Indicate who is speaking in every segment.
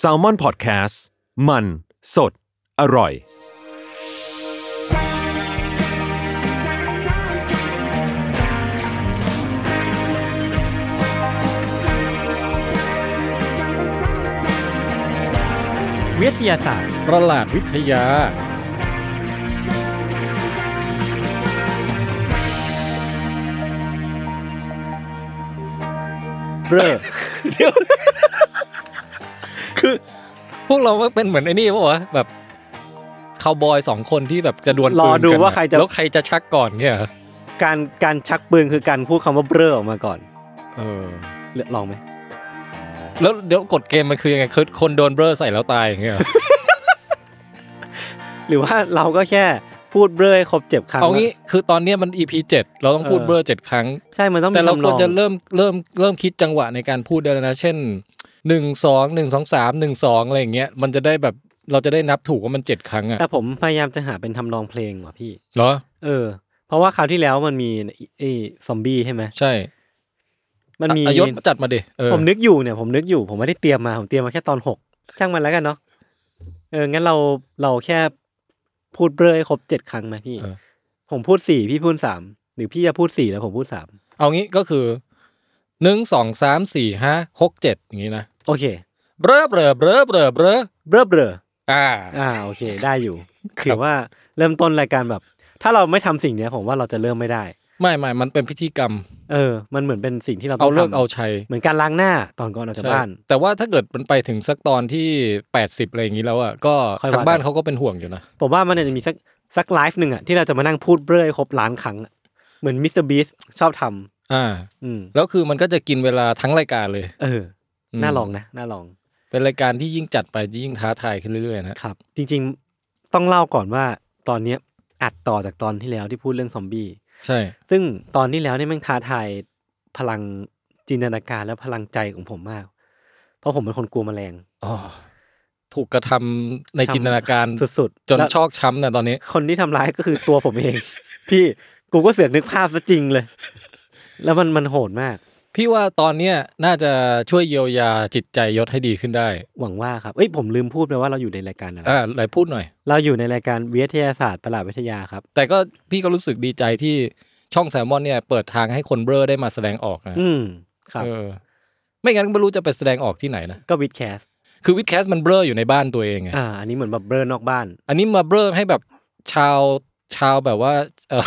Speaker 1: s a l ม o n PODCAST มันสดอร่อย
Speaker 2: วิทยาศาสตร์
Speaker 3: ประหลาดวิทยา
Speaker 2: เบลอ
Speaker 3: คือ พวกเราว่าเป็นเหมือนไอ้นี่ปะวะแบบคาวบอยสองคนที่แบบกระดวนปืน
Speaker 2: รอดู
Speaker 3: กัน
Speaker 2: ว่าใครจะ
Speaker 3: แล้วใครจะชักก่อนเนี่ยเหรอ
Speaker 2: การการชักปืนคือการพูดคำว่าเบลอออกมาก่อน
Speaker 3: เออ
Speaker 2: เลือกลองไหม
Speaker 3: แล้วเดี๋ยวกฎเกมมันคือยังไงคือคนโดนเบลอใส่แล้วตายอย่างเงี้ยเหรอ
Speaker 2: หรือว่าเราก็แค่พูดเบลอให้ครบเจ็บครั้ง
Speaker 3: เอางี้คือตอนเนี้ยมัน EP เจ็ดเราต้องพูด
Speaker 2: เออ
Speaker 3: เบลอเจ็ดครั้ง
Speaker 2: ใช่มันต้องมี
Speaker 3: แต่เราคน
Speaker 2: ทำ
Speaker 3: วร
Speaker 2: อง
Speaker 3: จะเริ่มเริ่มเริ่มคิดจังหวะในการพูดได้แล้วนะ เช่นหนึ่งสองหนึ่งสองสามหนึ่งสองอะไรอย่างเงี้ยมันจะได้แบบเราจะได้นับถูกว่ามันเจ็ดครั้งอะ
Speaker 2: แต่ผมพยายามจะหาเป็นทำนองเพลงว่ะพี่
Speaker 3: เหรอ
Speaker 2: เออ เพราะว่าคราวที่แล้วมันมีไอ้ซอมบี้ใช่ไหม
Speaker 3: ใช่
Speaker 2: มันมี
Speaker 3: อ่ะอ่ะยศจัดมาดิเออ
Speaker 2: ผมนึกอยู่เนี่ยผมนึกอยู่ผมไม่ได้เตรียมมาผมเตรียมมาแค่ตอนหกช่างมันแล้วกันเนาะเอองั้นเราเราแค่พูดเบลอให้ครบเจ็ดครั้งไหมพี่
Speaker 3: เออ
Speaker 2: ผมพูดสี่พี่พูดสามหรือพี่จะพูดสี่แล้วผมพูดสาม
Speaker 3: เอางี้ก็คือหนึ่งสองสามสี่ห้าหกเจ็ดอย่างงี้นะ
Speaker 2: โอเค
Speaker 3: เบลอเบลอเบลอเบลอเบลอ
Speaker 2: เบลอเบลอ
Speaker 3: อ่า
Speaker 2: อ่าโอเค ได้อยู่ถือว่าเริ่มต้นรายการแบบ ถ้าเราไม่ทำสิ่งเนี้ย ผมว่าเราจะเริ่มไม่ได้
Speaker 3: ไม่ไม่มันเป็นพิธีกรรม
Speaker 2: เออ มันเหมือนเป็นสิ่งที่เราต้
Speaker 3: เอา
Speaker 2: อง
Speaker 3: เลิก
Speaker 2: ทำ
Speaker 3: เอาชัย
Speaker 2: เหมือนการล้างหน้าตอนก่อนออกจาก
Speaker 3: ใช่
Speaker 2: บ้าน
Speaker 3: แต่ว่าถ้าเกิดมันไปถึงสักตอนที่ 80อะไรอย่างนี้แล้วอ่ะก็
Speaker 2: ค่อยว่า
Speaker 3: ทางบ้านเขาก็เป็นห่วงอยู่นะ
Speaker 2: ผมว่ามันอาจจะมีสักสักไลฟ์หนึ่งอะที่เราจะมานั่งพูดเบลอให้ครบล้านครั้งอะเหมือนมิสเตอร์บีสชอบทำ
Speaker 3: อ่า
Speaker 2: อืม
Speaker 3: แล้วคือมันก็จะกินเวลาทั้งรายการเลย
Speaker 2: เออ
Speaker 3: ม
Speaker 2: น่าลองนะ น่าลอง
Speaker 3: เป็นรายการที่ยิ่งจัดไปยิ่งท้าทายขึ้นเรื่อยๆนะครับ
Speaker 2: จริงๆ ต้องเล่าก่อนว่าตอนเนี้ยอัดต่อจากตอนที่แล้วที่พูดเรื่องซอมบี้
Speaker 3: ใช่
Speaker 2: ซึ่งตอนที่แล้วเนี่ยแม่งท้าทายพลังจินตนาการและพลังใจของผมมาก เพราะผมเป็นคนกลัวแมลง
Speaker 3: อ๋อถูกกระทำในจินตนาการ
Speaker 2: สุดๆ
Speaker 3: จน
Speaker 2: แล้ว
Speaker 3: ชอกช้ำนะตอนนี้
Speaker 2: คนที่ทำร้ายก็คือตัวผมเอง ที่กูก็เสือกนึกภาพซะจริงเลย แล้วมันมันโหดมาก
Speaker 3: พี่ว่าตอนเนี้ยน่าจะช่วยเยียวยาจิตใจยศให้ดีขึ้นได้
Speaker 2: หวังว่าครับ เอ้ยผมลืมพูดไปว่าเราอยู่ในรายการอะไร
Speaker 3: อ่าไหนพูดหน่อย
Speaker 2: เราอยู่ในรายการวิทยาศาสตร์ประหลาดวิทยาครับ
Speaker 3: แต่ก็พี่ก็รู้สึกดีใจที่ช่องแซลมอนเนี่ย เปิดทางให้คนเบลอได้มาแสดงออกนะ
Speaker 2: อืมครับ
Speaker 3: เออ ไม่งั้นไม่รู้จะไปแสดงออกที่ไหนนะ
Speaker 2: ก็วิดแคส
Speaker 3: คือวิดแคสมันเบลออยู่ในบ้านตัวเองไง
Speaker 2: อ่า อันนี้เหมือนแบบเบลอนอกบ้าน
Speaker 3: อันนี้มาเบลอให้แบบชาวชาวแบบว่าเอ อ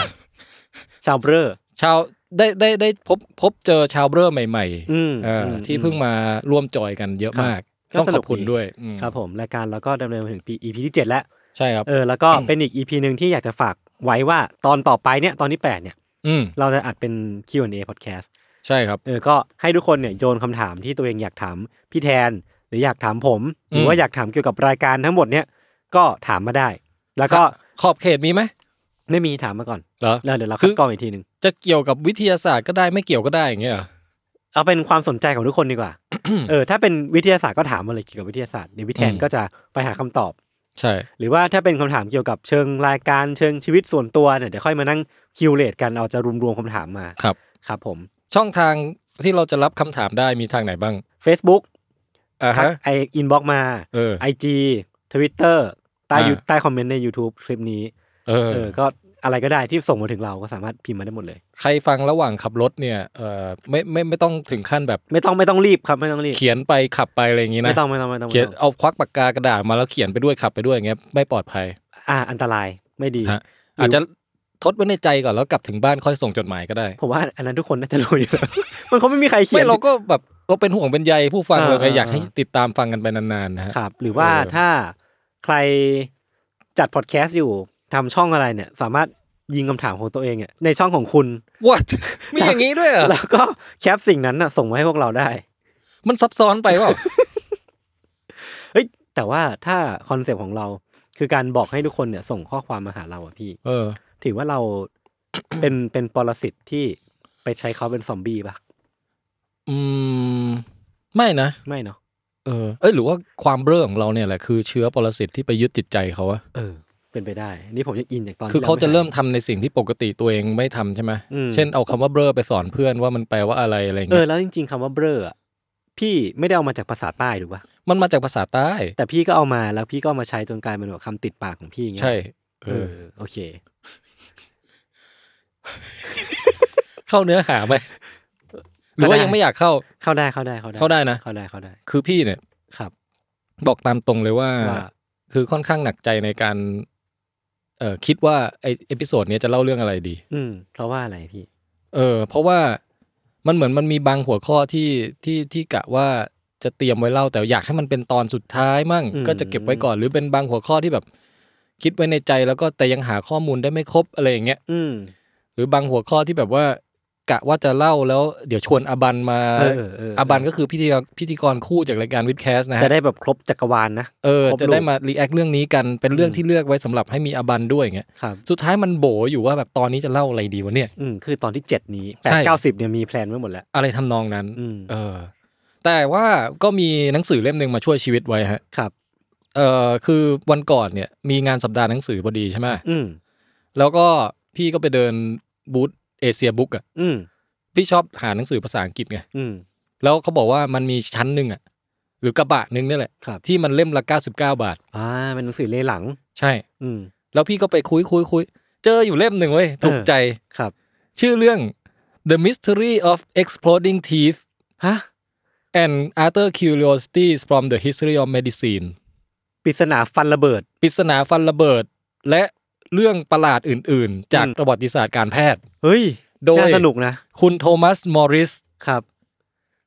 Speaker 2: ชาวเบลอ
Speaker 3: ชาวได้ได้ได้พบพบเจอชาวเบลอใหม่
Speaker 2: อืม
Speaker 3: ๆเอออ
Speaker 2: ม
Speaker 3: ที่เพิ่งมาร่วมจอยกันเยอะมาก
Speaker 2: ครับ
Speaker 3: ต้อง
Speaker 2: ก็
Speaker 3: ข
Speaker 2: สนุ
Speaker 3: อก บคุณ
Speaker 2: ดี
Speaker 3: ด้วยอืม
Speaker 2: ครับผม รายการเราก็ดำเนินมาถึงปี EP ที่เจ็ดแล้ว
Speaker 3: ใช่ครับ
Speaker 2: เออ แล้วก็เป็นอีก EP หนึ่งที่อยากจะฝากไว้ว่าตอนต่อไปเนี่ย ตอนที่แปดเนี่ย
Speaker 3: อืม
Speaker 2: เราจะอัดเป็น Q&A podcast
Speaker 3: ใช่ครับ
Speaker 2: เออ ก็ให้ทุกคนเนี่ยโยนคำถามที่ตัวเองอยากถามพี่แทน หรืออยากถามผม หรือว่าอยากถามเกี่ยวกับรายการทั้งหมดเนี่ย ก็ถามมาได้ แล้วก็
Speaker 3: ขอบเขตมีไหม
Speaker 2: ไม่มีถามมาก่อน
Speaker 3: เหรอ
Speaker 2: แล้วเดี๋ยวเรา
Speaker 3: คื
Speaker 2: คัด
Speaker 3: อ
Speaker 2: กรองอีกทีหนึ่ง
Speaker 3: จะเกี่ยวกับวิทยาศาสตร์ก็ได้ไม่เกี่ยวก็ได้อย่างเงี้ยเหรอ
Speaker 2: เอาเป็นความสนใจของทุกคน ดีกว่า เออ ถ้าเป็นวิทยาศาสตร์ก็ถามมาเลยเกี่ยวกับวิทยาศาสตร์เดี๋ยวพี่แทน
Speaker 3: อืม
Speaker 2: ก็จะไปหาคำตอบ
Speaker 3: ใช่
Speaker 2: หรือว่าถ้าเป็นคำถามเกี่ยวกับเชิงรายการเชิงชีวิตส่วนตัวเนี่ยเดี๋ยวค่อยมานั่งคิวเลตกันเอาจะรวมๆคำถามมา
Speaker 3: ครับ
Speaker 2: ครับผม
Speaker 3: ช่องทางที่เราจะรับคำถามได้มีทางไหนบ้าง
Speaker 2: Facebook
Speaker 3: อ่า
Speaker 2: ทัก
Speaker 3: ฮะ
Speaker 2: ไออินบ็อกมา
Speaker 3: เออ
Speaker 2: IG Twitter ใต้
Speaker 3: อ่า
Speaker 2: ยูใต้คอมเมนต์ใน YouTube คลิปนี้
Speaker 3: เออ
Speaker 2: เออก็อะไรก็ได้ที่ส่งมาถึงเราก็สามารถพิมพ์มาได้หมดเลย
Speaker 3: ใครฟังระหว่างขับรถเนี่ยเออไม่ไม่ไม่ต้องถึงขั้นแบบ
Speaker 2: ไม่ต้องไม่ต้องรีบครับไม่ต้องรีบ
Speaker 3: เขียนไปขับไปอะไรอย่างงี้นะ
Speaker 2: ไม่ต้องไม่ต้องไม่ต้องไม่
Speaker 3: เขียน
Speaker 2: ต้อง
Speaker 3: เอาควักปากกากระดาษมาแล้วเขียนไปด้วยขับไปด้วยอย่างเงี้ยไม่ปลอดภัย
Speaker 2: อ่าอันตรายไม่ดี
Speaker 3: ฮะ
Speaker 2: หรืออ
Speaker 3: อาจจะทดไว้ในใจก่อนแล้วกลับถึงบ้านค่อยส่งจดหมายก็ได้
Speaker 2: ผมว่าอันนั้นทุกคนน่าจะรู้อยู่แล้ว มันคงไม่มีใครเขีย
Speaker 3: ไม่
Speaker 2: น
Speaker 3: เราก็แบบเราเป็นห่วงเป็นใยผู้ฟัง
Speaker 2: อ่า
Speaker 3: เลยไง
Speaker 2: อ่า
Speaker 3: อยากให้ติดตามฟังกันไปนานๆนะฮะ
Speaker 2: ครับหรือว่า
Speaker 3: เออ
Speaker 2: ถ้าใครจัดพอดแคสต์อยู่ทำช่องอะไรเนี่ย สามารถยิงคำถามของตัวเองเนี่ยในช่องของคุณ
Speaker 3: ว่า มีอย่างนี้ด้วยเหรอ
Speaker 2: แล้วก็แคปสิ่งนั้นน่ะส่งมาให้พวกเราได้
Speaker 3: มันซับซ้อนไปเปล่า
Speaker 2: เฮ้ยแต่ว่าถ้าคอนเซปต์ของเราคือการบอกให้ทุกคนเนี่ยส่งข้อความมาหาเราอะพี่
Speaker 3: เออ
Speaker 2: ถือว่า เรา เป็นเป็นปรสิตที่ไปใช้เขาเป็นซอมบี้ปะ
Speaker 3: อืม ไม่นะ
Speaker 2: ไม่เนาะ
Speaker 3: เออเอ้ยหรือว่าความเบ้อของเราเนี่ยแหละคือเชื้อปรสิตที่ไปยึดจิตใจเขาอะ
Speaker 2: เออ เป็นไปได้ นี่ผมยังอินอย่างตอน
Speaker 3: คือ
Speaker 2: ที่
Speaker 3: เขาจะ
Speaker 2: ไ
Speaker 3: เริ่มทำในสิ่งที่ปกติตัวเองไม่ทำใช่ไหม
Speaker 2: อืม
Speaker 3: เช่นเอาคำว่าเบ้อไปสอนเพื่อนว่ามันแปลว่าอะไรอะไร
Speaker 2: เออ
Speaker 3: เงี้ย
Speaker 2: แล้วจริง ๆคำว่าเบลออะ พี่ไม่ได้เอามาจากภาษาใต้ถูกปะ
Speaker 3: มันมาจากภาษาใต้
Speaker 2: แต่พี่ก็เอามาแล้วพี่ก็เอามาใช้จนกลายเป็นแบบคำติดปากของพี่อย่างเงี้ย
Speaker 3: ใช่เอ
Speaker 2: เอ
Speaker 3: อ
Speaker 2: อโอเค
Speaker 3: เข้าเนื้อหาไหมหรือว่ายังไม่อยากเข้า
Speaker 2: เข้าได้เข้าได้เข้าได้
Speaker 3: เข้าได้นะ
Speaker 2: เข้าได้เข้าได้
Speaker 3: คือพี่เนี่ย
Speaker 2: ครับ
Speaker 3: บอกตามตรงเลยว่า
Speaker 2: ว่า
Speaker 3: คือค่อนข้างหนักใจในการเอ่อคิดว่าไอเอพิโซดเนี้ยจะเล่าเรื่องอะไรดี
Speaker 2: อืมเพราะว่าอะไรพี่
Speaker 3: เออ เพราะว่ามันเหมือนมันมีบางหัวข้อที่ที่ที่กะว่าจะเตรียมไว้เล่า แต่อยากให้มันเป็นตอนสุดท้ายมั่ง
Speaker 2: อืม
Speaker 3: ก็จะเก็บไว้ก่อนหรือเป็นบางหัวข้อที่แบบ คิดไว้ในใจแล้วก็แต่ยังหาข้อมูลได้ไม่ครบอะไรอย่างเงี้ย
Speaker 2: อืม
Speaker 3: หรือบางหัวข้อที่แบบว่ากะว่าจะเล่าแล้ว เดี๋ยวชวนอบันมา
Speaker 2: เออเออเอออ
Speaker 3: บันก็คือพิธีกรพิธีกรคู่จากรายการวิดแคสนะฮะ
Speaker 2: จะได้แบบครบจักรวาลนะ
Speaker 3: เออ
Speaker 2: ครบ
Speaker 3: จะ
Speaker 2: รูป
Speaker 3: ได้มารีแอคเรื่องนี้กัน เป็นเรื่อง
Speaker 2: อืม
Speaker 3: ที่เลือกไว้สำหรับให้มีอบันด้วยอย่างเงี้ย
Speaker 2: ครับ
Speaker 3: สุดท้ายมันโบอยู่ว่าแบบตอนนี้จะเล่าอะไรดีวะเนี่ย
Speaker 2: อืมคือตอนที่เจ็ดนี้แป
Speaker 3: ใช่
Speaker 2: ดเก้าสิบเนี่ยมีแพลนไว้หมดแล้ว
Speaker 3: อะไรทำนองนั้น
Speaker 2: อืม
Speaker 3: เออ แต่ว่าก็มีหนังสือเล่มหนึ่งมาช่วยชีวิตไว้ฮะ
Speaker 2: ครับ
Speaker 3: เออคือวันก่อนเนี่ยมีงานสัปดาห์หนังสือพอดีใช่ไหม
Speaker 2: อืม
Speaker 3: แล้วก็พี่ก็ไปเดินบูธเอเชียบุ๊กอ่ะ
Speaker 2: อืม
Speaker 3: พี่ชอบหาหนังสือภาษาอังกฤษไง
Speaker 2: อืม
Speaker 3: แล้วเขาบอกว่ามันมีชั้นหนึ่งอ่ะ หรือกระบะหนึ่งเนี่ยแหละ
Speaker 2: ครับ
Speaker 3: ที่มันเล่มละ99 บาท
Speaker 2: อ่าเป็นหนังสือเลหลัง
Speaker 3: ใช่
Speaker 2: อืม
Speaker 3: แล้วพี่ก็ไปคุยคุยคุยเจออยู่เล่มหนึ่งเว้ยถูก
Speaker 2: เออ
Speaker 3: ใจ
Speaker 2: ครับ
Speaker 3: ชื่อเรื่อง The Mystery of Exploding Teeth
Speaker 2: ฮะ
Speaker 3: and Other Curiosities from the History of Medicine
Speaker 2: ปริศนาฟันระเบิด
Speaker 3: ปริศนาฟันระเบิด และเรื่องประหลาดอื่น ๆ จาก
Speaker 2: อืม
Speaker 3: ประวัติศาสตร์การแพทย์
Speaker 2: เฮ้ย
Speaker 3: โดย
Speaker 2: น่าสนุกนะ
Speaker 3: คุณโทมัส มอริส
Speaker 2: ครับ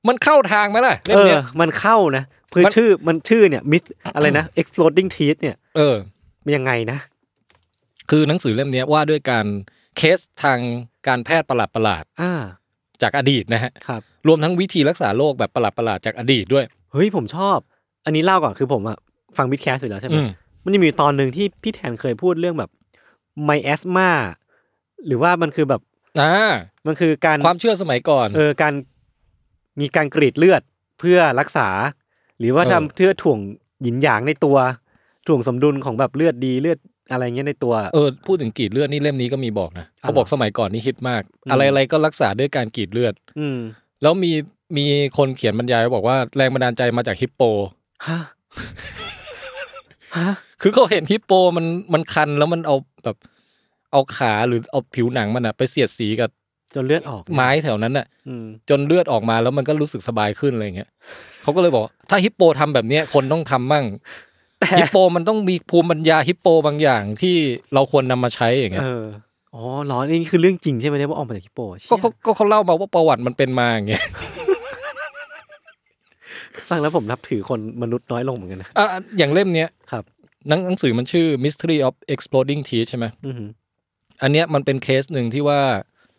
Speaker 3: มันเข้าทางไหมล่ะเล่
Speaker 2: เอ
Speaker 3: ม
Speaker 2: อ
Speaker 3: เนี้ย
Speaker 2: มันเข้านะ คือ
Speaker 3: มัน
Speaker 2: ชื่อมันชื่อเนี่ยมิสอะไรนะ exploding teeth เนี่ย
Speaker 3: เออ
Speaker 2: มันยังไงนะ
Speaker 3: คือหนังสือเล่มเนี้ยว่าด้วยการเคสทางการแพทย์ประหลาด
Speaker 2: อ่า
Speaker 3: ๆจากอดีตนะฮะ
Speaker 2: ครับ
Speaker 3: รวมทั้งวิธีรักษาโรคแบบประหลาดๆจากอดีตด้วย
Speaker 2: เฮ้ยผมชอบ อันนี้เล่าก่อนคือผมอะฟังบิดแคสอยู่แล้วใช่ไหม
Speaker 3: อืม
Speaker 2: มันจะมีตอนหนึ่งที่พี่แทนเคยพูดเรื่องแบบไมแอสมาหรือว่ามันคือแบบ
Speaker 3: อ่า
Speaker 2: มันคือการ
Speaker 3: ความเชื่อสมัยก่อน
Speaker 2: เออการมีการกรีดเลือดเพื่อรักษา หรือว่า
Speaker 3: เออ
Speaker 2: ทำเพื่อถ่วงหยินหยางในตัวถ่วงสมดุลของแบบเลือดดีเลือดอะไรเงี้ยในตัว
Speaker 3: เออพูดถึงกรีดเลือดนี่เล่มนี้ก็มีบอกนะเขาบอกสมัยก่อนนี่ฮิตมาก
Speaker 2: อืม
Speaker 3: อะไรอะไรก็รักษาด้วยการกรีดเลือด
Speaker 2: อืม
Speaker 3: แล้วมีมีคนเขียนบรรยายไว้บอกว่าแรงบันดาลใจมาจากฮิปโป
Speaker 2: ฮะฮะ
Speaker 3: คือเขาเห็นฮิปโปมันมันคันแล้วมันเอาแบบเอาขาหรือเอาผิวหนังมันอะไปเสียดสีกับ
Speaker 2: จนเลือดออก
Speaker 3: ไม้แถวนั้นอะ
Speaker 2: อืม
Speaker 3: จนเลือดออกมาแล้วมันก็รู้สึกสบายขึ้นอะไรเงี้ยเขาก็เลยบอกว่าถ้าฮิปโปทำแบบเนี้ยคนต้องทำมั่งฮิปโปมันต้องมีภูมิปัญญาฮิปโปบางอย่างที่เราควรนำมาใช้อย่างเงี้ย
Speaker 2: เอออ๋อเหรอนี่คือเรื่องจริงใช่ไหมเนี่ยว่าออกมาจากฮิปโปเชี่ย
Speaker 3: ก็เขาก็เขาเล่ามาว่าประวัติมันเป็นมาอย่างเงี้ย
Speaker 2: ฟังแล้วผมนับถือคนมนุษย์น้อยลงเหมือนกันนะ
Speaker 3: อ่ะอย่างเล่มเนี้ย
Speaker 2: ครับ
Speaker 3: หนังหนังสือมันชื่อ Mystery of Exploding Teeth ใช่ไหม
Speaker 2: อืม
Speaker 3: อันเนี้ยมันเป็นเคสหนึ่งที่ว่า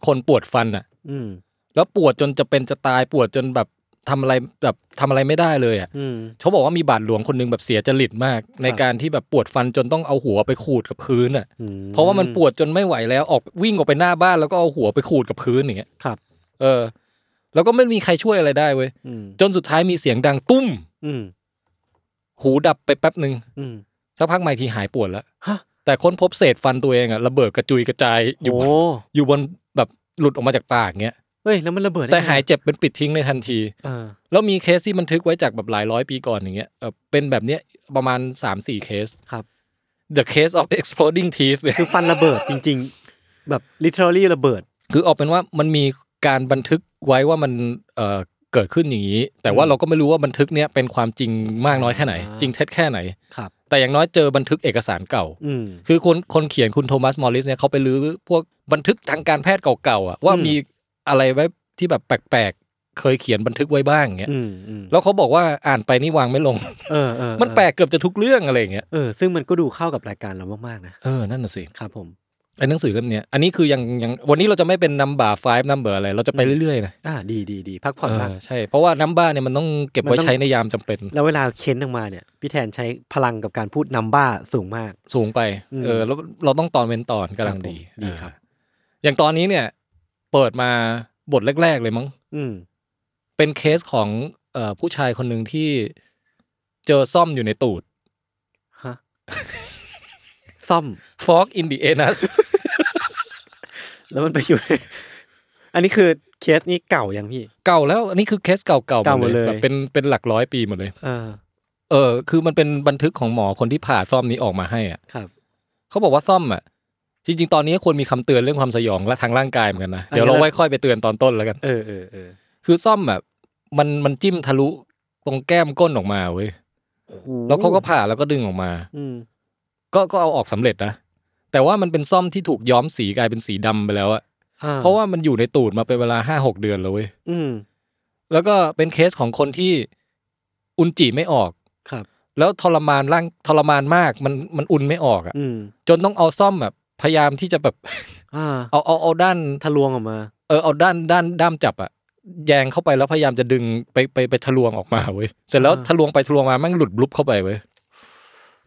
Speaker 3: คนปวดฟันอะ
Speaker 2: อืม
Speaker 3: แล้วปวดจนจะเป็นจะตายปวดจนแบบทำอะไรแบบทำอะไรไม่ได้เลยอะ
Speaker 2: อืม
Speaker 3: เขาบอกว่ามีบาทหลวงคนหนึงแบบเสียจริตมาก ในการที่แบบปวดฟันจนต้องเอาหัวไปขูดกับพื้นอะ
Speaker 2: อืม
Speaker 3: เพราะว่ามันปวดจนไม่ไหวแล้วออกวิ่งออกไปหน้าบ้านแล้วก็เอาหัวไปขูดกับพื้นอย่างเงี้ย
Speaker 2: ครับ
Speaker 3: เออ แล้วก็ไม่มีใครช่วยอะไรได้เว้ย
Speaker 2: อืม
Speaker 3: จนสุดท้ายมีเสียงดังตุ้ม
Speaker 2: อืม
Speaker 3: หูดับไปแป๊บหนึ่ง
Speaker 2: อืม
Speaker 3: สักพักไม่ทีหายปวดแล้ว
Speaker 2: ฮะ
Speaker 3: แต่ค้นพบเศษฟันตัวเองอะระเบิดกระจุยกระจายอยู่
Speaker 2: โอ้
Speaker 3: อยู่บนแบบหลุดออกมาจากปากเงี้ย
Speaker 2: เฮ้ย แล้วมันระเบิดได้
Speaker 3: แต่
Speaker 2: ไง
Speaker 3: หายเจ็บเป็นปิดทิ้งในทันที
Speaker 2: เออ
Speaker 3: แล้วมีเคสที่บันทึกไว้จากแบบหลายร้อยปีก่อนอย่างเงี้ยเอ่อเป็นแบบเนี้ยประมาณ 3 4 เคส
Speaker 2: ครับ
Speaker 3: the case of exploding teeth เนี่ย
Speaker 2: คือฟันระเบิดจริง ๆ แบบ literally ระเบิด
Speaker 3: คือออกเป็นว่ามันมีการบันทึกไว้ว่ามันเอ่อเกิดขึ้นอย่างนี้ แต่ว่า
Speaker 2: อืม
Speaker 3: เราก็ไม่รู้ว่าบันทึกเนี้ยเป็นความจริงมากน้อยแค่ไหน
Speaker 2: อ่า
Speaker 3: จริงเท็จแค่ไหน
Speaker 2: ครับ
Speaker 3: แต่อย่างน้อยเจอบันทึกเอกสารเก่า
Speaker 2: อืม
Speaker 3: คือคนคนเขียนคุณโทมัส มอริสเนี่ยเขาไปรื้อพวกบันทึกทางการแพทย์เก่าๆอ่ะว่า
Speaker 2: อืม
Speaker 3: มีอะไรไว้ที่แบบแปลกๆ เคยเขียนบันทึกไว้บ้างเงี้ย
Speaker 2: อืมอืม
Speaker 3: แล้วเขาบอกว่าอ่านไปนี่วางไม่ลง
Speaker 2: เออเออ
Speaker 3: มันแปลกเกือบจะทุกเรื่องอะไรอย่างเงี้ย
Speaker 2: เออ ซึ่งมันก็ดูเข้ากับรายการเรามากๆนะ
Speaker 3: เออนั่นน่ะสิ
Speaker 2: ครับผม
Speaker 3: ไอ้หนังสือเล่มเนี้ยอันนี้คือยังยังวันนี้เราจะไม่เป็นนัมบาร์ไฟนัมเบอร์อะไร เราจะไปเรื่อยๆนะ
Speaker 2: อ่า ดีดีดีพักผ่อน
Speaker 3: เอ
Speaker 2: มาก
Speaker 3: อใช่เพราะว่านัมบาร์เนี่ยมันต้องเก็บ
Speaker 2: มัน
Speaker 3: ไว้
Speaker 2: ต้อง
Speaker 3: ใช้ในยามจำเป็น
Speaker 2: แล้วเวลาเค้นออกมาเนี่ย พี่แทนใช้พลังกับการพูดนัมบ้าสูงมาก
Speaker 3: สูงไป
Speaker 2: อืม
Speaker 3: เออแล้วเราต้องตอนเว้นตอนกำลัง
Speaker 2: ครับผม
Speaker 3: ดี
Speaker 2: ดีครับ
Speaker 3: เอออย่างตอนนี้เนี่ยเปิดมาบทแรกๆเลยมั้ง
Speaker 2: อืม
Speaker 3: เป็นเคสของเอ่อผู้ชายคนหนึ่งที่เจอซ่อมอยู่ในตูด
Speaker 2: ฮะ ซ่อม
Speaker 3: Fork in the anus
Speaker 2: แล้วมันไปอยู่ใน อันนี้คือเคสนี้เก่ายังพี่
Speaker 3: เก่าแล้วอันนี้คือเคสเก่าๆ
Speaker 2: เก่าหมดเลย
Speaker 3: แบบเป็นเป็นหลักร้อยปีหมดเลย
Speaker 2: เออ
Speaker 3: เออคือมันเป็นบันทึกของหมอคนที่ผ่าซ่อมนี้ออกมาให้อ่ะ
Speaker 2: ครับ
Speaker 3: เขาบอกว่าซ่อมอ่ะ จริง ๆ ตอนนี้ควรมีคำเตือนเรื่องความสยองและทางร่างกายเหมือนกันนะ
Speaker 2: อันนี้
Speaker 3: เดี๋ยวเราไว้ค่อยไปเตือนตอนต้นแล้วกัน
Speaker 2: เออเออเออ
Speaker 3: คือซ่อมแบบมันมันจิ้มทะลุตรงแก้มก้นออกมาเว้ย
Speaker 2: โอ้โห
Speaker 3: แล้วเขาก็ผ่าแล้วก็ดึงออกมา
Speaker 2: อืม
Speaker 3: ก็ก็เอาออกสำเร็จนะแต่ว่ามันเป็นซ่อมที่ถูกย้อมสีกลายเป็นสีดำไปแล้วอะ
Speaker 2: อ่
Speaker 3: เพราะว่ามันอยู่ในตูดมาเป็นเวลาห้าหกเดือนแล้วเว้ย
Speaker 2: อืม
Speaker 3: แล้วก็เป็นเคสของคนที่อุนจิไม่ออก
Speaker 2: ครับ
Speaker 3: แล้วทรมานร่างทรมานมากมันมันอุ่นไม่ออกอะ
Speaker 2: อืม
Speaker 3: จนต้องเอาซ่อมแบบพยายามที่จะแบบ
Speaker 2: อ่า
Speaker 3: เอาเอาเอาด้าน
Speaker 2: ทะลวงออกมา
Speaker 3: เออเอาด้านด้านด้ามจับอะแยงเข้าไปแล้วพยายามจะดึงไปไปไปทะลวงออกมาเว้ยเสร็จแล้ว
Speaker 2: อ่า
Speaker 3: ทะลวงไปทะลวงมาแม่งหลุดบลุบเข้าไปเว้ย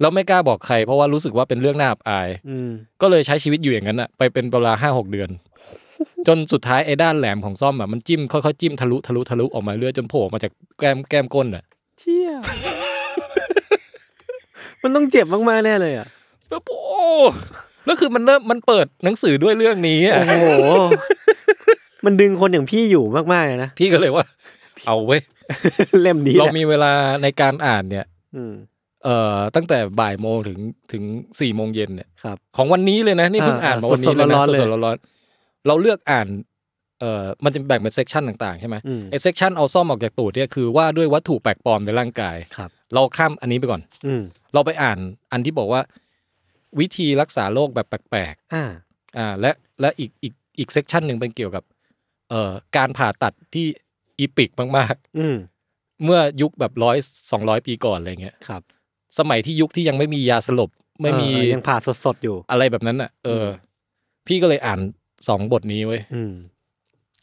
Speaker 3: แล้วไม่กล้าบอกใคร เพราะว่ารู้สึกว่าเป็นเรื่องน่าอับอาย
Speaker 2: อืม
Speaker 3: ก็เลยใช้ชีวิตอยู่อย่างนั้นอะไปเป็นเวลาห้าหกเดือน จนสุดท้ายไอ้ด้านแหลมของซ่อมอะมันจิ้มค่อยๆจิ้มทะลุทะลุทะลุออกมาเรื่อยจนโผล่ออกมาจากแก้มแก้มก้นอะ
Speaker 2: เชี่ย มันต้องเจ็บมากๆแน่เลยอ่ะ
Speaker 3: แล้วโอ้แล้วคือมันเริ่มมันเปิดหนังสือด้วยเรื่องนี้อะ
Speaker 2: โอ้โห มันดึงคนอย่างพี่อยู่มากๆเลยนะ
Speaker 3: พี่ก็เลยว่า เอาเว้ย
Speaker 2: เล่มนี้
Speaker 3: เรา
Speaker 2: แหละ
Speaker 3: มีเวลาในการอ่านเนี่ย
Speaker 2: อืม
Speaker 3: เอ่อตั้งแต่บ่ายโมงถึงถึงสี่โมงเย็นเนี่ย
Speaker 2: ครับ
Speaker 3: ของวันนี้เลยนะ นี่เพิ่ง
Speaker 2: อ่า
Speaker 3: อ่านมา
Speaker 2: อ่า
Speaker 3: วันนี้เลยนะ
Speaker 2: สดๆร้อนๆเลย
Speaker 3: สดๆร้อนๆเราเลือกอ่านเอ่อมันจะแบ่งเป็นเซกชันต่างๆใช่ไหม
Speaker 2: อืม
Speaker 3: ไอเซกชันเอาซ่อมออกจากตูดเนี่ยคือว่าด้วยวัตถุแปลกปลอมในร่างกาย
Speaker 2: ครับ
Speaker 3: เราข้ามอันนี้ไปก่อน
Speaker 2: อืม
Speaker 3: เราไปอ่านอันที่บอกว่า วิธีรักษาโรคแบบแปลก
Speaker 2: อ่า
Speaker 3: ๆอ่าและและอีกอีกอีกเซกชันหนึ่งเป็นเกี่ยวกับเอ่อการผ่าตัดที่อีปิกมาก
Speaker 2: อืม
Speaker 3: ๆ เมื่อยุคแบบร้อยสองร้อยปีก่อนอะไรเงี้ย
Speaker 2: ครับ
Speaker 3: สมัยที่ยุคที่ยังไม่มียาสลบไม่มี
Speaker 2: เออยังผ่าสดๆอยู่
Speaker 3: อะไรแบบนั้นอ่ะเอออ พี่ก็เลยอ่านสองบทนี้เว้ย
Speaker 2: อืม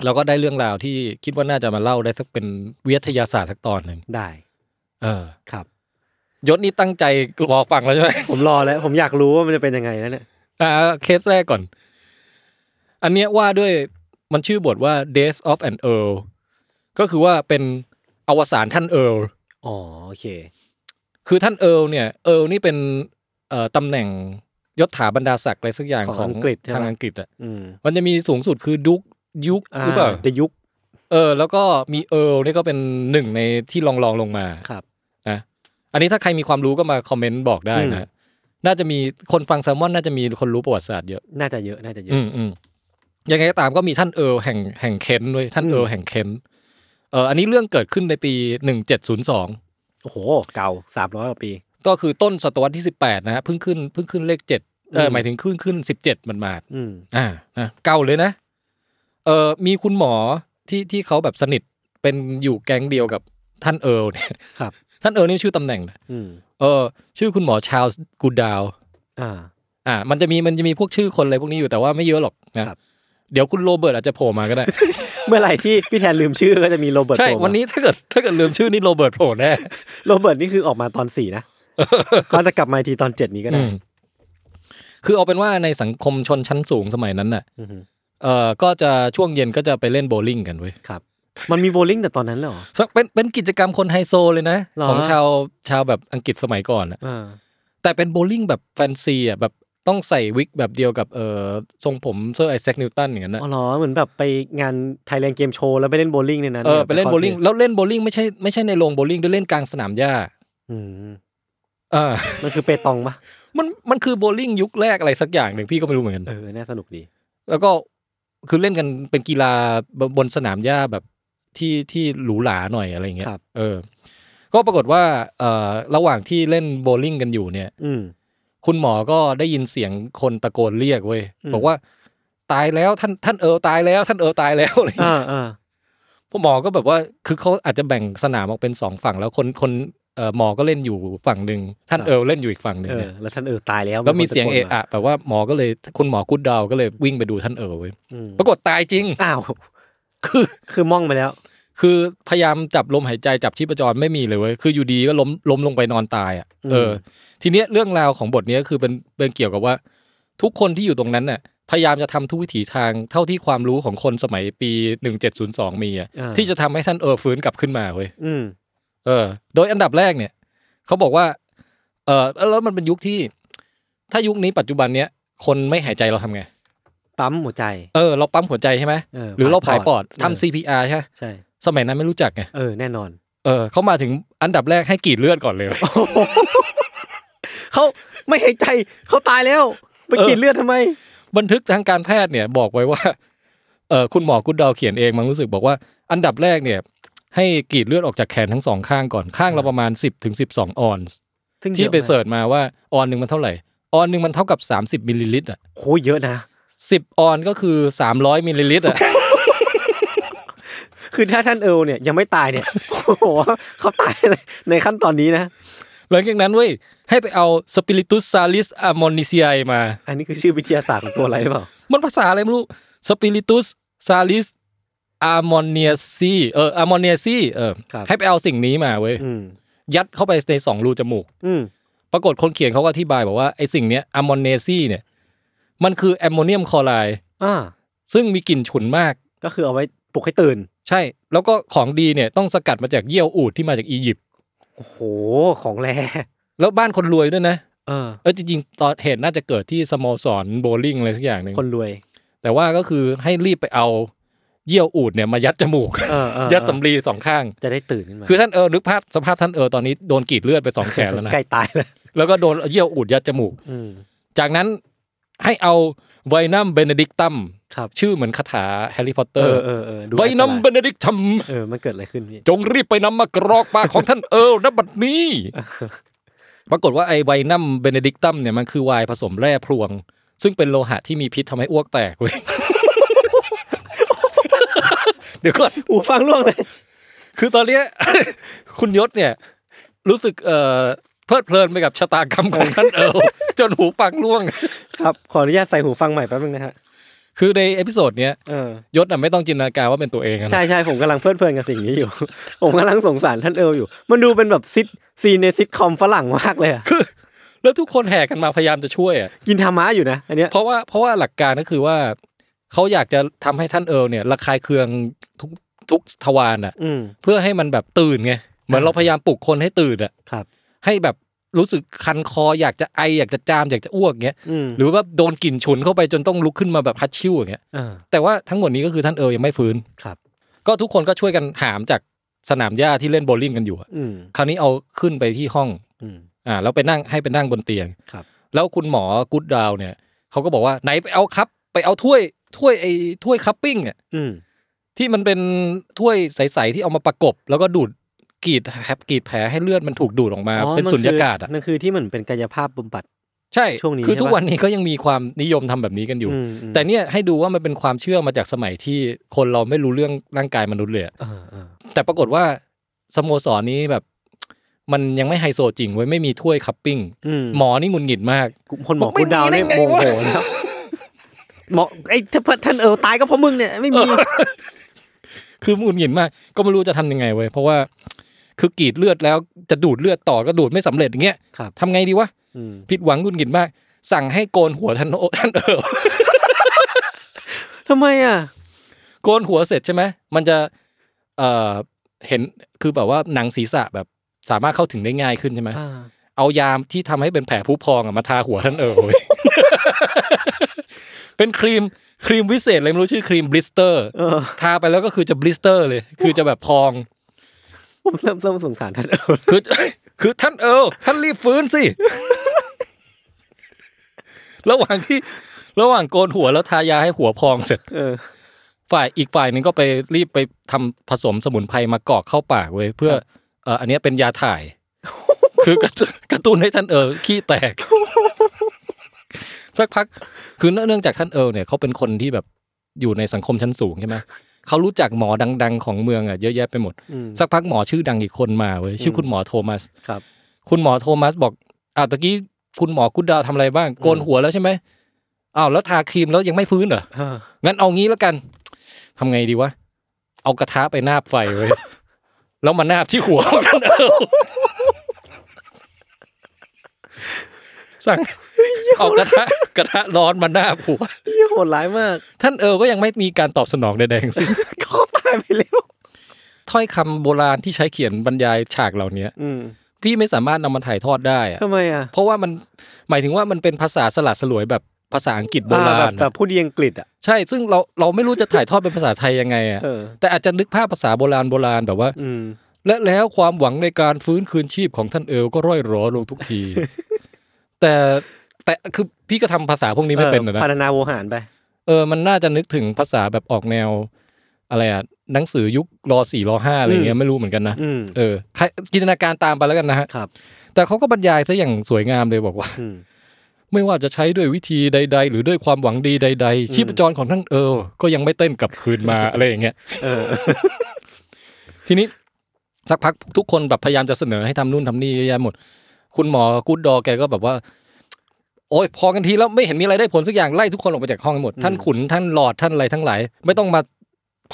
Speaker 3: แล้วก็ได้เรื่องราวที่คิดว่าน่าจะมาเล่าได้สักเป็นวิทยาศาสตร์สักตอนหนึ่ง
Speaker 2: ได้
Speaker 3: เออ
Speaker 2: ครับ
Speaker 3: ยศนี่ตั้งใจรอฟังแล้วใช่ไหม
Speaker 2: ผมรอแล้ว ผมอยากรู้ว่ามันจะเป็นยังไงแล้วเนี่ย
Speaker 3: อ่าเคสแรกก่อน อันเนี้ยว่าด้วยมันชื่อบทว่า Days of an Earl ก็คือว่าเป็นอวสานท่านเอิร์ล
Speaker 2: อ๋อโอเค
Speaker 3: คือท่านเอิร์ลเนี่ย เอิร์ลนี่เป็นเอ่อตำแหน่งยศถาบรรดาศักดิ์อะไรสักอย่าง
Speaker 2: ของ
Speaker 3: ของ
Speaker 2: อังกฤษใช่ปะ
Speaker 3: ทางอังกฤษอ่ะ
Speaker 2: อืม
Speaker 3: มันจะมีสูงสุดคือดุกยุคหรือเปล่า
Speaker 2: แต่ยุค
Speaker 3: เออแล้วก็มีเอิร์ลนี่ก็เป็นหนึ่งในที่รองรองๆลงมา
Speaker 2: ครับ
Speaker 3: นะอันนี้ถ้าใครมีความรู้ก็มาคอมเมนต์บอกได้
Speaker 2: อืม
Speaker 3: นะ น่าจะมีคนฟังแซลมอนน่าจะมีคนรู้ประวัติศาสตร์เยอะ
Speaker 2: น่าจะเยอะน่าจะเย
Speaker 3: อื
Speaker 2: อะ
Speaker 3: มอืมยังไงก็ตามก็มีท่านเอิร์ลแห่งแห่งเคนด้วยท่าน
Speaker 2: อืม
Speaker 3: เอิร์ลแห่งเคนเอ่ออันนี้เรื่องเกิดขึ้นในปีหนึ่งเจ็ดศูนย์สอง
Speaker 2: โอ้โห เก่าสามร้อยกว่าปี
Speaker 3: ก็คือต้นศตวรรษที่สิบแปดนะฮะเพิ่งขึ้นเพิ่งขึ้นเลขเจ็ดเออ
Speaker 2: อืม
Speaker 3: หมายถึงขึ้นขึ้นสิบเจ็ดมันมาด
Speaker 2: อืม
Speaker 3: ๆอ่านะเก่าเลยนะเอ่อมีคุณหมอที่ที่เขาแบบสนิทเป็นอยู่แก๊งเดียวกับท่านเอิร์ลเนี่ย
Speaker 2: ครับ
Speaker 3: ท่านเอิร์ลนี่ชื่อตำแหน่งนะ
Speaker 2: อืม
Speaker 3: เออชื่อคุณหมอชาลส์กูดาว
Speaker 2: อ่า
Speaker 3: อ่ามันจะมีมันจะมีพวกชื่อคนอะไรพวกนี้อยู่แต่ว่าไม่เยอะหรอกนะครับ เดี๋ยวคุณโรเบิร์ตอาจจะโผล่มาก็ได้
Speaker 2: เมื่อไหร่ที่พี่แทนลืมชื่อก็จะมีโรเบิร์ต
Speaker 3: ใช่
Speaker 2: โผล่มา
Speaker 3: วันนี้ถ้าเกิดถ้าเกิดลืมชื่อนี่โรเบิร์ตโผล่แน่
Speaker 2: โรเบิร์ตนี่คือออกมาตอนสี่ นะเขาจะกลับมาอีกทีตอนเจ็ดนี้ก็
Speaker 3: อื
Speaker 2: ได้
Speaker 3: มคือเอาเป็นว่าในสังคมชนชั้นสูงสมัยนั้นน่ะ
Speaker 2: อือฮึ
Speaker 3: เอ่อก็จะช่วงเย็นก็จะไปเล่นโบว์ลิ่งกันเว้ย
Speaker 2: ครับ มันมีโบลิ่งแต่ตอนนั้นเลยเหรอ
Speaker 3: สักเป็นเป็นกิจกรรมคนไฮโซเลยนะ
Speaker 2: เหรอ
Speaker 3: ของชาวชาวแบบอังกฤษสมัยก่อนน่ะ
Speaker 2: อ่า
Speaker 3: แต่เป็นโบว์ลิ่งแบบแฟนซีอ่ะแบบต้องใส่วิกแบบเดียวกับเอ่อทรงผมเซอร์ไอแซคนิวตันอย่างนั้นนะ
Speaker 2: อ๋อเหรอเหมือนแบบไปงานไทยแลนด์เกมโชว์แล้วไปเล่นโบลิ่งในนั้น
Speaker 3: เออย ไปเล่น
Speaker 2: คอ
Speaker 3: โบว์ลิ่งแล้วเล่นโบว์ลิ่งไม่ใช่ไม่ใช่ในโรงโบว์ลิ่งด้วยเล่นกลางสนามหญ้า
Speaker 2: อืม
Speaker 3: อ่ า
Speaker 2: มันคือเปตองปะ
Speaker 3: มันมันคือโบว์ลิ่งยุคแรกอะไรสักอย่างหนึ่งพี่ก็ไม่รู้เหมือนกัน
Speaker 2: เออน่าสนุกดี
Speaker 3: แล้วก็คือเล่นกันเป็นกีฬาบบนสนามหญ้าแบบที่ที่หรูหราหน่อยอะไรเงี้ย
Speaker 2: ครับ
Speaker 3: เออ ก็ปรากฏว่าเอ่อระหว่างที่เล่นโบว์ลิ่งกันอยู่เนี่ย
Speaker 2: อืม
Speaker 3: คุณหมอก็ได้ยินเสียงคนตะโกนเรียกเว้ย
Speaker 2: อืม
Speaker 3: บอกว่า ตายแล้วท่านท่านเออตายแล้วท่านเออตายแล้วอะไร
Speaker 2: อ่า
Speaker 3: เงี้ย
Speaker 2: อ่า
Speaker 3: พวกหมอก็แบบว่าคือเขาอาจจะแบ่งสนามออกเป็นสองฝั่ง แล้วคนคนเอ่อหมอก็เล่นอยู่ฝั่งหนึ่งท่านเออเล่นอยู่อีกฝั่งหนึ่ง
Speaker 2: เอ
Speaker 3: เนี่ย
Speaker 2: อ แล้วท่านเออตายแล้ว
Speaker 3: แล้วมีเสียง
Speaker 2: คน
Speaker 3: เอะ
Speaker 2: ตะโกนมา
Speaker 3: อะแบบว่าหมอก็เลยคุณหมอกุดดาวก็เลยวิ่งไปดูท่านเอ๋อเว้ย
Speaker 2: อืม
Speaker 3: ปรากฏตายจริง
Speaker 2: อ้าว
Speaker 3: คือ
Speaker 2: คือมองไปแล้ว
Speaker 3: คือพยายามจับลมหายใจจับชีพจรไม่มีเลยเว้ยคืออยู่ดีก็ล้มล้มลงไปนอนตายอ่ะเอออ
Speaker 2: ม
Speaker 3: ทีเนี้ยเรื่องราวของบทเนี้ยคือเป็นเป็นเกี่ยวกับว่า ทุกคนที่อยู่ตรงนั้นน่ะพยายามจะทำทุกวิถีทางเท่าที่ความรู้ของคนสมัยปี 1702 มีอ่ะ
Speaker 2: อ่า
Speaker 3: ที่จะทำให้ท่านเออฟื้นกลับขึ้นมาเว้ย
Speaker 2: อืม
Speaker 3: เออ โดยอันดับแรกเนี่ยเขาบอกว่า เออแล้วมันเป็นยุคที่ ถ้ายุคนี้ปัจจุบันเนี้ยคนไม่หายใจเราทำไง
Speaker 2: ปั๊มหัวใจ
Speaker 3: เออเราปั๊มหัวใจใช่ไหม
Speaker 2: เออ
Speaker 3: หรือเราผาย
Speaker 2: ผ่า
Speaker 3: ป
Speaker 2: ป
Speaker 3: อ
Speaker 2: อ
Speaker 3: ด
Speaker 2: ด
Speaker 3: ทำ
Speaker 2: เออ
Speaker 3: CPR ใช่ไหม
Speaker 2: ใช่
Speaker 3: สมัยนั้นไม่รู้จักไง
Speaker 2: เออแน่นอน
Speaker 3: เออเขามาถึงอันดับแรกให้กรีดเลือดก่อนเลย
Speaker 2: เขาไม่หายใจเขาตายแล้ว ไปกินเลือดทำไม
Speaker 3: บันทึกทางการแพทย์เนี่ยบอกไว้ว่าเออคุณหมอกุดดาวเขียนเองมันรู้สึกบอกว่า อันดับแรกเนี่ย ให้กรีดเลือดออกจากแขนทั้งสองข้างก่อนข้างละประมาณ 10ถึง12 ออนซ์
Speaker 2: ซึ่ง
Speaker 3: ที่
Speaker 2: ยอะ
Speaker 3: ไป
Speaker 2: มาก
Speaker 3: เสิร์ชมาว่าออนหนึ่งมันเท่าไหร่ ออนหนึ่งมันเท่ากับ 30มิลลิลิตรอ่ะ
Speaker 2: โหเยอะนะ
Speaker 3: สิบออนก็คือ 300มิลลิลิตรอ่ะ
Speaker 2: คือถ้าท่านเอลเนี่ยยังไม่ตายเนี่ย โอ้โหเขาตายในขั้นตอนนี้นะ
Speaker 3: หลังจากนั้นเว้ยให้ไปเอาสปิริตุสซาลิสอะมอนิเซียมา
Speaker 2: อันนี้คือชื่อวิทยาศาสตร์ของตัวอะไรหรือเปล่า
Speaker 3: มันภาษาอะไรไม่รู้สปิริตุสซาลิสอะมอนิซีเอออะมอนิซีเออ
Speaker 2: ครับ
Speaker 3: ให้ไปเอาสิ่งนี้มาเว้ย
Speaker 2: อืม
Speaker 3: ยัดเข้าไปในสองรูจมูก
Speaker 2: อืม
Speaker 3: ปรากฏคนเขียนเขาก็อธิบายบอกว่าไอ้สิ่งเนี้ยอะมอนเนซีเนี่ย มันคือแอมโมเนียมคลอไรด์
Speaker 2: อ่า
Speaker 3: ซึ่งมีกลิ่นฉุนมาก
Speaker 2: ก็คือเอาไว้ปลุกให้ตื่น
Speaker 3: ใช่ แล้วก็ของดีเนี่ยต้องสกัดมาจากเยี่ยวอูดที่มาจากอียิปต์
Speaker 2: โอ้โห ของแร่
Speaker 3: แล้วบ้านคนรวยด้วยนะ
Speaker 2: เออ
Speaker 3: เออจริงๆตอนเหตุน่าจะเกิดที่สโมสรโบลิ่งอะไรสักอย่างหนึ่ง
Speaker 2: คนรวย
Speaker 3: แต่ว่าก็คือให้รีบไปเอาเยี่ยวอูดเนี่ยมายัดจมูก
Speaker 2: เออเออ
Speaker 3: ยัดสำลีสองข้าง
Speaker 2: จะได้ตื่นขึ้นมา
Speaker 3: คือท่านเออนึกภาพสภาพท่านเออตอนนี้โดนกรีดเลือดไปสองแขนแล้วนะ
Speaker 2: ใกล้ตายแล้ว
Speaker 3: แล้วก็โดนเยี่ยวอูดยัดจมูก
Speaker 2: อืม
Speaker 3: จากนั้นให้เอาไวนัมเบเนดิกตัม
Speaker 2: ครับ
Speaker 3: ชื่อเหมือนคาถาแฮร์รี่พอตเต
Speaker 2: เอ
Speaker 3: อ
Speaker 2: อ
Speaker 3: ร์
Speaker 2: เออเออดู
Speaker 3: ไว้
Speaker 2: อั
Speaker 3: นำ
Speaker 2: ต
Speaker 3: เบ
Speaker 2: ราย
Speaker 3: เนดิกทัม
Speaker 2: เออ มันเกิดอะไรขึ้นพี่
Speaker 3: จงรีบไปนำมากรอกปากของท่านเอิร์ลณบัดนี้ ปรากฏว่าไอ้ไวนัมเบเนดิกตัมเนี่ยมันคือไวน์ผสมแร่พรวง ซึ่งเป็นโลหะที่มีพิษทำให้อ้วกแตก เว้ย เดี๋ยวก่อน
Speaker 2: อูฟังล่วงเลย
Speaker 3: คือตอนเนี้ย คุณยศเนี่ย รู้สึกเอ่อเพลิดเพลินไปกับชะตากรรมของท่านเอิร์ล จนหูฟังร่วง
Speaker 2: ครับ ขออนุญาตใส่หูฟังใหม่แป๊บนึงนะฮะ
Speaker 3: คือในเอพิโซดเนี้ย
Speaker 2: เออ
Speaker 3: ยศน่ะไม่ต้องจินตนาการว่าเป็นตัวเองอะนะ
Speaker 2: ใช่ใช่ผมกำลังเพลิดเพลินกับสิ่งนี้อยู่ ผมกำลังสงสารท่านเอลอยู่ มันดูเป็นแบบซิดซีนในซิทคอมฝรั่งมากเลยอะ
Speaker 3: แล้วทุกคนแห่กันมาพยายามจะช่วยอะ
Speaker 2: กินธรรมะอยู่นะ อันเนี้ย
Speaker 3: เพราะว่าเพราะว่าหลักการก็คือว่าเขาอยากจะทำให้ท่านเอิร์ลเนี่ยระคายเคืองทุกทุกทวารอ่ะ
Speaker 2: อืม
Speaker 3: เพื่อให้มันแบบตื่นไงเหมือนเราพยายามปลุกคนให้ตื่นอ่ะ
Speaker 2: ครับ
Speaker 3: ให้แบบรู้สึกคันคออยากจะไออยากจะจามอยากจะอ้วกเงี้ย
Speaker 2: อืม
Speaker 3: หรือว่าโดนกลิ่นฉุนเข้าไปจนต้องลุกขึ้นมาแบบฮัดชิวอย่างเงี้ย
Speaker 2: เออ
Speaker 3: แต่ว่าทั้งหมดนี้ก็คือท่านเอิร์ลยังไม่ฟื้น
Speaker 2: ครับ
Speaker 3: ก็ทุกคนก็ช่วยกันหามจากสนามหญ้าที่เล่นโบว์ลิ่งกันอยู่อะ
Speaker 2: อืม
Speaker 3: คราวนี้เอาขึ้นไปที่ห้อง
Speaker 2: อืม
Speaker 3: อ่าแล้วไปนั่งให้ไปนั่งบนเตียง
Speaker 2: ครับ
Speaker 3: แล้วคุณหมอกู๊ดดาวเนี่ยเขาก็บอกว่าไหนไปเอาคัพไปเอาถ้วยถ้วยไอ้ถ้วยคัพปิ้งอ่ะ
Speaker 2: อืม
Speaker 3: ที่มันเป็นถ้วยใสๆที่เอามาประกบ แล้วก็ดูดกรีดแฮปกรีดแผลให้เลือดมันถูกดูดออกมา
Speaker 2: อ๋อ
Speaker 3: เป็น
Speaker 2: มั
Speaker 3: สุญ
Speaker 2: คื
Speaker 3: ญากาศอ่ะ
Speaker 2: มันคือที่เหมือนเป็นกายภาพบำบัด
Speaker 3: ใช่
Speaker 2: ช่วงนี้
Speaker 3: คือ
Speaker 2: ใช่
Speaker 3: ทุก
Speaker 2: ปะ
Speaker 3: วันนี้ก็ยังมีความนิยมทำแบบนี้กันอยู่
Speaker 2: มม
Speaker 3: แต่เนี่ยให้ดูว่ามันเป็นความเชื่อมาจากสมัยที่คนเราไม่รู้เรื่องร่างกายมนุษย์เลยอะ
Speaker 2: เออเออ
Speaker 3: แต่ปรากฏว่าสโมสรนี้แบบ มันยังไม่ไฮโซจริงเว้ยไม่มีถ้วยคัพปิ้ง
Speaker 2: อืม
Speaker 3: หมอนี่หงุนหงิดมาก
Speaker 2: คนหมอ
Speaker 3: บอกไม่
Speaker 2: คุณดาวเนี่ย
Speaker 3: มีได้
Speaker 2: โม
Speaker 3: ไงวะ
Speaker 2: โหแล้ว หมอไอ้ถ้าท่านเออตายก็เพราะมึงเนี่ยไม่มี
Speaker 3: คือหงุดหงิดมากก็ไม่รู้จะทำยังไงเว้ยเพราะว่า คือกรีดเลือดแล้วจะดูดเลือดต่อก็ดูดไม่สำเร็จอย่างเงี้ย
Speaker 2: ครับ
Speaker 3: ทำไงดีวะ
Speaker 2: อืม
Speaker 3: ผิดหวังหงุดหงิดมาก สั่งให้โกนหัวท่านโอ ท่านเออ
Speaker 2: ทำไมอ่ะ
Speaker 3: โกนหัวเสร็จใช่ไหมมันจะเอ่อเห็นคือแบบว่าหนังศีรษะแบบสามารถเข้าถึงได้ง่ายขึ้นใช่ไหม
Speaker 2: อ่า
Speaker 3: เอายามที่ทำให้เป็นแผลผุพองอะมาทาหัวท่านเออเว้ย เป็นครีมครีมวิเศษอะไรไม่รู้ชื่อครีมบลิสเตอร์
Speaker 2: เอ อ
Speaker 3: ทาไปแล้วก็คือจะบลิสเตอร์เลย คือจะแบบพอง
Speaker 2: ผมเริ่มเริ่มสงสารท่านเออ
Speaker 3: คือ คือท่านเออท่านรีบฟื้นสิ ระหว่างที่ระหว่างโกนหัวแล้วทายาให้หัวพองเสร็จ
Speaker 2: เออ
Speaker 3: ฝ่ายอีกฝ่ายหนึ่งก็ไปรีบไปทำผสมสมุนไพรมากรอกเข้าปากเว้ยเพื่อเอออันเนี้ยเป็นยา ถ่าย คือกระตุกระตุ้นให้ท่านเออขี้แตก สักพัก คือเนื่องจากท่านเออเนี่ยเขาเป็นคนที่แบบอยู่ในสังคมชั้นสูงใช่ไหมเขารู้จักหมอดัง ๆ ของเมืองอ่ะเยอะแยะไปหมด
Speaker 2: อืม
Speaker 3: สักพักหมอชื่อดังอีกคนมาเว้ยชื่อคุณหมอโทมัส
Speaker 2: ครับ
Speaker 3: คุณหมอโทมัสบอกอ้าวตะกี้คุณหมอกุดดาวทำอะไรบ้างโกนหัวแล้วใช่ไหมอ้าวแล้วทาครีมแล้วยังไม่ฟื้นเหรอ
Speaker 2: เออ
Speaker 3: งั้นเอางี้แล้วกันทำไงดีวะเอากระทะไปนาบไฟเว้ ย แล้วมานาบที่หัว ของท่านเออสั่งเอากระทะกระทะร้อนมานาบหัว
Speaker 2: เหี้ยโหดร้ายมาก
Speaker 3: ท่านเออก็ยังไม่มีการตอบสนองใดๆทั้งสิ้น
Speaker 2: เขาตายไปแล้ว
Speaker 3: ถ้อยคำโบราณที่ใช้เขียนบรรยายฉากเหล่านี้
Speaker 2: อืม
Speaker 3: พี่ไม่สามารถนำมันถ่ายทอดได้อะ
Speaker 2: ทำไมอ่ะ
Speaker 3: เพราะว่ามันหมายถึงว่ามันเป็นภาษาสลัดสลวยแบบ ภาษาอังกฤษโบรา
Speaker 2: อ่แบบ
Speaker 3: ณ
Speaker 2: แบ
Speaker 3: อะ
Speaker 2: บพูดดีอังกฤษอ่ะ
Speaker 3: ใช่ซึ่งเราเราไม่รู้จะถ่ายทอดเป็นภาษาไทยยังไงอ่ะ
Speaker 2: เออ
Speaker 3: แต่อาจจะนึกภาพภาษาโบราณโบราณแบบว่า
Speaker 2: อืม
Speaker 3: และแล้วความหวังในการฟื้นคืนชีพของท่านเอลก็ร่อยหรอลงทุกที แต่แต่คือพี่ก็ทำภาษาพวกนี้ไม่เป็นอะนะ
Speaker 2: พัฒนาโวหารไป
Speaker 3: เออ มันน่าจะนึกถึงภาษาแบบออกแนว อะไรอะหนังสือยุครอสี่รอห้าอะไรเงี้ยไม่รู้เหมือนกันนะ
Speaker 2: อืม
Speaker 3: เออใครจินตนาการตามไปแล้วกันนะฮะ
Speaker 2: ครับ
Speaker 3: แต่เขาก็บรรยายซะอย่างสวยงามเลยบอกว่า
Speaker 2: อืม
Speaker 3: ไม่ว่าจะใช้ด้วยวิธีใด ๆ หรือด้วยความหวังดีใด ๆ ชีพจรของท่านเออ ก็ยังไม่เต้นกลับคืนมา อะไรอย่างเงี้ย
Speaker 2: เออ
Speaker 3: ทีนี้สักพักทุกคนแบบพยายามจะเสนอให้ทำนู่นทำนี่เยอะแยะหมด คุณหมอกูดดอร์แกก็แบบว่า โอ๊ยพอกันทีแล้วไม่เห็นมีอะไรได้ผลสักอย่างไล่ทุกคนออกไปจากห้องให้หมด ท่านขุนท่านหลอดท่านอะไรทั้งหลายไม่ต้องมา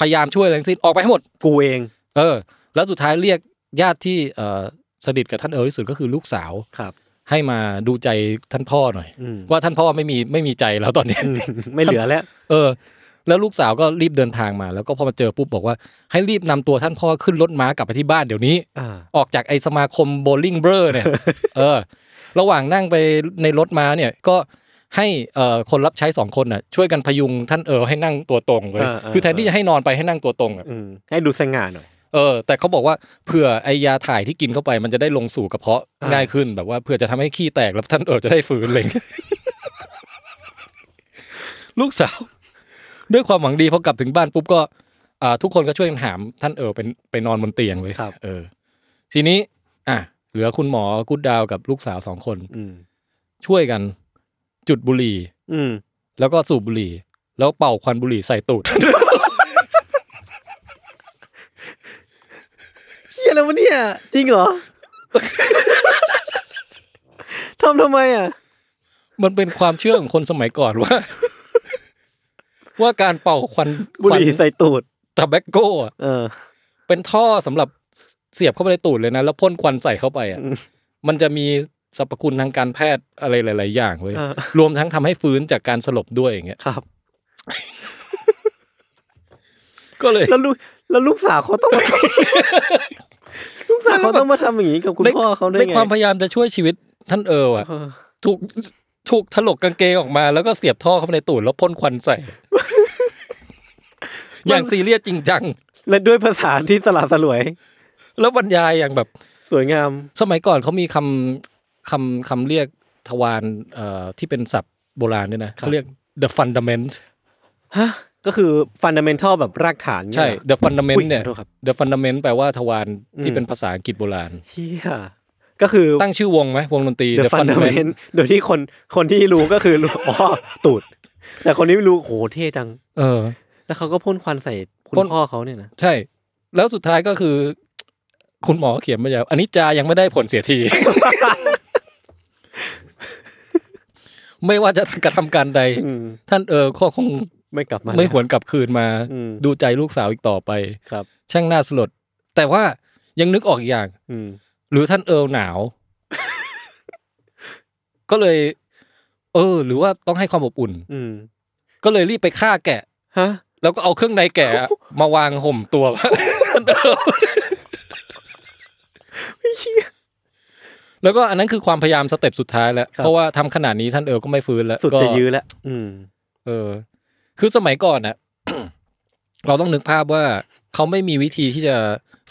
Speaker 3: พยายามช่วยอะไรทั้งสิ้นออกไปให้หมด
Speaker 2: กูเอง
Speaker 3: เออ แล้วสุดท้ายเรียกญาติที่เออสนิทกับท่านเออที่สุดก็คือลูกสาว
Speaker 2: ครับ
Speaker 3: ให้มาดูใจท่านพ่อหน่อย
Speaker 2: อืม
Speaker 3: ว่าท่านพ่อไม่มีไม่มีใจแล้วตอนนี้
Speaker 2: อืมไม่เหลือแล้ว
Speaker 3: เออ แล้วลูกสาวก็รีบเดินทางมา แล้วก็พอมาเจอปุ๊บบอกว่า ให้รีบนำตัวท่านพ่อขึ้นรถม้ากลับไปที่บ้านเดี๋ยวนี้
Speaker 2: อ่า
Speaker 3: ออกจากไอสมาคมโบลิ่งเบอร์เนี่ย เออ ระหว่างนั่งไปในรถม้าเนี่ย ก็ให้เอ่อคนรับใช้สองคนน่ะ ช่วยกันพยุงท่านเออให้นั่งตัวตรงเลย
Speaker 2: เออเออ
Speaker 3: คือแทนที่จะให้นอนไปให้นั่งตัวตรงอ่ะ
Speaker 2: อืมให้ดูสง่าหน่อย
Speaker 3: เออ แต่เขาบอกว่าเผื่อไอยาถ่ายที่กินเข้าไป มันจะได้ลงสู่กระเพาะ
Speaker 2: อ่า
Speaker 3: ง่ายขึ้นแบบว่าเผื่อจะทำให้ขี้แตกแล้วท่านเออจะได้ฟื้นอะไรอย่างเลย ลูกสาว ด้วยความหวังดีพอกลับถึงบ้านปุ๊บก็อ่าทุกคนก็ช่วยกันหามท่านเออเป็นไปนอนบนเตียงเลย
Speaker 2: ครับ
Speaker 3: เออ ทีนี้ อ่ะเหลือคุณหมอกุดดาวกับลูกสาวสองคน
Speaker 2: อืม
Speaker 3: ช่วยกัน จุดบุหรี่
Speaker 2: อืม
Speaker 3: แล้วก็สูบบุหรี่ แล้วเป่าควันบุหรี่ใส่ตูด
Speaker 2: เฮียแล้ววะเนี่ย จริงเหรอ ทำทำไมอ่ะ
Speaker 3: มันเป็นความเชื่อของคนสมัยก่อนว่า ว่าการเป่าควัน
Speaker 2: บุหรี่ใส่ตูด
Speaker 3: ตาแบกโก้อะ
Speaker 2: เออ
Speaker 3: เป็นท่อสำหรับเสียบเข้าไปในตูดเลยนะ แล้วพ่นควันใส่เข้าไปอ่ะ
Speaker 2: อืม
Speaker 3: มันจะมีสรรพคุณทางการแพทย์อะไรหลาย ๆ อย่างเว้ย
Speaker 2: เออ
Speaker 3: รวมทั้งทำให้ฟื้นจากการสลบด้วยอย่างเงี้ย
Speaker 2: ครับ
Speaker 3: ก็เลย
Speaker 2: แล้วลูกแล้วลูกสาวเขาต้องมา ลูกสาวเขาต้องมาทำ อย่างนี้กับคุณ
Speaker 3: ใน
Speaker 2: พ่อเขาได้
Speaker 3: ใน
Speaker 2: ไง
Speaker 3: ความพยายามจะช่วยชีวิตท่านเอออ่ะ
Speaker 2: เออ
Speaker 3: ถูกถูกถลกกางเกงออกมาแล้วก็เสียบท่อเข้าไปในตูดแล้วพ่นควันใส่ อย่างซีเรียสจริงจัง
Speaker 2: และด้วยภาษาที่สลับสลวย
Speaker 3: แล้วบรรยายอย่างแบบ
Speaker 2: สวยงาม
Speaker 3: สมัยก่อนเขามีคำคำคำเรียกทวารเอ่อที่เป็นศัพท์โบราณด้วยนะเขาเรียก the fundament
Speaker 2: ก็คือฟันดัมเมนทัลแบบรากฐานเนี่ย
Speaker 3: ใช่
Speaker 2: เหรอ
Speaker 3: the
Speaker 2: อุ๊
Speaker 3: fundament เนี่ย
Speaker 2: ขอโทษครับ
Speaker 3: the fundament แปลว่าทวารที่
Speaker 2: อืม
Speaker 3: เป็นภาษาอังกฤษโบราณ
Speaker 2: เชี่ยก็คือ
Speaker 3: ตั้งชื่อวงไหมวงดนตรี
Speaker 2: The Fundament โดยที่คนคนที่รู้ก็คือรู้ อ๋อตูด แต่คนที่ไม่รู้โหเท่จัง
Speaker 3: เออ
Speaker 2: แล้วเขาก็พ่นควันใส่คุณ
Speaker 3: พ่น
Speaker 2: พ่อเขาเนี่ยนะ
Speaker 3: ใช่ แล้วสุดท้ายก็คือ คุณหมอเขียนมายาวอันนี้จายังไม่ได้ผลเสียที ไม่ว่าจะกระทำการใด
Speaker 2: อืม
Speaker 3: ท่านเออก็คง
Speaker 2: ไม่กลับมา
Speaker 3: ไม่
Speaker 2: แล้ว
Speaker 3: หวนกลับคืนมา
Speaker 2: อืม
Speaker 3: ดูใจลูกสาวอีกต่อไป
Speaker 2: ครับ
Speaker 3: ช่างน่าสลด แต่ว่ายังนึกออกอีกอย่าง
Speaker 2: อืม
Speaker 3: หรือท่านเออหนาว ก็เลย เออ หรือว่าต้องให้ความอบอุ่น
Speaker 2: อืม
Speaker 3: ก็เลยรีบไปฆ่าแกะ
Speaker 2: ฮะ
Speaker 3: แล้วก็เอาเครื่องในแกะ มาวางห่มตัว ท่านเออแล้วก็อันนั้นคือความพยายามสเต็ปสุดท้ายแล้ว
Speaker 2: ครับ
Speaker 3: เพราะว่าทำขนาดนี้ท่านเออก็ไม่ฟื้นแล้ว
Speaker 2: สุด
Speaker 3: ก็
Speaker 2: จะยื้อแล้ว อืม
Speaker 3: เออ คือสมัยก่อนน่ะ เราต้องนึกภาพว่าเขาไม่มีวิธีที่จะ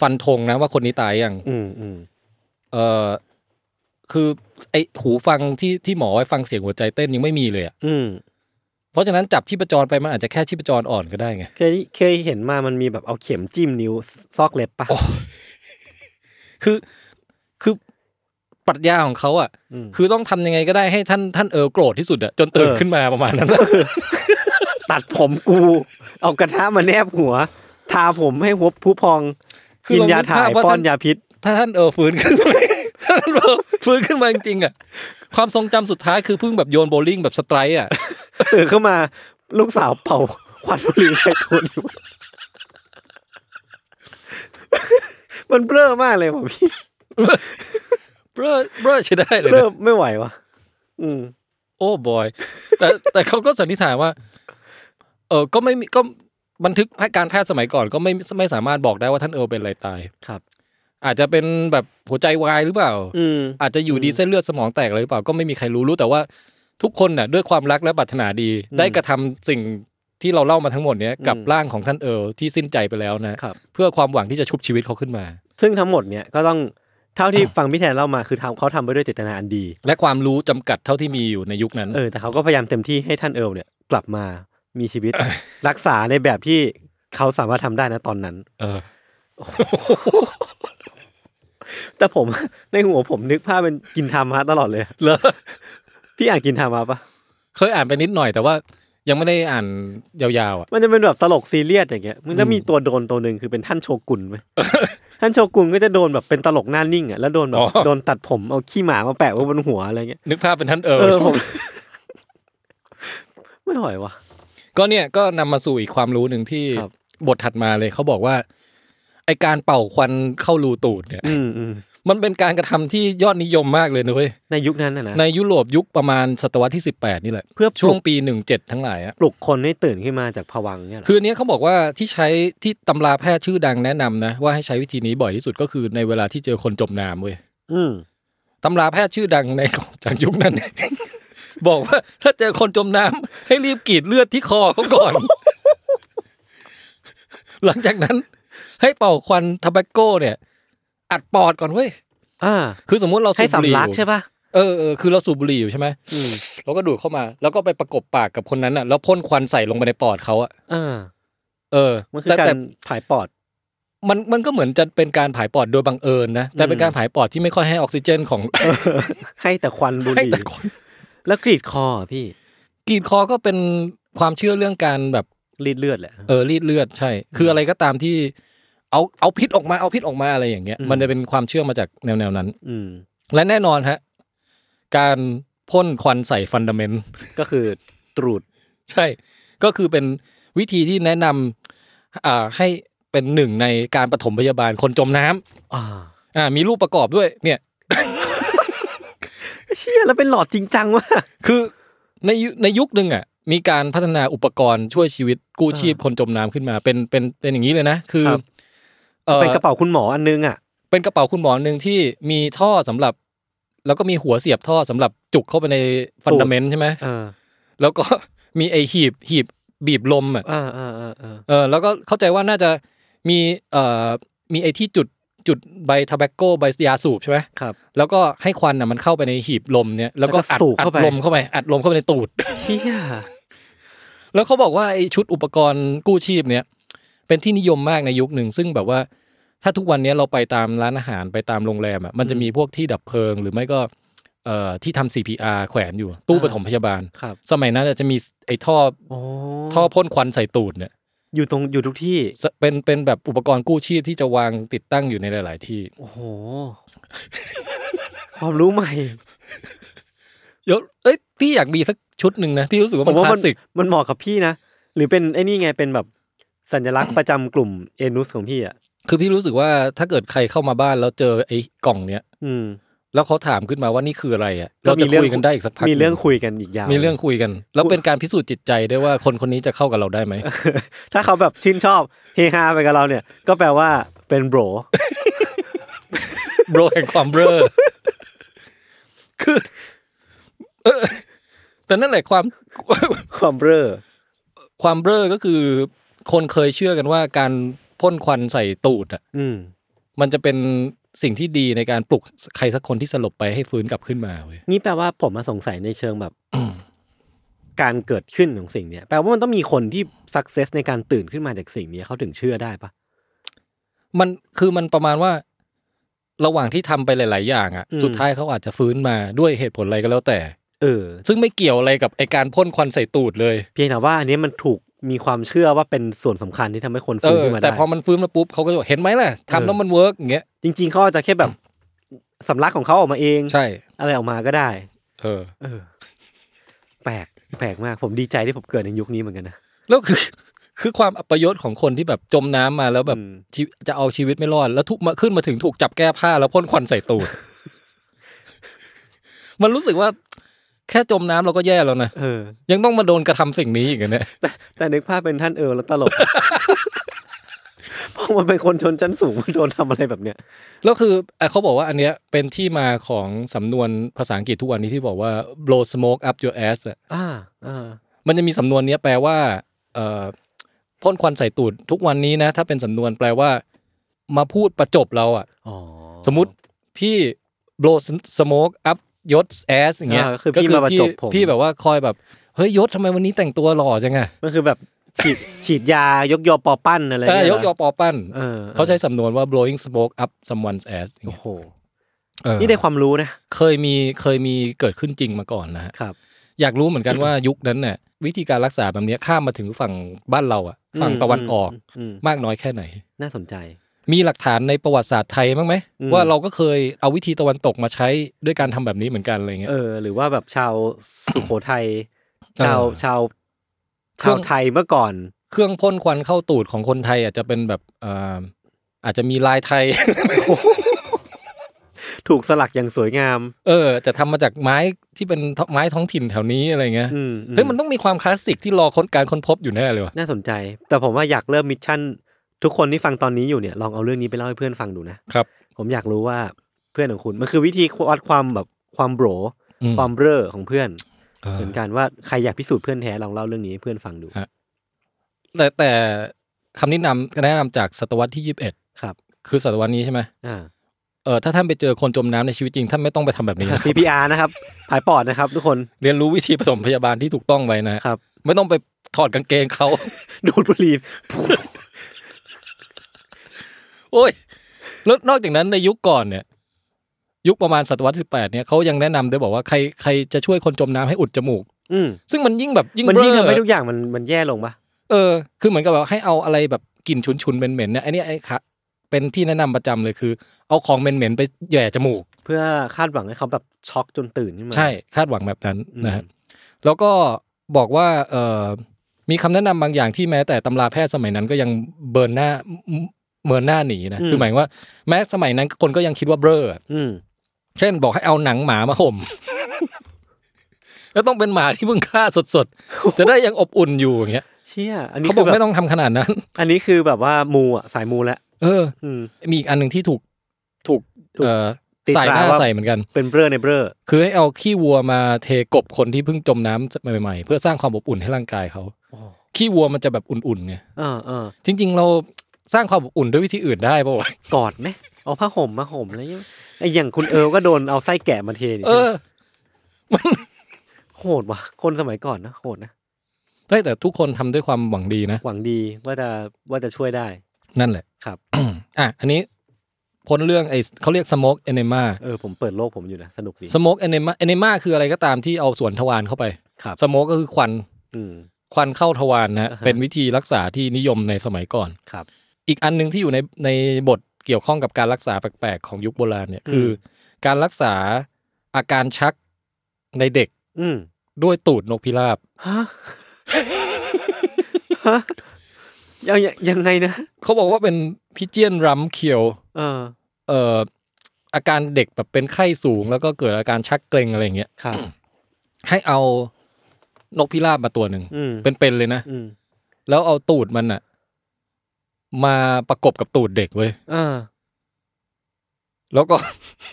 Speaker 3: ฟันธงนะว่าคนนี้ตายยัง
Speaker 2: อืมอืม
Speaker 3: เออคือไอหูฟังที่ที่หมอไว้ฟังเสียงหัวใจเต้นยังไม่มีเลยอะ
Speaker 2: อืม
Speaker 3: เพราะฉะนั้นจับชีพจรไปมันอาจจะแค่ชีพจรอ่อนก็ได้ไง
Speaker 2: เคยเคยเห็นมามันมีแบบเอาเข็มจิ้มนิ้วซอกเล็บปะ
Speaker 3: คือคือปรัชญาของเขาอะ
Speaker 2: อืม
Speaker 3: คือต้องทำยังไงก็ได้ให้ท่านท่านเออโกรธที่สุดอะจนตื่นขึ้นมาประ มาณนั้น
Speaker 2: ตัดผมกู เอากระทะมาแนบหัว ทาผมให้หัวผู้พอง
Speaker 3: คือ
Speaker 2: กิน
Speaker 3: ลอง
Speaker 2: ยาถ่าย
Speaker 3: นึกภาพว่า
Speaker 2: ป้อน
Speaker 3: ท่าน
Speaker 2: ยาพิษ
Speaker 3: ถ้าท่านเออฟื้นขึ้นมา ถ้าท่านเออฟื้นขึ้นมาจริงๆอะความทรงจำสุดท้ายคือเพิ่งแบบโยนโบว์ลิ่งแบบสไตร์ อะ
Speaker 2: ตื่นขึ้นมาลูกสาวเป่าควันบุหรี่ใส่ตูดอยู่ มันเบ้อมากเลยว่ะพี่
Speaker 3: เบ้อเบ้อใช้ได้เลยนะ
Speaker 2: เบ้อไม่ไหวว่ะอืม
Speaker 3: โอ้บอย แต่ แต่เขาก็สันนิษฐานว่า เออก็ไม่มีก็บันทึกการแพทย์สมัยก่อนก็ไม่ไม่สามารถบอกได้ว่าท่านเออเป็นอะไรตาย
Speaker 2: ครับ
Speaker 3: อาจจะเป็นแบบหัวใจวายหรือเปล่า
Speaker 2: อืม
Speaker 3: อาจจะอยู่ดีเส้นเลือดสมองแตกอะไรหรือเปล่าก็ไม่มีใครรู้รู้แต่ว่า ทุกคนน่ะด้วยความรักและปรารถนาดี
Speaker 2: อืม
Speaker 3: ได้กระทำสิ่งที่เราเล่ามาทั้งหมดเนี้ยกับ
Speaker 2: อืม
Speaker 3: ร่างของท่านเอิร์ลที่สิ้นใจไปแล้วนะ
Speaker 2: ครับ
Speaker 3: เพื่อความหวังที่จะชุบชีวิตเขาขึ้นมา
Speaker 2: ซึ่งทั้งหมดเนี่ยก็ต้องเท่าที่ฟังพี่แทนเล่ามาคือทำเขาทำไปด้วยเจตนาอันดี
Speaker 3: และความรู้จำกัดเท่าที่มีอยู่ในยุคนั้น
Speaker 2: เออแต่เขาก็พยายามเต็มที่ให้ท่านเอิร์ลเนี่ยกลับมามีชีวิต รักษาในแบบที่เขาสามารถทำได้นะตอนนั้น
Speaker 3: เออ
Speaker 2: แต่ผม ในหัวผมนึกภาพเป็นกินทามะตลอดเลย
Speaker 3: เลย
Speaker 2: พี่อ่านกินทามะปะ
Speaker 3: เคยอ่านไปนิดหน่อยแต่ว่ายังไม่ได้อ่านยาวๆอ่ะ
Speaker 2: มันจะเป็นแบบตลกซีเรียสอย่างเงี้ยมันจะมีตัวโดนตัวหนึ่งคือเป็นท่านโชกุนไหม ท่านโชกุนก็จะโดนแบบเป็นตลกหน้านิ่งอ่ะแล้วโดนแบ
Speaker 3: อ๋
Speaker 2: บ
Speaker 3: อ
Speaker 2: โดนตัดผมเอาขี้หมามาแปะไว้บนหัวอะไรเงี้ย
Speaker 3: นึกภาพเป็นท่านเอิ
Speaker 2: เอ
Speaker 3: ร์
Speaker 2: อ
Speaker 3: ล
Speaker 2: ผม ไม่ไหววะ
Speaker 3: ก็เนี่ยก็นำมาสู่อีกความรู้หนึ่งที่
Speaker 2: ครับ
Speaker 3: บทถัดมาเลยเขาบอกว่า ไอการเป่าควันเข้ารูตูดเนี่ย
Speaker 2: อืมอืม
Speaker 3: มันเป็นการกระทำที่ยอดนิยมมากเลยนะเว้ย
Speaker 2: ในยุคนั้นนะนะ
Speaker 3: ในยุโรปยุคประมาณศตวรรษที่ 18 นี่แหละ
Speaker 2: เพื่อปลุก
Speaker 3: ช่วงปี 17 ทั้งหลายอะ
Speaker 2: ปลุกคนให้ตื่นขึ้นมาจากผวังค์เนี่ยเหรอ
Speaker 3: คืออนเนี้ยเขาบอกว่าที่ใช้ที่ตำราแพทย์ชื่อดังแนะนำนะ ว่าให้ใช้วิธีนี้บ่อยที่สุดก็คือในเวลาที่เจอคนจมน้ำเว้ย
Speaker 2: อืม
Speaker 3: ตำราแพทย์ชื่อดังใน จากยุคนั้น บอกว่าถ้าเจอคนจมน้ำให้รีบกรีดเลือดที่คอเขาก่อน หลังจากนั้น ให้เป่าควันทาบาโก้เนี่ย อัดปอดก่อนเว้ย
Speaker 2: อ่า
Speaker 3: คือสมมติเราสู
Speaker 2: ให้
Speaker 3: บบุห
Speaker 2: สำ
Speaker 3: รี่
Speaker 2: ลัก
Speaker 3: อยู่
Speaker 2: ใช่ปะ
Speaker 3: เออเออคือเราสูบบุหรี่อยู่ใช่ไหม
Speaker 2: อืม
Speaker 3: เราก็ดูดเข้ามา แล้วก็ไปประกบปากกับคนนั้นอ่ะ แล้วพ่นควันใส่ลงไปในปอดเขาอ่ะ
Speaker 2: อ่า
Speaker 3: เออ
Speaker 2: มันคือ
Speaker 3: แต่
Speaker 2: การ
Speaker 3: แต่
Speaker 2: ถ่ายปอด
Speaker 3: มันมันก็เหมือนจะเป็นการผายปอดโดยบังเอิญนะแต่เป็น
Speaker 2: อืม
Speaker 3: การผายปอดที่ไม่ค่อยให้ออกซิเจนของ
Speaker 2: ให้แต่ควันบุห
Speaker 3: ให้
Speaker 2: รี่
Speaker 3: แต่คน
Speaker 2: แล้วกรีดคออะพี่
Speaker 3: กรีดคอก็เป็นความเชื่อเรื่องการแบบ
Speaker 2: รีดเลือดแหละ
Speaker 3: เออรีดเลือดใช่ คืออะไรก็ตามที่เอาเอาพิษออกมาเอาพิษออกมาอะไรอย่างเงี้ย
Speaker 2: อืม
Speaker 3: มันจะเป็นความเชื่อมาจากแนวแนวนั้น
Speaker 2: อืม
Speaker 3: และแน่นอนฮะการพ่นควันใส่ฟันดัมเมน
Speaker 2: ก็คือตรูด
Speaker 3: ใช่ ก็คือเป็นวิธีที่แนะนำอ่าให้เป็นหนึ่งในการปฐมพยาบาลคนจมน้ำ
Speaker 2: อ่า
Speaker 3: อ่ามีรูปประกอบด้วยเนี่ย
Speaker 2: เชี่ยแล้วเป็นหลอดจริงจังว่ะ
Speaker 3: คือในยุในยุคหนึ่งอ่ะมีการพัฒนาอุปกรณ์ช่วยชีวิตกู้ชีพคนจมน้ำขึ้นมา เป็นเป็นเป็นอย่างนี้เลยนะ คือ
Speaker 2: ครับ
Speaker 3: เอ่อ
Speaker 2: เป็นกระเป๋าคุณหมออันนึงอ่ะ
Speaker 3: เป็นกระเป๋าคุณหมอหนึ่งที่มีท่อสำหรับ แล้วก็มีหัวเสียบท่อสำหรับจุกเข้าไปในฟันดัมเมนต์ใช่ไหม
Speaker 2: เออ
Speaker 3: แล้วก็ มีไอหีบหีบบีบลมอ่ะ
Speaker 2: อ่าอ่าอ่าอ่า
Speaker 3: เออแล้วก็เข้าใจว่าน่าจะมีเอ่อมีไอ้ที่จุดจุดใบทาบ a โก้ใบยาสูบใช่ไหม
Speaker 2: ครับ
Speaker 3: แล้วก็ให้ควันน่ะมันเข้าไปในหีบลมเนี่ยแล้วก็
Speaker 2: แล้วก็
Speaker 3: อัด
Speaker 2: สูบ
Speaker 3: อั
Speaker 2: เข้า
Speaker 3: ด
Speaker 2: ไป
Speaker 3: ลมเข้าไปอัดลมเข้าไปในตูด
Speaker 2: เชี่ย
Speaker 3: แล้วเขาบอกว่าไอ้ชุดอุปกรณ์กู้ชีพเนี่ยเป็นที่นิยมมากในยุคหนึ่ง ซึ่งแบบว่าถ้าทุกวันเนี้ยเราไปตามร้านอาหารไปตามโรงแรมอ่ะมันจะมีพวกที่ดับเพลิง หรือไม่ก็เอ่อที่ทำ CPR แขวนอยู่ตู้ปฐมพยาบาล
Speaker 2: ครับ
Speaker 3: สมัยนั้นอาจจะมีไอ้ท่อ
Speaker 2: โอ้
Speaker 3: ท่อพ่นควันใส่ตูดเนี่ย
Speaker 2: อยู่ตรงอยู่ทุกที่
Speaker 3: สเป็นเป็นแบบอุปกรณ์กู้ชีพที่จะวางติดตั้งอยู่ในหลาย ๆ ที่
Speaker 2: โอ้โห ความรู้ใหม่
Speaker 3: เดี๋ยวเอ้ยพี่อยากมีสักชุดหนึ่งนะ พี่รู้สึกว่า
Speaker 2: ผ
Speaker 3: มัน
Speaker 2: มว่า
Speaker 3: คลา
Speaker 2: มัน
Speaker 3: สสิก
Speaker 2: มันเหมาะกับพี่นะ หรือเป็นไอ้นี่ไงเป็นแบบสัญลักษณ์ประจำกลุ่มเอนุสของพี่อ่ะ
Speaker 3: คือพี่รู้สึกว่าถ้าเกิดใครเข้ามาบ้านแล้วเจอไอ้กล่องเนี้ย
Speaker 2: อืม
Speaker 3: แล้วเขาถามขึ้นมาว่านี่คืออะไรอ่ะ
Speaker 2: ก็
Speaker 3: เรา
Speaker 2: มี
Speaker 3: จะ
Speaker 2: เรื่อง
Speaker 3: คุยกันได้อีกสักพัก
Speaker 2: มีเรื่อง
Speaker 3: หนึ่
Speaker 2: คุยกันอีกยาว
Speaker 3: มีเรื่องคุยกัน แล้วเป็นการพิสูจน์จิตใจได้ว่าคนคนนี้จะเข้ากับเราได้ ไหม
Speaker 2: ถ้าเขาแบบชื่นชอบเฮฮาไปกับเราเนี่ย ก็แปลว่าเป็นโบร
Speaker 3: โบรแห่งความเบลอ คือเออแต่นั่นแหละความ
Speaker 2: ความเบรอ
Speaker 3: ความเบลอก็คือ คนเคยเชื่อกันว่าการพ่นควันใส่ตูดอ่ะ
Speaker 2: อืม
Speaker 3: มันจะเป็นสิ่งที่ดีในการปลุกใครสักคนที่สลบไปให้ฟื้นกลับขึ้นมาเว้ย
Speaker 2: นี่แปลว่าผมมาสงสัยในเชิงแบบ การเกิดขึ้นของสิ่งเนี้ยแปลว่ามันต้องมีคนที่สักเซสในการตื่นขึ้นมาจากสิ่งเนี้ยเขาถึงเชื่อได้ปะ
Speaker 3: มันคือมันประมาณว่า ระหว่างที่ทำไปหลาย ๆ อย่างอ่ะ
Speaker 2: อืม
Speaker 3: สุดท้ายเขาอาจจะฟื้นมาด้วยเหตุผลอะไรก็แล้วแต่
Speaker 2: เออ
Speaker 3: ซึ่งไม่เกี่ยวอะไรกับไอการพ่นควันใส่ตูดเลย
Speaker 2: เพียงแต่ว่าอันเนี้ยมันถูกมีความเชื่อว่าเป็นส่วนสำคัญที่ทำให้คน
Speaker 3: เอ
Speaker 2: ฟื้น
Speaker 3: อ
Speaker 2: ขึ้นมา
Speaker 3: แต่
Speaker 2: ได้
Speaker 3: พอมันฟื้นมาปุ๊บเขาก็จะบอกเห็นไหมล่ะทำแล้วมันเวิร์กอย่างเงี้ย
Speaker 2: จริง ๆเขาอาจจะแค่แบบสำลักของเขาออกมาเอง
Speaker 3: ใช่
Speaker 2: อะไรออกมาก็ได้
Speaker 3: เออ
Speaker 2: เออ แปลกแปลกมาก ผมดีใจที่ผมเกิดในยุคนี้เหมือนกันนะ
Speaker 3: แล้วคือ คือความอัปยศของคนที่แบบจมน้ำมาแล้วแบบ
Speaker 2: อืม
Speaker 3: ชีวิตจะเอาชีวิตไม่รอด แล้วทุกมาขึ้นมาถึงถูกจับแก้ผ้าแล้วพ่นควันใส่ตู ด มันรู้สึกว่า แค่จมน้ำเราก็แย่แล้วนะ
Speaker 2: เออ
Speaker 3: ยังต้องมาโดนกระทำสิ่งนี้อีกเหรอเนี่ย
Speaker 2: แต่นึกภาพเป็นท่านเออแล้วตลก เพราะมันเป็นคนชนชั้นสูง มันโดนทำอะไรแบบเนี้ย
Speaker 3: แล้วคือเอ่อเขาบอกว่าอันเนี้ยเป็นที่มาของสำนวนภาษาอังกฤษทุกวันนี้ที่บอกว่า blow smoke up your ass อะ
Speaker 2: อ่าอ่า
Speaker 3: มันจะมีสำนวนเนี้ยแปลว่าเอ่อพ่นควันใส่ตูดทุกวันนี้นะ ถ้าเป็นสำนวนแปลว่า มาพูดประจบเราอะ
Speaker 2: อ๋อ
Speaker 3: สมมุติพี่ blow smoke up ยศ ass อย่างเงี้ย
Speaker 2: าคือพี่มาประจบผม
Speaker 3: พี่แบบว่าคอยแบบเฮ้ยยศทำไมวันนี้แต่งตัวหล่อจังอะ
Speaker 2: มันคือแบบฉี ด ฉีดยายกยอปอปั้นอะไร
Speaker 3: เออ
Speaker 2: เงี้
Speaker 3: ย
Speaker 2: เหร
Speaker 3: กยอปอปั้น
Speaker 2: เออ
Speaker 3: เขาใช้สำนวนว่า blowing smoke up someone's ass อย่าง
Speaker 2: โอ้
Speaker 3: เงี้ย
Speaker 2: โห
Speaker 3: เออ
Speaker 2: นี่ได้ความรู้นะ
Speaker 3: เคยมีเคยมีเกิดขึ้นจริงมาก่อนนะฮะ
Speaker 2: ครับ
Speaker 3: อยากรู้เหมือนกันว่ายุคนั้นเนี่ยวิธีการรักษาแบบเนี้ยข้ามมาถึงฝั่งบ้านเราอะฝั่งตะวันออก
Speaker 2: อืม
Speaker 3: มากน้อยแค่ไหน
Speaker 2: น่าสนใจ
Speaker 3: มีหลักฐานในประวัติศาสตร์ไทยบ้างไหม
Speaker 2: อืม
Speaker 3: ว่าเราก็เคยเอาวิธีตะวันตกมาใช้ด้วยการทำแบบนี้เหมือนกันอะไรเงี้ย
Speaker 2: เออ หรือว่าแบบชาว สุโขทัย ชาว
Speaker 3: เออ
Speaker 2: ชาว
Speaker 3: เครื่
Speaker 2: ชา
Speaker 3: อ
Speaker 2: ว
Speaker 3: ง
Speaker 2: ไทยเมื่อก่อน
Speaker 3: เครื่องพ่นควันเข้าตูดของคนไทยอาจจะเป็นแบบเอ่ออาจจะมีลายไทย
Speaker 2: ถูกสลักอย่างสวยงาม
Speaker 3: เออจะทำมาจากไม้ที่เป็นท้องไม้ท้องถิ่นแถวนี้อะไรเงี้ย
Speaker 2: อืม
Speaker 3: เฮ้ยมันต้องมีความคลาสสิกที่รอค้นการค้นพบอยู่แน่เลยว่ะ
Speaker 2: น่าสนใจ แต่ผมว่าอยากเริ่มมิชชั่น ทุกคนที่ฟังตอนนี้อยู่เนี่ยลองเอาเรื่องนี้ไปเล่าให้เพื่อนฟังดูนะ
Speaker 3: ครับ
Speaker 2: ผมอยากรู้ว่าเพื่อนของคุณ มันคือวิธีวัดความแบบความโบร
Speaker 3: อื
Speaker 2: ความเร่อของเพื่อน
Speaker 3: เออ
Speaker 2: เหมือนกันว่าใครอยากพิสูจน์เพื่อนแท้ลองเล่าเรื่องนี้ให้เพื่อนฟังดู
Speaker 3: ฮะ แต่แต่คำแนะนำแนะนำจากศตวรรษที่ยี่สิบเอ็ด
Speaker 2: ครับ
Speaker 3: คือศตวรรษนี้ใช่ไหม
Speaker 2: อ่า
Speaker 3: เออถ้าท่านไปเจอคนจมน้ำในชีวิตจริงท่านไม่ต้องไปทำแบบนี้นะครับ
Speaker 2: CPR นะครับผายปอดนะครับ ทุกคน
Speaker 3: เรียนรู้วิธีผสมพยาบาลที่ถูกต้องไว้นะครับ ไม่ต้องไปถอดกางเกงเขา
Speaker 2: ดูดบุหรี่
Speaker 3: โอ้ยแล้วนอกจากนั้นในยุคก่อนเนี่ย ยุคประมาณศตวรรษที่แปดเนี่ยเขายังแนะนำด้วยบอกว่าใครใครจะช่วยคนจมน้ำให้อุดจมูก
Speaker 2: อืม
Speaker 3: ซึ่งมันยิ่งแบบยิ่ง
Speaker 2: มันยิ่ง
Speaker 3: เบ้อ
Speaker 2: ทำให้ทุกอย่างมันมันแย่ลงปะ
Speaker 3: เออคือเหมือนกับแบบให้เอาอะไรแบบกลิ่นฉุนๆเหม็นๆเนี่ยไอเนี้ยไอ้ค่ะเป็นที่แนะนำประจำเลยคือ เอาของเหม็นๆไปแหย่จมูก
Speaker 2: เพื่อคาดหวังให้เขาแบบช็อกจนตื่นขึ้นมา
Speaker 3: ใช่คาดหวังแบบนั้น
Speaker 2: อืม
Speaker 3: นะฮะแล้วก็บอกว่าเออมีคำแนะนำบางอย่างที่แม้แต่ตำราแพทย์สมัยนั้นก็ยังเบิร์นหน้าเมินหน้าหนีนะคือหมายว่าแม้สมัยนั้นคนก็ยังคิดว่าเบ้ออะ
Speaker 2: อืม
Speaker 3: เช่นบอกให้เอาหนังหมามาห่ม แล้วต้องเป็นหมาที่เพิ่งฆ่าสดๆ จะได้ยังอบอุ่นอยู่อย่างเงี้ย
Speaker 2: เชี่ยอันนี้
Speaker 3: เขาบ
Speaker 2: คือ อกแบบ
Speaker 3: ไม่ต้องทำขนาดนั้น
Speaker 2: อันนี้คือแบบว่ามูอ่ะสายมูแล้ว
Speaker 3: เออ
Speaker 2: อืม
Speaker 3: มีอีกอันหนึ่งที่ถูกถูก
Speaker 2: ถูก
Speaker 3: เอ่อ
Speaker 2: ติด
Speaker 3: ใส่หน้า
Speaker 2: ตราว่า
Speaker 3: ใส่เหมือนกัน
Speaker 2: เป็นเบ้อในเบ้อ
Speaker 3: คือให้เอาขี้วัวมาเทกบคนที่เพิ่งจมน้ำใหม่ๆ เพื่อสร้างความอบอุ่นให้ร่างกายเขา
Speaker 2: โอ้
Speaker 3: ขี้วัวมันจะแบบอุ่นๆไง
Speaker 2: เออเออ
Speaker 3: จริง ๆ เราสร้างความอบอุ่นด้วยวิธีอื่นได้ป่าวะ
Speaker 2: กอดไหมเอาผ้าห่มมาห่มแล้วยังไอ้อย่างคุณเอิร์ลก็โดนเอาไส้แกะมาเทนี่
Speaker 3: เอ
Speaker 2: ใช่ไห
Speaker 3: อ
Speaker 2: มโหดว่ะคนสมัยก่อนนะโหดนะ
Speaker 3: ได้แต่ทุกคนทำด้วยความหวังดีนะ
Speaker 2: หวังดีว่าจะว่าจะช่วยได้
Speaker 3: นั่นแหละ
Speaker 2: ครับ
Speaker 3: อ่ะ อันนี้พ้นเรื่องไอ้เขาเรียก smoke enema
Speaker 2: เออผมเปิดโลกผมอยู่นะสนุกดี
Speaker 3: smoke enema enema คืออะไรก็ตามที่เอาส่วนทวารเข้าไป
Speaker 2: ครับ
Speaker 3: smoke ก็คือควัน
Speaker 2: อืม
Speaker 3: ควันเข้าทวารนะฮะ
Speaker 2: อ่าฮะ
Speaker 3: เป็นวิธีรักษาที่นิยมในสมัยก่อน
Speaker 2: ครับ
Speaker 3: อีกอันหนึ่งที่อยู่ในในบทเกี่ยวข้องกับการรักษาแปลกๆของยุคโบราณเนี่ยคืออการรักษาอาการชักในเด็ก
Speaker 2: อืม
Speaker 3: ด้วยตูดนกพิราบ
Speaker 2: ฮะ ฮะยังยังยังไงนะ
Speaker 3: เขาบอกว่าเป็นพิเจียนรัมเคียว
Speaker 2: เออ
Speaker 3: เอ่ออาการเด็กแบบเป็นไข้สูง แล้วก็เกิดอาการชักเกร็งอะไรอย่างเงี้ย
Speaker 2: ครับ
Speaker 3: ให้เอานกพิราบมาตัวหนึ่ง
Speaker 2: อืม
Speaker 3: เป็นๆเลยนะ
Speaker 2: อืม
Speaker 3: แล้วเอาตูดมันอะมาประกบกับตูดเด็กเว้ย
Speaker 2: เออ
Speaker 3: แล้วก็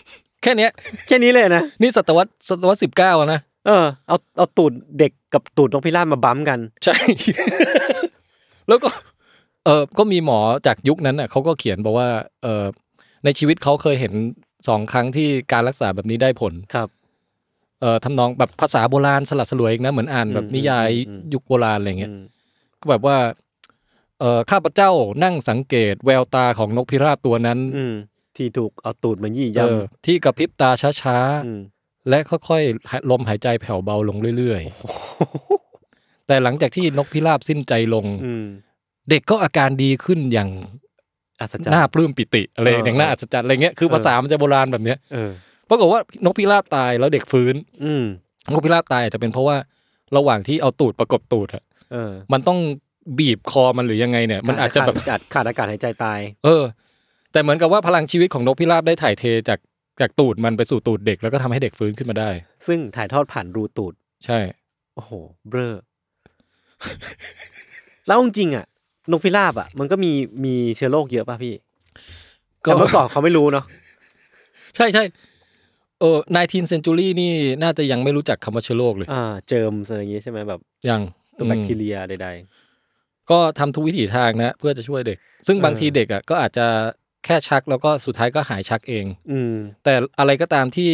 Speaker 3: แค่เนี้ย
Speaker 2: แค่นี้เลยนะ
Speaker 3: นี่ศตวรรษศตวรรษสิบเก้านะ
Speaker 2: เออ เอา เอาตูดเด็กกับตูดนกพิราบมาบั๊มกัน
Speaker 3: ใช่ แล้วก็ เออก็มีหมอจากยุคนั้นอ่ะเขาก็เขียนบอกว่า เออในชีวิตเขาเคยเห็นสองครั้งที่การรักษาแบบนี้ได้ผล
Speaker 2: ครับ
Speaker 3: เอ่อทำนองแบบภาษาโบราณสลัดสลวยอีกนะเหมือนอ่านแบบ
Speaker 2: อืม
Speaker 3: นิยาย
Speaker 2: อืมอืม
Speaker 3: ยุคโบราณอะไรเงี้ย
Speaker 2: อืม
Speaker 3: ก็แบบว่าเอ่อข้าพเจ้านั่งสังเกตแววตาของนกพิราบตัวนั้น
Speaker 2: อืม ที่ถูกเอาตูดมายี่ย
Speaker 3: เออที่กระพริบตาช้า
Speaker 2: ำ ม
Speaker 3: ๆ และค่อยๆหายลมหายใจแผ่วเบาลงเรื่อยๆ แต่หลังจากที่นกพิราบสิ้นใจลง
Speaker 2: อืม
Speaker 3: เด็กก็อาการดีขึ้นอย่าง
Speaker 2: อัศจรร
Speaker 3: น่า
Speaker 2: ย์
Speaker 3: ปลื้มปิติอะไร
Speaker 2: เออ
Speaker 3: อย่างน่าอัศจรรย์อะไรเงี้ยคือ
Speaker 2: เออ
Speaker 3: ภาษามันจะโบราณแบบเนี้ย
Speaker 2: เออ
Speaker 3: ปรากฏว่านกพิราบตายแล้วเด็กฟื้น
Speaker 2: อืม
Speaker 3: นกพิราบตายอาจจะเป็นเพราะว่าระหว่างที่เอาตูดประกบตูดอะ
Speaker 2: เออ
Speaker 3: มันต้องบีบคอมันหรือยังไงเนี่ย มันอาจจะแบบ
Speaker 2: ขดขาดขาดอากาศหายใจตาย
Speaker 3: เออ แต่เหมือนกับว่าพลังชีวิตของนกพิราบได้ถ่ายเทจากจากตูดมันไปสู่ตูดเด็กแล้วก็ทำให้เด็กฟื้นขึ้นมาได้
Speaker 2: ซึ่งถ่ายทอดผ่านรูตูด
Speaker 3: ใช่
Speaker 2: โอ้โห เบลอ แล้วจริงๆอ่ะ นกพิราบอ่ะ มันก็มีมีเชื้อโรคเยอะป่ะพี่
Speaker 3: ก็
Speaker 2: แต่เมื่อก่อนเขาไม่รู้เนาะ
Speaker 3: ใช่ใช่เออ19 century นี่น่าจะยังไม่รู้จักคำว่าเชื้อโรคเลย
Speaker 2: อ่าเจิมอะไรอย่างงี้ใช่ไหมแบบ
Speaker 3: ยัง
Speaker 2: ตัวแบค
Speaker 3: อืม
Speaker 2: ทีเรียใด
Speaker 3: ก็ทำทุกวิถีทางนะเพื่อจะช่วยเด็ก ซึ่งบาง
Speaker 2: เออ
Speaker 3: ทีเด็กอ่ะก็อาจจะแค่ชักแล้วก็สุดท้ายก็หายชักเอง
Speaker 2: ๆ อืม
Speaker 3: แต่อะไรก็ตามที่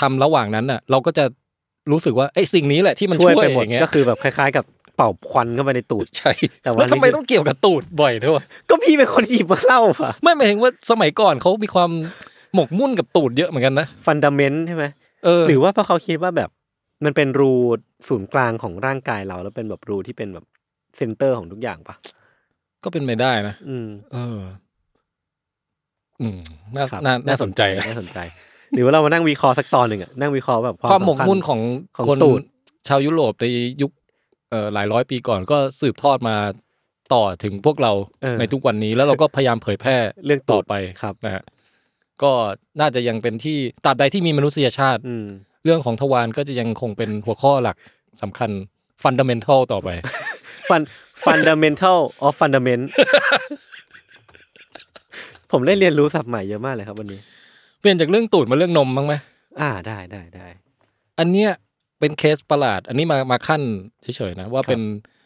Speaker 3: ทำระหว่างนั้นน่ะ เราก็จะรู้สึกว่าไอ้ยสิ่งนี้แหละที่มัน
Speaker 2: ช่
Speaker 3: ช่
Speaker 2: ว
Speaker 3: วย ย
Speaker 2: ไปหมด
Speaker 3: อย่างเงี้ย
Speaker 2: ก็คือแบบคล้ายๆ กับเป่าควันเข้าไปในตูด
Speaker 3: ใช่
Speaker 2: แต่ว่า
Speaker 3: แล้วทำไมต้องเกี่ยวกับตูดบ่อยด้วยวะ
Speaker 2: ก็พี่เป็นคนหยิบมาเล่าอ่ะ
Speaker 3: ไม่หมายถึงว่าสมัยก่อนเขามีความหมกมุ่นกับตูดเยอะเหมือนกันนะ
Speaker 2: ฟันดัมเมนต์ใช่ไหม
Speaker 3: เออ
Speaker 2: หรือว่าเพราะเขาคิดว่าแบบ มันเป็นรูศูนย์กลางของร่างกายเรา แล้วเป็นแบบรูที่เป็นแบบเซนเตอร์ของทุกอย่างป่ะ
Speaker 3: ก็เป็นไปได้นะ
Speaker 2: อืม
Speaker 3: เออ อืมน่า
Speaker 2: ครับ
Speaker 3: น่าน่าสนใจ
Speaker 2: น่าสนใจ หรือว่าเรามานั่งวิเคราะห์สักตอนหนึ่งอะนั่งวิเคราะห์แบบ
Speaker 3: ความหมก
Speaker 2: สำญ
Speaker 3: มุ่นของ
Speaker 2: ของ
Speaker 3: คน
Speaker 2: ตูด
Speaker 3: ชาวยุโรปในยุคเอ่อหลายร้อยปีก่อนก็สืบทอดมาต่อถึงพวกเรา
Speaker 2: เออ
Speaker 3: ในทุกวันนี้ แล้วเราก็พยายามเผยแพร่
Speaker 2: เรื่อง
Speaker 3: ต่
Speaker 2: ตู
Speaker 3: อ
Speaker 2: ด
Speaker 3: ไป
Speaker 2: ครับ
Speaker 3: นะฮะก็น่าจะยังเป็นที่ตราบใดที่มีมนุษยชาติ
Speaker 2: อืม
Speaker 3: เรื่องของทวารก็จะยังคงเป็นหัวข้อหลักสำคัญฟันดัมเ e นทัลต่อไป
Speaker 2: ฟัน fundamental of fundament ผมได้เรียนรู้ศัพท์ใหม่เยอะมากเลยครับวันนี้
Speaker 3: เปลี่ยนจากเรื่องตูดมาเรื่องนมบ้างไหม
Speaker 2: อ่าได้ได้ได้
Speaker 3: อันเนี้ยเป็นเคสประหลาด อันนี้มามาขั้นเฉยๆนะ ว่าเป็น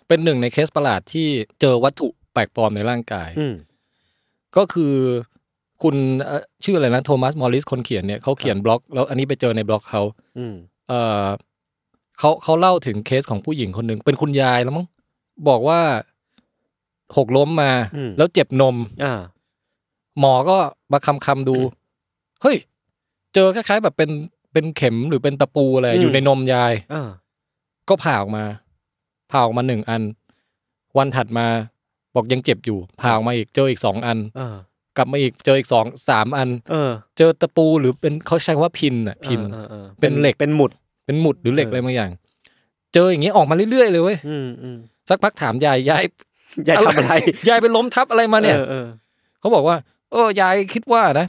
Speaker 3: เป็นหนึ่งในเคสประหลาดที่เจอวัตถุแปลกปลอมในร่างกาย
Speaker 2: อืม
Speaker 3: ก็คือคุณเอ่อชื่ออะไรนะโทมัสมอริสคนเขียนเนี่ยเขาเขียนบล็อก แล้วอันนี้ไปเจอในบล็อกเขา
Speaker 2: อืม
Speaker 3: เออเขาเขาเล่าถึงเคสของผู้หญิงคนหนึ่งเป็นคุณยายแล้วมั้งบอกว่าหกล้มมา
Speaker 2: อืม
Speaker 3: แล้วเจ็บนม
Speaker 2: อ่า
Speaker 3: หมอก็มาคำคำๆดู เฮ้ย เจอคล้ายๆแบบเป็นเป็นเข็มหรือเป็นตะปูอะไร
Speaker 2: อืม
Speaker 3: อยู่ในนมยาย
Speaker 2: อ่า
Speaker 3: ก็ผ่าออกมา ผ่าออกมาหนึ่งอัน วันถัดมาบอกยังเจ็บอยู่ ผ่าออกมาอีกเจออีกสองอัน
Speaker 2: อ่าก
Speaker 3: ลับมาอีกเจออีกสองสามอัน
Speaker 2: เออ
Speaker 3: เจอตะปูหรือเป็นเขาใช้คำว่าพินอ่ะพิน
Speaker 2: ออออออ
Speaker 3: เป็นเหล็ก
Speaker 2: เป็นหมุด
Speaker 3: เป็นหมุดหรือเหล็ก
Speaker 2: เอออ
Speaker 3: อะไรบางอย่าง เจออย่างเงี้ยออกมาเรื่อยๆเลยเว้ย
Speaker 2: อืมอืม
Speaker 3: สักพักถามยายยาย
Speaker 2: อย่าทำอะไร
Speaker 3: ยายไปล้มทับอะไรมาเนี่ย
Speaker 2: ออออ
Speaker 3: เขาบอกว่าเออยายคิดว่านะ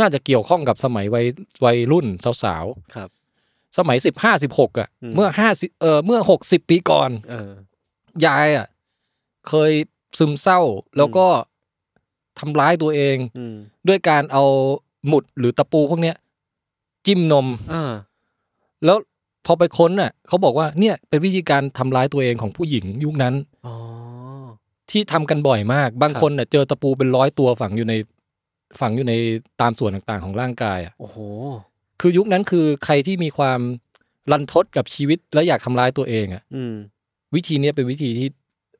Speaker 3: น่าจะเกี่ยวข้องกับสมัยวัยวัยรุ่นสาว
Speaker 2: ครับ
Speaker 3: ๆ สมัยสิบห้าสิบหกอ่ะ
Speaker 2: อืม
Speaker 3: เมื่อห้าสิเออเมื่อหกสิบปีก่อน
Speaker 2: เออ
Speaker 3: ยายอ่ะ เคยซึมเศร้าแล้วก็ทำร้ายตัวเอง
Speaker 2: อืม
Speaker 3: ด้วยการเอาหมุดหรือตะปูพวกเนี้ย จิ้มนม
Speaker 2: อ่า
Speaker 3: แล้วพอไปค้นน่ะเขาบอกว่าเนี่ยเป็นวิธีการทำร้ายตัวเองของผู้หญิงยุคนั้น
Speaker 2: อ๋อ
Speaker 3: ที่ทำกันบ่อยมาก บาง
Speaker 2: ครับ
Speaker 3: คนน่ะเจอตะปูเป็นร้อยตัวฝังอยู่ในฝังอยู่ในตามส่วนต่างๆของร่างกายอ่ะ
Speaker 2: โอ้โห
Speaker 3: คือยุคนั้นคือใครที่มีความรันทดกับชีวิตและอยากทำร้ายตัวเองอ่ะ
Speaker 2: อืม
Speaker 3: วิธีเนี้ยเป็นวิธีที่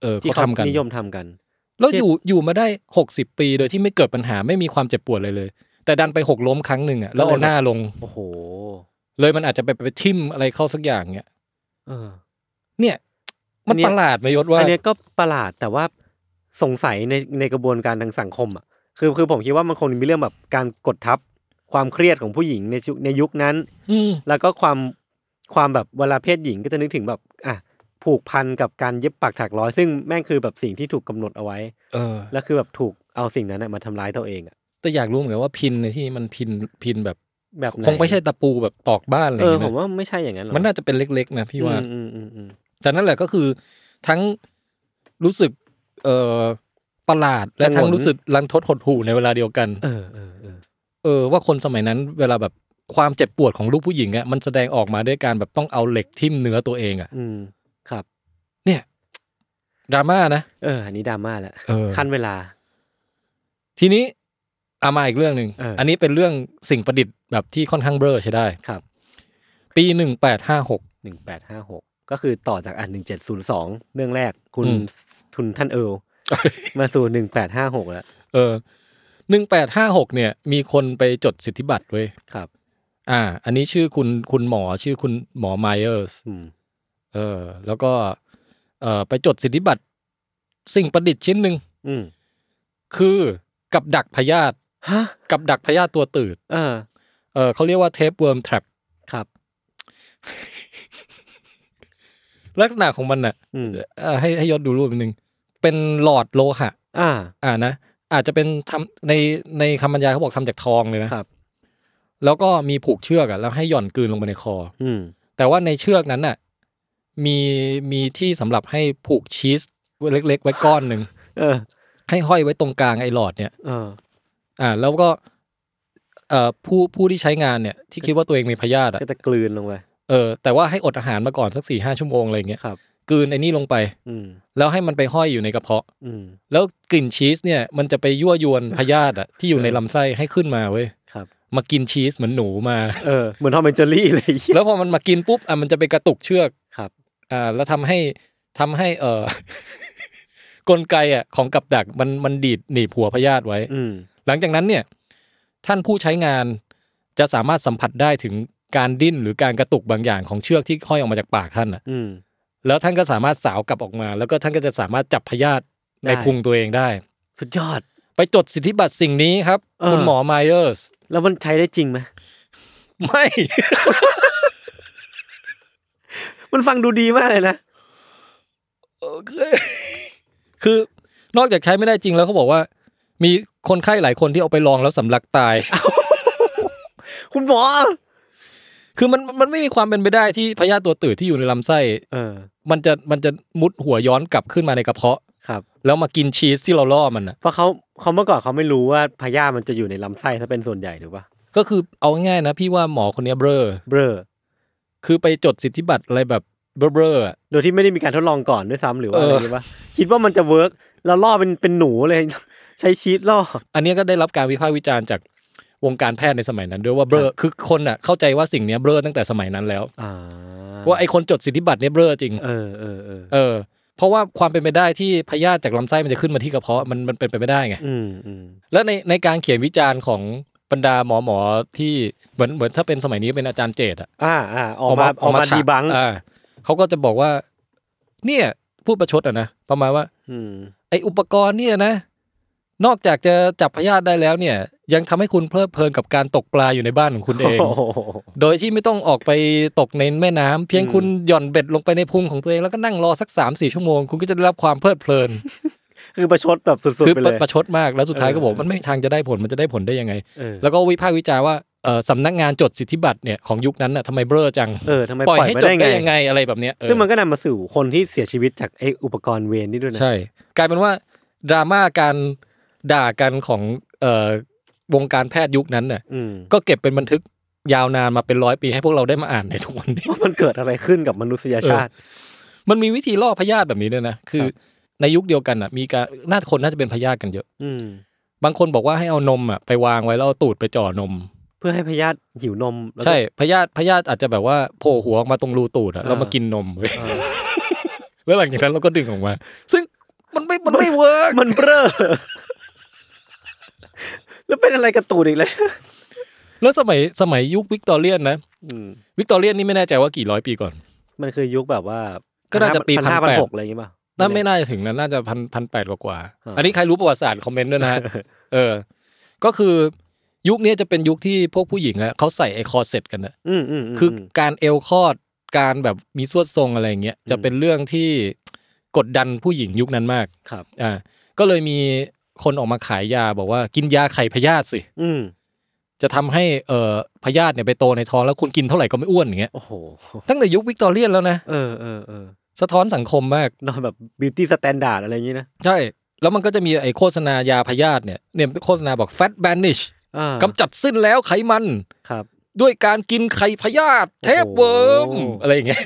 Speaker 3: เออ
Speaker 2: ที่
Speaker 3: เขา
Speaker 2: เขา
Speaker 3: ทำกัน
Speaker 2: นิยมทำกัน
Speaker 3: แล้ว
Speaker 2: เช่น
Speaker 3: อยู่อยู่มาได้หกสิบปีโดยที่ไม่เกิดปัญหาไม่มีความเจ็บปวดเลยเลย แต่ดันไปหกล้มครั้งหนึ่งอ่ะแล้วเอาหน้าลง
Speaker 2: โอ้โห
Speaker 3: เลยมันอาจจะไปไปทิ่มอะไรเข้าสักอย่างเนี่ย
Speaker 2: เออ
Speaker 3: เนี่ย
Speaker 2: อั
Speaker 3: มัน น
Speaker 2: เนี้ย
Speaker 3: ประหลาดไหมยศว่า
Speaker 2: อันเนี้ยก็ประหลาดแต่ว่าสงสัยในในกระบวนการทางสังคมอ่ะคือคือผมคิดว่ามันคงมีเรื่องแบบการกดทับ ความเครียดของผู้หญิงในชุในยุคนั้น
Speaker 3: อืม
Speaker 2: แล้วก็ความความแบบเวลาเพศหญิงก็จะนึกถึงแบบอ่ะผูกพันกับการเย็บปักถักร้อย ซึ่งแม่งคือแบบสิ่งที่ถูกกำหนดเอาไว้
Speaker 3: เออ
Speaker 2: แล้วคือแบบถูกเอาสิ่งนั้นนะมาทำร้ายตัวเองอ่ะ
Speaker 3: แต่อยากรู้เหมือนกันว่าพินในที่นี้มันพินพินแบบ
Speaker 2: แบบหน
Speaker 3: คงไม่ใช่ตะปูแบบตอกบ้านอะไรอ
Speaker 2: เอย่างอ
Speaker 3: งี้
Speaker 2: ผ
Speaker 3: นะ
Speaker 2: มว่าไม่ใช่อย่างนั้นหรอก
Speaker 3: มันน่าจะเป็นเล็ก ๆ นะพี่ว่า
Speaker 2: อืมอืมอืมอืม
Speaker 3: แต่นั่นแหละก็คือทั้งรู้สึกเอ่อประหลาด และ
Speaker 2: สงวน
Speaker 3: ทั้งรู้สึกรันทดหดหู่ในเวลาเดียวกัน
Speaker 2: เออเออเออ
Speaker 3: เออว่าคนสมัยนั้นเวลาแบบความเจ็บปวดของลูกผู้หญิงอะมันแสดงออกมาด้วยการแบบต้องเอาเหล็กทิ่มเนื้อตัวเองอะ
Speaker 2: อืมครับ
Speaker 3: เนี่ยดราม่านะ
Speaker 2: เออ อันนี้ดราม่าแหละ
Speaker 3: เออ
Speaker 2: ขั้นเวลา
Speaker 3: ทีนี้เอามาอีกเรื่องหนึ่ง
Speaker 2: เอออั
Speaker 3: อันนี้เป็นเรื่องสิ่งประดิษฐ์แบบที่ค่อนข้างเบ้อใช้ได้
Speaker 2: ครับ
Speaker 3: ปีหนึ่งแปดห้าหก
Speaker 2: หนึ่งแปดห้าหกก็คือต่อจากอันหนึ่งเจ็ดศูนย์สองเรื่องแรกคุณ
Speaker 3: อืม
Speaker 2: ทุนท่านเอิ ร์ลมาสู่หนึ่งแปดห้าหกแล้ว
Speaker 3: เออหนึ่งแปดห้าหกเนี่ย มีคนไปจดสิทธิบัตรเว้ย
Speaker 2: ครับ
Speaker 3: อ่า อันนี้ชื่อคุณคุณหมอชื่อคุณหมอไมเออร์ส
Speaker 2: อืม
Speaker 3: เออ แล้วก็เออไปจดสิทธิบัตรสิ่งประดิษฐ์ชิ้นหนึ่ง
Speaker 2: อืม
Speaker 3: คือกับดักพยาธิ
Speaker 2: ฮะ
Speaker 3: กับดักพยาธิตัวตืด
Speaker 2: เออ
Speaker 3: เออเขาเรียกว่าเทปเวิร์มทรัพ
Speaker 2: ครับ
Speaker 3: ลักษณะของมันน่ะ
Speaker 2: อืม
Speaker 3: เอ่อให้ให้ยศดูรูปนิดนึง เป็นหลอดโลหะ
Speaker 2: อ่า
Speaker 3: อ่านะ อาจจะเป็นทำในในคำบรรยายเขาบอกทำจากทองเลยนะ
Speaker 2: ครับ
Speaker 3: แล้วก็มีผูกเชือกอะแล้วให้หย่อนกลืนลงไปในคอ
Speaker 2: อืม
Speaker 3: แต่ว่าในเชือกนั้นน่ะมีมีที่สำหรับให้ผูกชีส ไว้เล็ก ๆ ไว้ก้อนหนึ่ง
Speaker 2: เออ
Speaker 3: ให้ห้อยไว้ตรงกลางไอ้หลอดเนี่ย
Speaker 2: เออ
Speaker 3: อ่า แล้วก็เอ่อผู้ผู้ที่ใช้งานเนี่ย ที่คิดว่าตัวเองมีพยาธิอะ
Speaker 2: ก็จะกลืนลงไป
Speaker 3: เออแต่ว่าให้อดอาหารมาก่อนสักสี่ห้าชั่วโมงอะไรอย่างเงี้ย
Speaker 2: ครับ
Speaker 3: กลืนไอ้นี่ลงไป
Speaker 2: อืม
Speaker 3: แล้วให้มันไปห้อยอยู่ในกระเพาะ
Speaker 2: อืม
Speaker 3: แล้วกลิ่นชีสเนี่ยมันจะไปยั่วยวนพยาธิอะที่อยู่ในลำไส้ให้ขึ้นมาเว้ย
Speaker 2: ครับ
Speaker 3: มากินชีสเหมือนหนูมา
Speaker 2: เออ เหมือนทอมแอนเจอรี่เลย
Speaker 3: แล้วพอมันมากินปุ๊บอ่ะมันจะไปกระตุกเชือก
Speaker 2: ครับ
Speaker 3: อ่าแล้วทำให้ทำให้เอ่ อ กลไกอ่ะของกับดักมันมันดีดหนีบหัวพยาธิไว้
Speaker 2: อืม
Speaker 3: หลังจากนั้นเนี่ย ท่านผู้ใช้งานจะสามารถสัมผัสได้ถึงการดิ้นหรือการกระตุกบางอย่างของเชือกที่ห้อยออกมาจากปากท่านอ่ะ
Speaker 2: อืม
Speaker 3: แล้วท่านก็สามารถสาวกลับออกมา แล้วก็ท่านก็จะสามารถจับพยาธิใน
Speaker 2: ได้
Speaker 3: พุงตัวเองได้
Speaker 2: สุดยอด
Speaker 3: ไปจดสิทธิบัตรสิ่งนี้ครับ
Speaker 2: เออ
Speaker 3: คุณหมอไมเออร์ส
Speaker 2: แล้วมันใช้ได้จริงไหม
Speaker 3: ไม่
Speaker 2: มันฟังดูดีมากเลยนะ
Speaker 3: คือนอกจากใช้ไม่ได้จริงแล้วเขาบอกว่า มีคนไข้หลายคนที่เอาไปลองแล้วสำลักตาย
Speaker 2: คุณหมอ
Speaker 3: คือมันมันไม่มีความเป็นไปได้ที่พยาธิตัวตืดที่อยู่ในลำไส้
Speaker 2: เออ
Speaker 3: มันจะมันจะมุดหัวย้อนกลับขึ้นมาในกระเพาะ
Speaker 2: ครับ
Speaker 3: แล้วมากินชีสที่เราล่อมันน่ะ
Speaker 2: เพราะเขาเขาเมื่อก่อนเขาไม่รู้ว่าพยาธิมันจะอยู่ในลำไส้ถ้าเป็นส่วนใหญ่ถูกปะ
Speaker 3: ก็คือเอาง่ายๆนะ พี่ว่าหมอคนเนี้ยเบลอ
Speaker 2: เบลอ
Speaker 3: คือไปจดสิทธิบัตรอะไรแบบเบลอๆอะ
Speaker 2: โดยที่ไม่ได้มีการทดลองก่อนด้วยซ้ำหรือว่า
Speaker 3: เออ
Speaker 2: อะ
Speaker 3: อ
Speaker 2: ไรนี้ปะคิดว่ามันจะเวิร์กแล้วล่อเป็นเป็นหนูเลย ใช้ชีสล่อ
Speaker 3: อันเนี้ยก็ได้รับการวิพากษ์วิจารณ์จากวงการแพทย์ในสมัยนั้นด้วยว่าเบลอคือคนอ่ะเข้าใจว่าสิ่งเนี้ยเบลอตั้งแต่สมัยนั้นแล้ว
Speaker 2: อ่า
Speaker 3: ว่าไอคนจดสิทธิบัตรเนี่ยเบลอจริง
Speaker 2: เออเออเออ
Speaker 3: เออ เพราะว่าความเป็นไปได้ที่พยาธิจากลำไส้มันจะขึ้นมาที่กระเพาะมันมันเป็นไปไม่ได้ไง
Speaker 2: อืมอืม
Speaker 3: แล้วในในการเขียนวิจารณ์ของบรรดาหมอหมอที่เหมือนเหมือนถ้าเป็นสมัยนี้เป็นอาจารย์เจตอะ
Speaker 2: อ่าอ่าออกมาออกมา
Speaker 3: ฉะ
Speaker 2: ดีบัง
Speaker 3: อ่าเขาก็จะบอกว่า เนี่ยพูดประชดอะนะประมาณว่า
Speaker 2: อืม
Speaker 3: ไออุปกรณ์เนี่ยนะ นอกจากจะจับพยาธิได้แล้วเนี่ย ยังทำให้คุณเพลิดเพลินกับการตกปลาอยู่ในบ้านของคุณเอง
Speaker 2: โโห
Speaker 3: โดยที่ไม่ต้องออกไปตกในแม่น้ำเพียง
Speaker 2: อืม
Speaker 3: คุณหย่อนเบ็ดลงไปในพุงของตัวเองแล้วก็นั่งรอสัก3ามสี่ชั่วโมง คุณก็จะได้รับความเพลิดเพลิน
Speaker 2: คือประชดแบบสุด
Speaker 3: คือ
Speaker 2: ๆไป
Speaker 3: ป
Speaker 2: เล
Speaker 3: ระ
Speaker 2: ย
Speaker 3: ประชดมากแล้วสุดท้ายก็บอก
Speaker 2: เออ
Speaker 3: มันไม่มีทางจะได้ผลมันจะได้ผลได้ยังไง
Speaker 2: เออ
Speaker 3: แล้วก็วิพากษ์วิจารณ์ว่าเอ่อสำนักงานจดสิทธิบัตรเนี่ยของยุคนั้นน่ะทำไมเบ้อจัง
Speaker 2: เออทำไม
Speaker 3: ป
Speaker 2: ป
Speaker 3: ล่อ
Speaker 2: ล่อย ย
Speaker 3: ให้
Speaker 2: ไม่
Speaker 3: จด
Speaker 2: ได้ไง
Speaker 3: ได้ยังไงอะไรแบบเนี้ยเออ
Speaker 2: ซึ่งมันก็นำมาสู่คนที่เสียชีวิตจากไอ้อุปกรณ์เวรนี่ด้วยนะ
Speaker 3: ใช่ กลายเป็นว่าดราม่าการด่ากันของเอ่อวงการแพทย์ยุคนั้นน่ะ
Speaker 2: อืม
Speaker 3: ก็เก็บเป็นบันทึกยาวนานมาเป็นร้อยปีให้พวกเราได้มาอ่านในทุกวันนี้
Speaker 2: ว่ามันเกิดอะไรขึ้นกับมนุษยชาติ
Speaker 3: มันมีวิธีล่อพยาธิแบบนี้ด้วยนะ คือ
Speaker 2: ครับ
Speaker 3: ในยุคเดียวกันน่ะมีการน่าคนน่าจะเป็นพยาธิกันเยอะ
Speaker 2: อืม
Speaker 3: บางคนบอกว่าให้เอานมอ่ะไปวางไว้แล้วเอาตูดไปจ่อนม
Speaker 2: เพื่อให้พยาธิหิวนมแล้วก็
Speaker 3: ใช่พยาธิพยาธิอาจจะแบบว่าโผล่หัวออกมาตรงรูตูดอะ
Speaker 2: อ่า
Speaker 3: เรามากินนมเว้ย
Speaker 2: เออ
Speaker 3: แล้วหลังจากนั้นเราก็ดึงออกมา ซึ่งมันไม่มันไม่เวิร์ก
Speaker 2: มันเบ้อแล้วเป็นอะไรกระตูนอีกแล้ว
Speaker 3: แล้วสมัยสมัยยุควิกตอเรียนนะ
Speaker 2: อืม
Speaker 3: วิกตอเรียนนี่ไม่แน่ใจว่ากี่ร้อยปีก่อน
Speaker 2: มันคือยุคแบบว่า
Speaker 3: ก็น่าจะปี
Speaker 2: พันห้าพันหก
Speaker 3: 1800
Speaker 2: อะไรอย่างเงี้ยป่ะ
Speaker 3: น่าไม่น่าจะถึงนะน่าจะพันพันแปดกว่าๆ
Speaker 2: อ่า
Speaker 3: อันนี้ใครรู้ประวัติศาสตร์คอมเมนต์ด้วย นะฮะเออ ก็คือยุคนี้จะเป็นยุคที่พวกผู้หญิงอะเขาใส่ไอคอร์เซ็ตกันนะ
Speaker 2: อืมอืมม
Speaker 3: คือ
Speaker 2: ม
Speaker 3: การเอวคอดการแบบมีสวดทรงอะไรอย่างเงี้ยจะเป็นเรื่องที่กดดันผู้หญิงยุคนั้นมาก
Speaker 2: ครับ
Speaker 3: อ่าก็เลยมีคนออกมาขายยาบอกว่ากินยาไข่พยาธิสิ
Speaker 2: อืม
Speaker 3: จะทำให้เอ่อพยาธิเนี่ยไปโตในท้องแล้วคุณกินเท่าไหร่ก็ไม่อ้วนอย่างเงี้ย
Speaker 2: โอ้โห
Speaker 3: ตั้งแต่ยุควิกตอเรียนแล้วนะ
Speaker 2: เออเออเออ
Speaker 3: สะท้อนสังคมมาก
Speaker 2: นอนแบบบิวตี้สแตนดาร์ดอะไรอย่างงี้นะ
Speaker 3: ใช่ แล้วมันก็จะมีไอ้โฆษณายาพยาธิเนี่ยเนี่ยโฆษณาบอก fat banish
Speaker 2: อ่าก
Speaker 3: ำจัดสิ้นแล้วไขมัน
Speaker 2: ครับ
Speaker 3: ด้วยการกินไข่พยาธิเทพเวิร์ม
Speaker 2: โอ้โห
Speaker 3: อะไรอย่างเงี้ย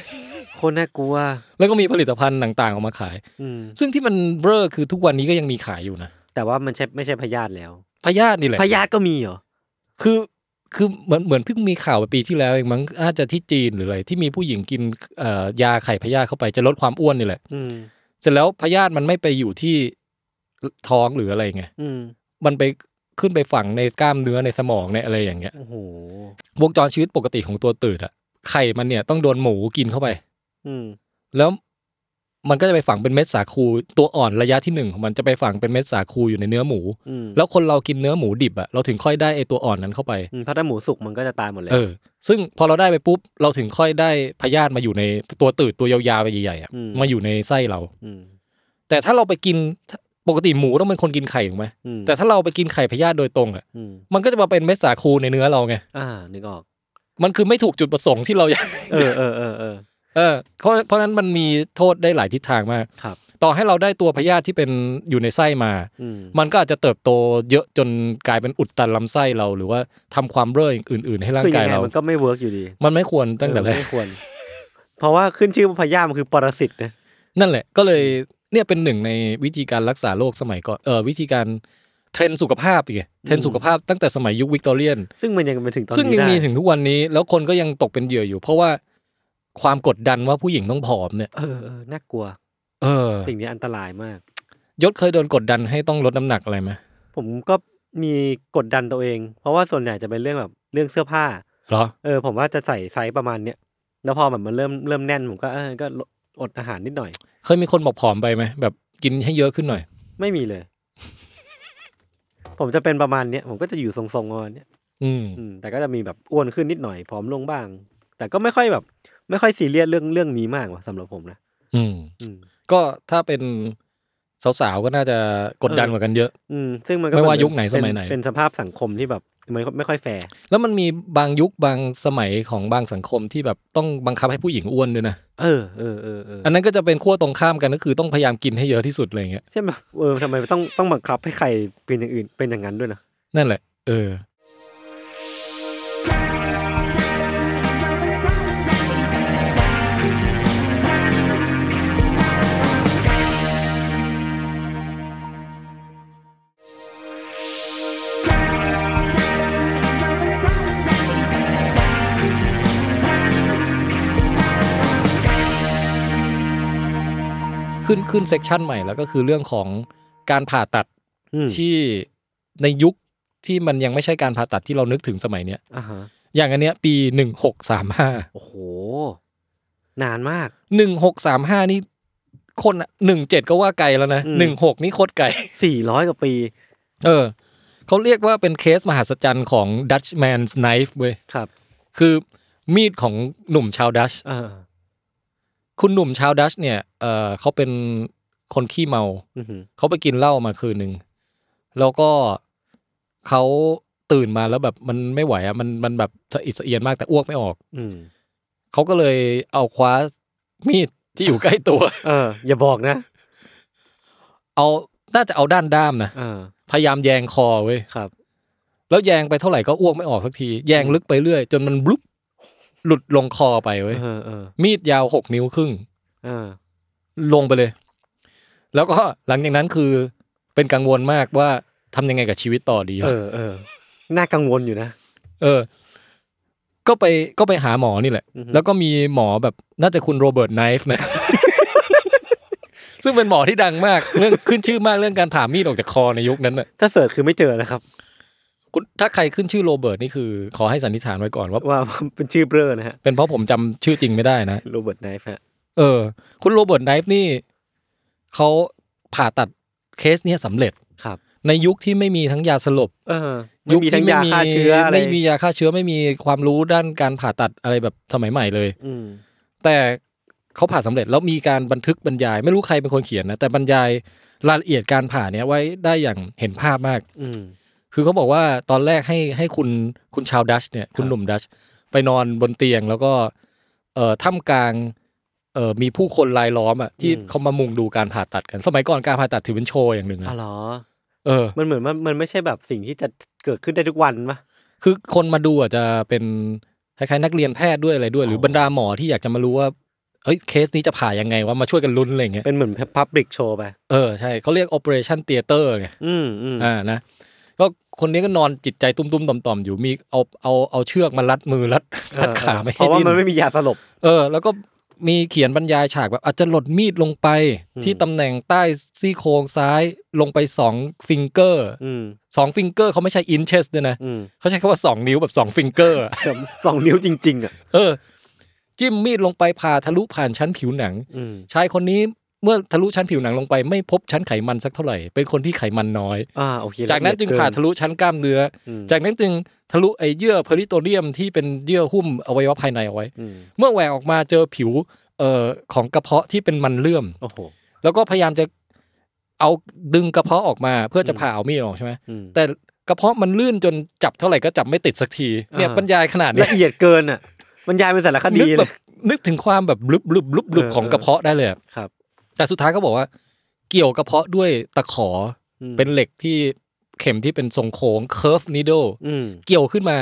Speaker 2: โคตรน่ากลัว
Speaker 3: แล้วก็มีผลิตภัณฑ์ต่างๆออกมาขาย
Speaker 2: อืม
Speaker 3: ซึ่งที่มันเบ้อคือทุกวันนี้ก็ยังมีขายอยู่นะ
Speaker 2: แต่ว่ามันใช่ไม่ใช่พยาธิแล้ว
Speaker 3: พยาธินี่แหละ
Speaker 2: พยาธิก็มีเหรอ
Speaker 3: คือคือเหมือนเหมือนเพิ่งมีข่าวไปปีที่แล้วเองมั้งอาจจะที่จีนหรืออะไรที่มีผู้หญิงกินเอ่อยาไข่พยาธิเข้าไปจะลดความอ้วนนี่แหละ
Speaker 2: อืม
Speaker 3: เสร็จแล้วพยาธิมันไม่ไปอยู่ที่ท้องหรืออะไรไง
Speaker 2: อืม
Speaker 3: มันไปขึ้นไปฝังในกล้ามเนื้อในสมองในอะไรอย่างเงี้ย
Speaker 2: โอ้โห
Speaker 3: วงจรชีวิตปกติของตัวตืดอะไข่มันเนี่ยต้องโดนหมูกินเข้าไป
Speaker 2: อืม
Speaker 3: แล้วมันก็จะไปฝังเป็นเม็ดสาคูตัวอ่อนระยะที่หนึ่งของมันจะไปฝังเป็นเม็ดสาคูอยู่ในเนื้อหมู
Speaker 2: อืม
Speaker 3: แล้วคนเรากินเนื้อหมูดิบอะเราถึงค่อยได้ไอตัวอ่อนนั้นเข้าไป
Speaker 2: อืมเพราะถ้าหมูสุกมันก็จะตายหมดเลย
Speaker 3: เออ ซึ่งพอเราได้ไปปุ๊บ เราถึงค่อยได้พยาธิมาอยู่ในตัวตืดตัวยาวๆใหญ่ๆอะ
Speaker 2: ม
Speaker 3: มาอยู่ในไส้เรา
Speaker 2: อืม
Speaker 3: แต่ถ้าเราไปกินปกติหมูต้องเป็นคนกินไข่ถูกไหม
Speaker 2: อืม
Speaker 3: แต่ถ้าเราไปกินไข่พยาธิโดยตรงอ่ะ
Speaker 2: อืม
Speaker 3: มันก็จะมาเป็นเม็ดสาคูในเนื้อเราไง
Speaker 2: อ่า นึกออก
Speaker 3: มันคือไม่ถูกจุดประสงค์ที่เราอยาก
Speaker 2: เออเออเออเออ
Speaker 3: เออเพราะเพราะฉะนั้นมันมีโทษได้หลายทิศทางมาก
Speaker 2: ครับ
Speaker 3: ต่อให้เราได้ตัวพยาธิที่เป็นอยู่ในไส้มา
Speaker 2: อืม
Speaker 3: มันก็อาจจะเติบโตเยอะจนกลายเป็นอุดตันลำไส้เรา หรือว่าทำความเร่ออย่างอื่น ๆ ให้ร่าง
Speaker 2: คือยั
Speaker 3: กาย
Speaker 2: งไง
Speaker 3: เรา
Speaker 2: มันก็ไม่เวิร์กอยู่ดี
Speaker 3: มันไม่ควรตั้งแต่
Speaker 2: เออ
Speaker 3: แรก
Speaker 2: ไม่ควร เพราะว่าขึ้นชื่อว่าพยาธิมันคือปรสิตนะ
Speaker 3: นั่นแหละ ก็เลยเนี่ยเป็นหนึ่งในวิธีการรักษาโรคสมัยก่อนเออวิธีการเทรนด์สุขภาพอีกไงเทรนด์สุขภาพตั้งแต่สมัยยุควิกตอเรียน
Speaker 2: ซึ่งมันยังเป็นถึงตอน
Speaker 3: ซึ่ง
Speaker 2: นี้
Speaker 3: ยัง
Speaker 2: ได้
Speaker 3: มีถึงทุกวันนี้แล้วคนก็ยังตกเป็นเหยื่ออยู่ เพราะว่าความกดดันว่าผู้หญิงต้องผอมเนี่ย
Speaker 2: เออเออน่ากลัว
Speaker 3: เออ
Speaker 2: สิ่งนี้อันตรายมาก
Speaker 3: ยศเคยโดนกดดันให้ต้องลดน้ำหนักอะไรไหม
Speaker 2: ผมก็มีกดดันตัวเอง เพราะว่าส่วนใหญ่จะเป็นเรื่องแบบเรื่องเสื้อผ้า
Speaker 3: เหรอ
Speaker 2: เออผมว่าจะใส่ไซส์ประมาณเนี้ยแล้วพอแบบมันเริ่มเริ่มแน่นผมก็เออก็ลดอดอาหารนิดหน่อย
Speaker 3: เคยมีคนบอกผอมไปไหมแบบกินให้เยอะขึ้นหน่อย
Speaker 2: ไม่มีเลย ผมจะเป็นประมาณเนี้ยผมก็จะอยู่ทรงๆประมาณเนี้ย
Speaker 3: อืม
Speaker 2: อืมแต่ก็จะมีแบบอ้วนขึ้นนิดหน่อยผอมลงบ้าง แต่ก็ไม่ค่อยแบบ ไม่ค่อยซีเรียสเรื่องเรื่องนี้มากว่ะสำหรับผมนะ
Speaker 3: อืม
Speaker 2: อืม
Speaker 3: ก็ถ้าเป็นสาวๆก็น่าจะกดดัน
Speaker 2: เออ
Speaker 3: กว่ากันเยอะ
Speaker 2: อืมซึ่งมันก็
Speaker 3: ไม่ว่า
Speaker 2: เป็
Speaker 3: ยุคไหนสมัยไหน
Speaker 2: เป็เป็นสภาพสังคมที่แบบมันไม่ค่อยแฟร์
Speaker 3: แล้วมันมีบางยุคบางสมัยของบางสังคมที่แบบต้องบังคับให้ผู้หญิงอ้วนด้วยนะ
Speaker 2: เออเออเออเออ
Speaker 3: อันนั้นก็จะเป็นขั้วตรงข้ามกันก็คือต้องพยายามกินให้เยอะที่สุดอะไรเงี้ย
Speaker 2: ใช่ไหมเออทำไมต้องต้องบังคับให้ใครเป็นอย่างอื่นเป็นอย่างนั้นด้วยนะ
Speaker 3: นั่นแหละ เออ ขึ้นขึ้นเซกชันใหม่แล้วก็คือเรื่องของการผ่าตัด
Speaker 2: อืม
Speaker 3: ที่ในยุคที่มันยังไม่ใช่การผ่าตัดที่เรานึกถึงสมัยเนี้ย
Speaker 2: อ่าฮะ
Speaker 3: อย่างอันเนี้ยปีหนึ่งหกสามห้า
Speaker 2: โอ้โห นานมาก
Speaker 3: หนึ่งหกสามห้านี่คนหนึ่งเจ็ดก็ว่าไกลแล้วนะ
Speaker 2: อืม
Speaker 3: หนึ่งหกนี่โคตรไกล
Speaker 2: สี่ร้อยกว่าปี
Speaker 3: เออเขาเรียกว่าเป็นเคสมหัศจรรย์ของ Dutchman's knife เว้ย
Speaker 2: ครับ
Speaker 3: คือมีดของหนุ่มชาวดัช
Speaker 2: เออ
Speaker 3: คุณหนุ่มชาวดัชเนี่ยเออเขาเป็นคนขี้เมา
Speaker 2: อือหือ
Speaker 3: เขาไปกินเหล้ามาคืนหนึ่ง แล้วก็เขาตื่นมาแล้วแบบมันไม่ไหวอ่ะมันมันแบบสะอิดสะเอียนมากแต่อ้วกไม่ออก
Speaker 2: อืม
Speaker 3: เขาก็เลยเอาคว้ามีดที่อยู่ใกล้ตัว
Speaker 2: เออ อย่าบอกนะ
Speaker 3: เอาน่าจะเอาด้านด้ามนะ
Speaker 2: เออ
Speaker 3: พยายามแยงคอเว้ย
Speaker 2: ครับ
Speaker 3: แล้วแยงไปเท่าไหร่ก็อ้วกไม่ออกสักที แยงลึกไปเรื่อย จนมันบลุ๊บหลุดลงคอไปเว้ย
Speaker 2: เออเออ
Speaker 3: มีดยาวหกนิ้วครึ่ง
Speaker 2: เออ
Speaker 3: ลงไปเลย แล้วก็หลังจากนั้นคือเป็นกังวลมากว่าทำยังไงกับชีวิตต่อดี
Speaker 2: เออ เออ น่ากังวลอยู่นะ
Speaker 3: เออ ก็ไปก็ไปหาหมอนี่แหละ
Speaker 2: อือฮึ
Speaker 3: แล้วก็มีหมอแบบน่าจะคุณโรเบิร์ตไนฟ์นะ ซึ่งเป็นหมอที่ดังมาก เรื่องขึ้นชื่อมากเรื่องการผ่ามีดออกจากคอในยุคนั้นน่ะ
Speaker 2: ถ้าเสิร์ชคือไม่เจอนะครับ
Speaker 3: คุณถ้าใครขึ้นชื่อโรเบิร์ตนี่คือ ขอให้สันนิษฐานไว้ก่อนว่า
Speaker 2: ว่า เป็นชื่อเบลอนะฮะ
Speaker 3: เป็นเพราะผมจำชื่อจริงไม่ได้นะ
Speaker 2: โรเบิร์ตไนฟ์ฮะ
Speaker 3: เออ คุณโรเบิร์ตไนฟ์นี่เขาผ่าตัดเคสเนี้ยสำเร็จ
Speaker 2: ครับ
Speaker 3: ในยุคที่ไม่มีทั้งยาสลบ
Speaker 2: เออไม่มีทั้งยาฆ่าเชื้ออะไร
Speaker 3: ไม่มียาฆ่าเชื้อไม่มีความรู้ด้านการผ่าตัดอะไรแบบสมัยใหม่เลย
Speaker 2: อืม
Speaker 3: แต่เขาผ่าสำเร็จแล้วมีการบันทึกบรรยาย ไม่รู้ใครเป็นคนเขียนนะแต่บรรยายรายละเอียดการผ่าเนี้ยไว้ได้อย่างเห็นภาพมาก
Speaker 2: อืม
Speaker 3: คือเขาบอกว่าตอนแรกให้ให้คุณคุณชาวดัชเนี่ยคุณ
Speaker 2: ครับ
Speaker 3: หนุ่มดัชไปนอนบนเตียงแล้วก็เอ่อท่ามกลางเอ่อมีผู้คนรายล้อมอ่ะที่เขามามุงดูการผ่าตัดกัน สมัยก่อนการผ่าตัดถือเป็นโชว์อย่างหนึ่ง
Speaker 2: อ๋อ
Speaker 3: นะ
Speaker 2: เหรอ
Speaker 3: เออ
Speaker 2: มันเหมือนมันมันไม่ใช่แบบสิ่งที่จะเกิดขึ้นได้ทุกวันปะ
Speaker 3: คือคนมาดูอาจจะเป็นคล้ายๆนักเรียนแพทย์ด้วยอะไรด้วย หรืออบรรดาหมอที่อยากจะมารู้ว่าเอ้ยเคสนี้จะผ่ายังไงว่ามาช่วยกันลุ้นอะไรอย่างเงี้ย
Speaker 2: เป็นเหมือนพับบิกโชว์ไป
Speaker 3: เออใช่เขาเรียก operation theater ไง
Speaker 2: อืมอืม
Speaker 3: อ่านะก็คนนี้ก็นอนจิตใจตุ้มๆต่อมๆอยู่มีเอาเอาเอาเชือกมารัดมือรัด
Speaker 2: เอ
Speaker 3: รัด
Speaker 2: อ
Speaker 3: ขาไม่
Speaker 2: เพราะว่า
Speaker 3: ให้
Speaker 2: มัน
Speaker 3: ดิ้น
Speaker 2: ไม่มียาสลบ
Speaker 3: เออ แล้วก็มีเขียนบรรยายฉากแบบอาจจะหลดมีดลงไป
Speaker 2: อืม
Speaker 3: ที่ตำแหน่งใต้ซี่โครงซ้ายลงไปสองฟิงเกอร์
Speaker 2: อืม
Speaker 3: สองฟิงเกอร์เขาไม่ใช่อินเชสด้วยนะ
Speaker 2: อืม
Speaker 3: เขาใช้คำว่าสองนิ้วแบบสองฟิงเกอร์
Speaker 2: แบบสองนิ้วจริง ๆ อ่ะ
Speaker 3: เออ จิ้มมีดลงไปผ่าทะลุผ่านชั้นผิวหนัง
Speaker 2: อืม
Speaker 3: ชายคนนี้เมื่อทะลุชั้นผิวหนังลงไป ไม่พบชั้นไขมันสักเท่าไหร่ เป็นคนที่ไขมันน้อย
Speaker 2: อ่าโอเค
Speaker 3: จากนั้นจึงผ่าทะลุชั้นกล้ามเนื้ออ
Speaker 2: จา
Speaker 3: จาก กนั้นจึงทะลุไอเยื่อเพอริโตเนียมที่เป็นเยื่อหุ้มอวัยวะภายในเอาไว้ เมื่อแหวกออกมาเจอผิวเอ่อของกระเพาะที่เป็นมันเลื่อม
Speaker 2: โอ้โห
Speaker 3: แล้วก็พยายามจะเอาดึงกระเพาะออกมาเพื่อจะผ่าเอามีดออกใช่ไหม
Speaker 2: อืม
Speaker 3: แต่กระเพาะมันลื่นจนจับเท่าไหร่ก็จับไม่ติดสักทีเนี่ย
Speaker 2: อ่า
Speaker 3: บรรยายขนาดนี้
Speaker 2: ละเอียดเกิน อ่ะ มันยายเป็นสารคดี
Speaker 3: นึก
Speaker 2: เล
Speaker 3: แบ
Speaker 2: ย
Speaker 3: บนึกถึงความแบบลุบลุบลุบลุบ
Speaker 2: เออ
Speaker 3: ของกระเพาะได้เลยอะ
Speaker 2: ครับ
Speaker 3: แต่สุดท้ายเขาบอกว่า เกี่ยวกระเพาะด้วยตะขอ
Speaker 2: อืม
Speaker 3: เป็นเหล็กที่เข็มที่เป็นทรงโค้ง curve needle
Speaker 2: อืม
Speaker 3: เกี่ยวขึ้นมา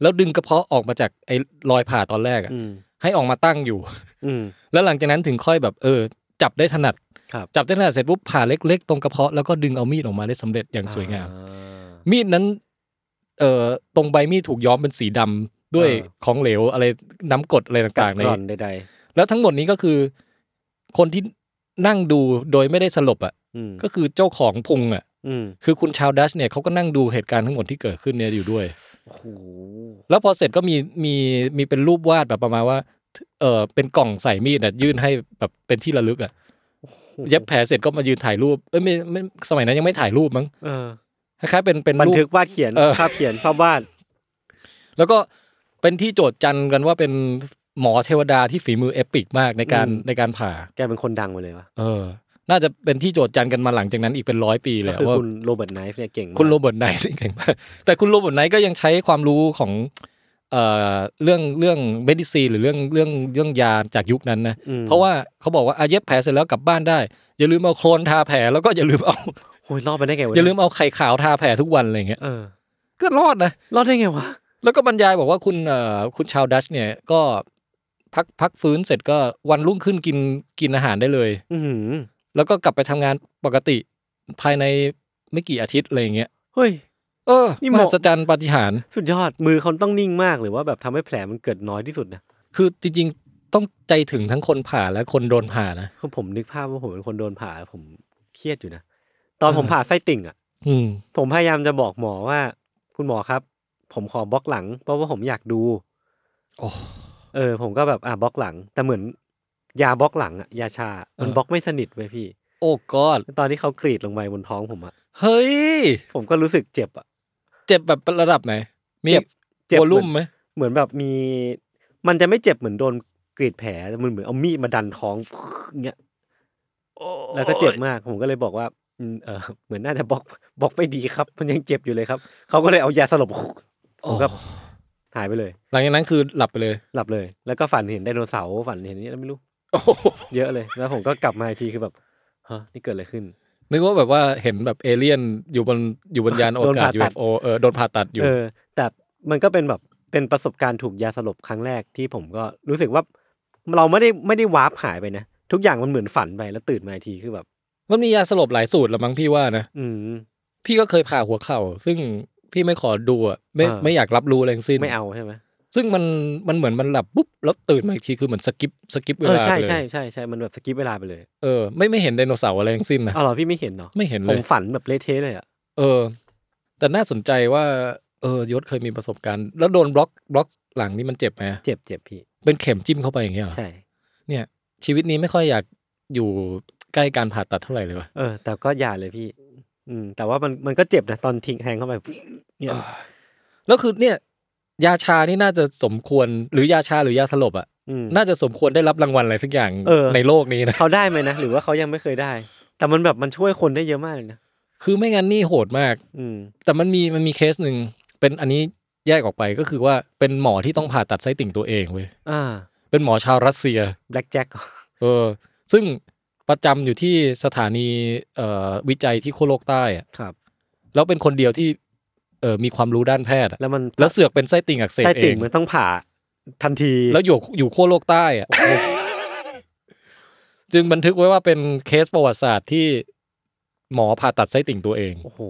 Speaker 3: แล้วดึงกระเพาะออกมาจากไอ้รอยผ่าตอนแรกอะ
Speaker 2: อืม
Speaker 3: ให้ออกมาตั้งอยู่
Speaker 2: อืม
Speaker 3: แล้วหลังจากนั้นถึงค่อยแบบเออ จับได้ถนัด
Speaker 2: ครับ
Speaker 3: จับได้ถนัดเสร็จปุ๊บผ่าเล็กๆ ตรงกระเพาะแล้วก็ดึงเอามีดออกมาได้สำเร็จอย่างสวยงาม
Speaker 2: อ่
Speaker 3: มีดนั้นเอ่อตรงใบมีดถูกย้อมเป็นสีดำด้วย
Speaker 2: เออ
Speaker 3: ของเหลวอะไรน้ำกรดอะไร
Speaker 2: กัด
Speaker 3: ต่างๆใน
Speaker 2: กร่อนใด
Speaker 3: แล้วทั้งหมดนี้ก็คือ คนที่นั่งดูโดยไม่ได้สลบอ่ะ
Speaker 2: ๆอืม
Speaker 3: ก็คือเจ้าของพุงอ่ะ
Speaker 2: อืม
Speaker 3: คือคุณชาวดัชเนี่ยเขาก็นั่งดูเหตุการณ์ทั้งหมดที่เกิดขึ้นเนี่ยอยู่ด้วย
Speaker 2: โอ้โห
Speaker 3: แล้วพอเสร็จก็มีมีมีเป็นรูปวาดแบบประมาณว่า เออเป็นกล่องใส่มีดน่ะยื่นให้แบบเป็นที่ระลึกอ่ะเย็บแผลเสร็จก็มายืนถ่ายรูปเอ้ยไม่ไม่สมัยนั้นยังไม่ถ่ายรูปมั้ง
Speaker 2: เออ
Speaker 3: คล้ายๆเป็นเป็น
Speaker 2: บัน
Speaker 3: รูป
Speaker 2: ทึกวาดเขียน
Speaker 3: เออ
Speaker 2: ภาพเขียนภาพวาด
Speaker 3: แล้วก็เป็นที่โจทย์จันกันว่าเป็นหมอเทวดาที่ฝีมือเอปิกมากในการในการผ่า
Speaker 2: แกเป็นคนดังไปเลยวะ
Speaker 3: เออ น่าจะเป็นที่โจทย์จันกันมาหลังจากนั้นอีกเป็นร้อยปีเล
Speaker 2: ก็
Speaker 3: ยอะ
Speaker 2: คือ
Speaker 3: ว่า
Speaker 2: คุณโรเบิร์ตไนฟ์เนี่ยเก่งมาก
Speaker 3: คุณโรเบิร์ตไนท์เก่งมากแต่คุณโรเบิร์ตไนท์ก็ยังใช้ความรู้ของเอ่อเรื่องเรื่องเมดิซีหรือเรื่องเรื่องเรื่องยาจากยุคนั้นนะ
Speaker 2: อืม
Speaker 3: เพราะว่าเขาบอกว่าอาเย็บแผลเสร็จแล้วกลับบ้านได้ อย่าลืมเอาโคลนทาแผลแล้วก็อย่าลืมเอา
Speaker 2: โอ้ยรอดไปได้ไงวะ
Speaker 3: อย่าลืมเอาไข่ขาวทาแผลทุกวันอะไรอย่างเงี้ย
Speaker 2: เออ
Speaker 3: ก็รอดนะ
Speaker 2: รอดได้ไงวะ
Speaker 3: แล้วก็บรรยายบอกว่าคุณเอ่อคุณชาวดัชเนี่ยก็พักพักฟื้นเสร็จก็วันรุ่งขึ้นกินกินอาหารได้เลย
Speaker 2: อือหือ
Speaker 3: แล้วก็กลับไปทำงานปกติภายในไม่กี่อาทิตย์อะไรอย่างเงี้ย
Speaker 2: เฮ้ย
Speaker 3: เออ
Speaker 2: นี่
Speaker 3: ม
Speaker 2: เหมาะ
Speaker 3: หัศจรรย์ปาฏิหาริย์
Speaker 2: สุดยอดมือเขาต้องนิ่งมากหรือว่าแบบทำให้แผลมันเกิดน้อยที่สุดนะ
Speaker 3: คือจริงๆ ต้องใจถึงทั้งคนผ่าและคนโดนผ่านะ
Speaker 2: คือผมนึกภาพว่าผมเป็นคนโดนผ่าผมเครียดอยู่นะ ตอน
Speaker 3: เออ
Speaker 2: ผมผ่าไส้ติ่งอ่ะ
Speaker 3: อืม
Speaker 2: ผมพยายามจะบอกหมอว่า คุณหมอครับ ผมขอบล็อกหลัง เพราะว่าผมอยากดู
Speaker 3: โอ้
Speaker 2: เออ ผมก็แบบอ่ะบล็อกหลัง แต่เหมือน ยาบล็อกหลังอ่ะยาชา มั
Speaker 3: เอ
Speaker 2: น
Speaker 3: อ
Speaker 2: บล็อกไม่สนิทไปพี่
Speaker 3: โอ้กอด
Speaker 2: ตอนที่เขากรีดลงไปบนท้องผมอ่ะ
Speaker 3: เฮ้ย
Speaker 2: ผมก็รู้สึกเจ็บอ่ะ
Speaker 3: เจ็บแบบระดับไหน มี
Speaker 2: เจ็บเจ็บ
Speaker 3: วอลลุ่มไหม
Speaker 2: เหมือนแบบมี มันจะไม่เจ็บเหมือนโดนกรีดแผลแต่มันเหมือนเอามีดมาดันท้องอย่างเงี้ย แล้วก็เจ็บมากผมก็เลยบอกว่าอืมเออเหมือนน่าจะบล็อกบล็อกไม่ดีครับ มันยังเจ็บอยู่เลยครับ เขาก็เลยเอายาสลบ ผ
Speaker 3: โอ้
Speaker 2: มก็ หายไปเลย
Speaker 3: หลังจากนั้นคือหลับไปเลย
Speaker 2: หลับเลย แล้วก็ฝันเห็นไดโนเสาร์ฝันเห็นนี่ไม่รู้
Speaker 3: โอ้โห
Speaker 2: เยอะเลย แล้วผมก็กลับมาอีกทีคือแบบฮะนี่เกิดอะไรขึ้น
Speaker 3: นึกว่าแบบว่าเห็นแบบเอเลี่ยนอยู่บนอยู่บนยานอว
Speaker 2: โดน
Speaker 3: กาศ
Speaker 2: ผ่าตัด
Speaker 3: UFO เออโดนผ่าตัดอยู่
Speaker 2: เออ แต่มันก็เป็นแบบเป็นประสบการณ์ถูกยาสลบครั้งแรกที่ผมก็รู้สึกว่า เราไม่ได้ไม่ได้วาร์ปหายไปนะทุกอย่างมันเหมือนฝันไปแล้วตื่นมาอีกทีคือแบบ
Speaker 3: มันมียาสลบหลายสูตรละมั้งพี่ว่านะ
Speaker 2: อืม
Speaker 3: พี่ก็เคยผ่าหัวเข่า ซึ่งพี่ไม่ขอดูอ่ะไม่
Speaker 2: เออ
Speaker 3: ไม่อยากรับรู้อะไรทั้งสิ้น
Speaker 2: ไม่เอาใช่ไหม
Speaker 3: ซึ่งมันมันเหมือนมันหลับปุ๊บแล้วตื่นมาอีกทีคือเหมือนสกิปสกิปเว
Speaker 2: เออ
Speaker 3: ลา
Speaker 2: ใช่
Speaker 3: ไปเล
Speaker 2: ใช่
Speaker 3: ย
Speaker 2: ใช่ใช่มันแบบสกิปเวลาไปเลย
Speaker 3: เออไม่ไม่เห็นไดโนเสาร์อะไรทั้งสิ้นนะ
Speaker 2: อ๋อเหรอพี่ไม่เห็นเนาะ
Speaker 3: ไม่เห็น
Speaker 2: ผ
Speaker 3: เล
Speaker 2: ม
Speaker 3: ย
Speaker 2: ฝันแบบเละเทะเลยอ่ะ
Speaker 3: เออ แต่น่าสนใจว่า เออยศเคยมีประสบการณ์ แล้วโดนบล็อกบล็อกหลังนี่มันเจ็บไหม
Speaker 2: เจ็บเจ็บพี่
Speaker 3: เป็นเข็มจิ้มเข้าไปอย่างเงี้ยเหรอ
Speaker 2: ใช่
Speaker 3: เนี่ย ชีวิตนี้ไม่ค่อยอยากอยู่ใกล้การผ่าตัดเท่าไหร่เลยวะ
Speaker 2: เออ แต่ก็อย่าเลยพี่ อืม แต่ว่ามันมันก็เจ็บนะตอนทิ้งแทงเข้าไปเนี่ย
Speaker 3: แล้วคือเนี่ย ยาชานี่น่าจะสมควรหรือยาชาหรือยาสลบอ่ะ
Speaker 2: อืม
Speaker 3: น่าจะสมควรได้รับรางวัลอะไรสักอย่าง
Speaker 2: เออ
Speaker 3: ในโลกนี้นะ
Speaker 2: เขาได้ไหมนะ หรือว่าเขายังไม่เคยได้ แต่มันแบบมันช่วยคนได้เยอะมากเลยนะ
Speaker 3: คือไม่งั้นนี่โหดมาก
Speaker 2: อืม
Speaker 3: แต่มันมีมันมีเคสหนึ่งเป็นอันนี้แยกออกไปก็คือว่าเป็นหมอที่ต้องผ่าตัดไส้ติ่งตัวเองเว้ย
Speaker 2: อ่า
Speaker 3: เป็นหมอชาวรัสเซีย
Speaker 2: แบล็กแจ็ค
Speaker 3: เออ ซึ่งประจำอยู่ที่สถานีเอ่อวิจัยที่ขั้วโลกใต้อะ
Speaker 2: ครับ
Speaker 3: แล้วเป็นคนเดียวที่เออมีความรู้ด้านแพทย์อะ
Speaker 2: แล้วมัน
Speaker 3: แล้วเสือกเป็นไส้ติ่งอักเสบ
Speaker 2: ไส้
Speaker 3: เอ
Speaker 2: ติ่ง
Speaker 3: ง
Speaker 2: มันต้องผ่าทันที
Speaker 3: แล้วอยู่อยู่ขั้วโลกใต้อะ จึงบันทึกไว้ว่าเป็นเคสประวัติศาสตร์ที่หมอผ่าตัดไส้ติ่งตัวเอง
Speaker 2: โอ้โห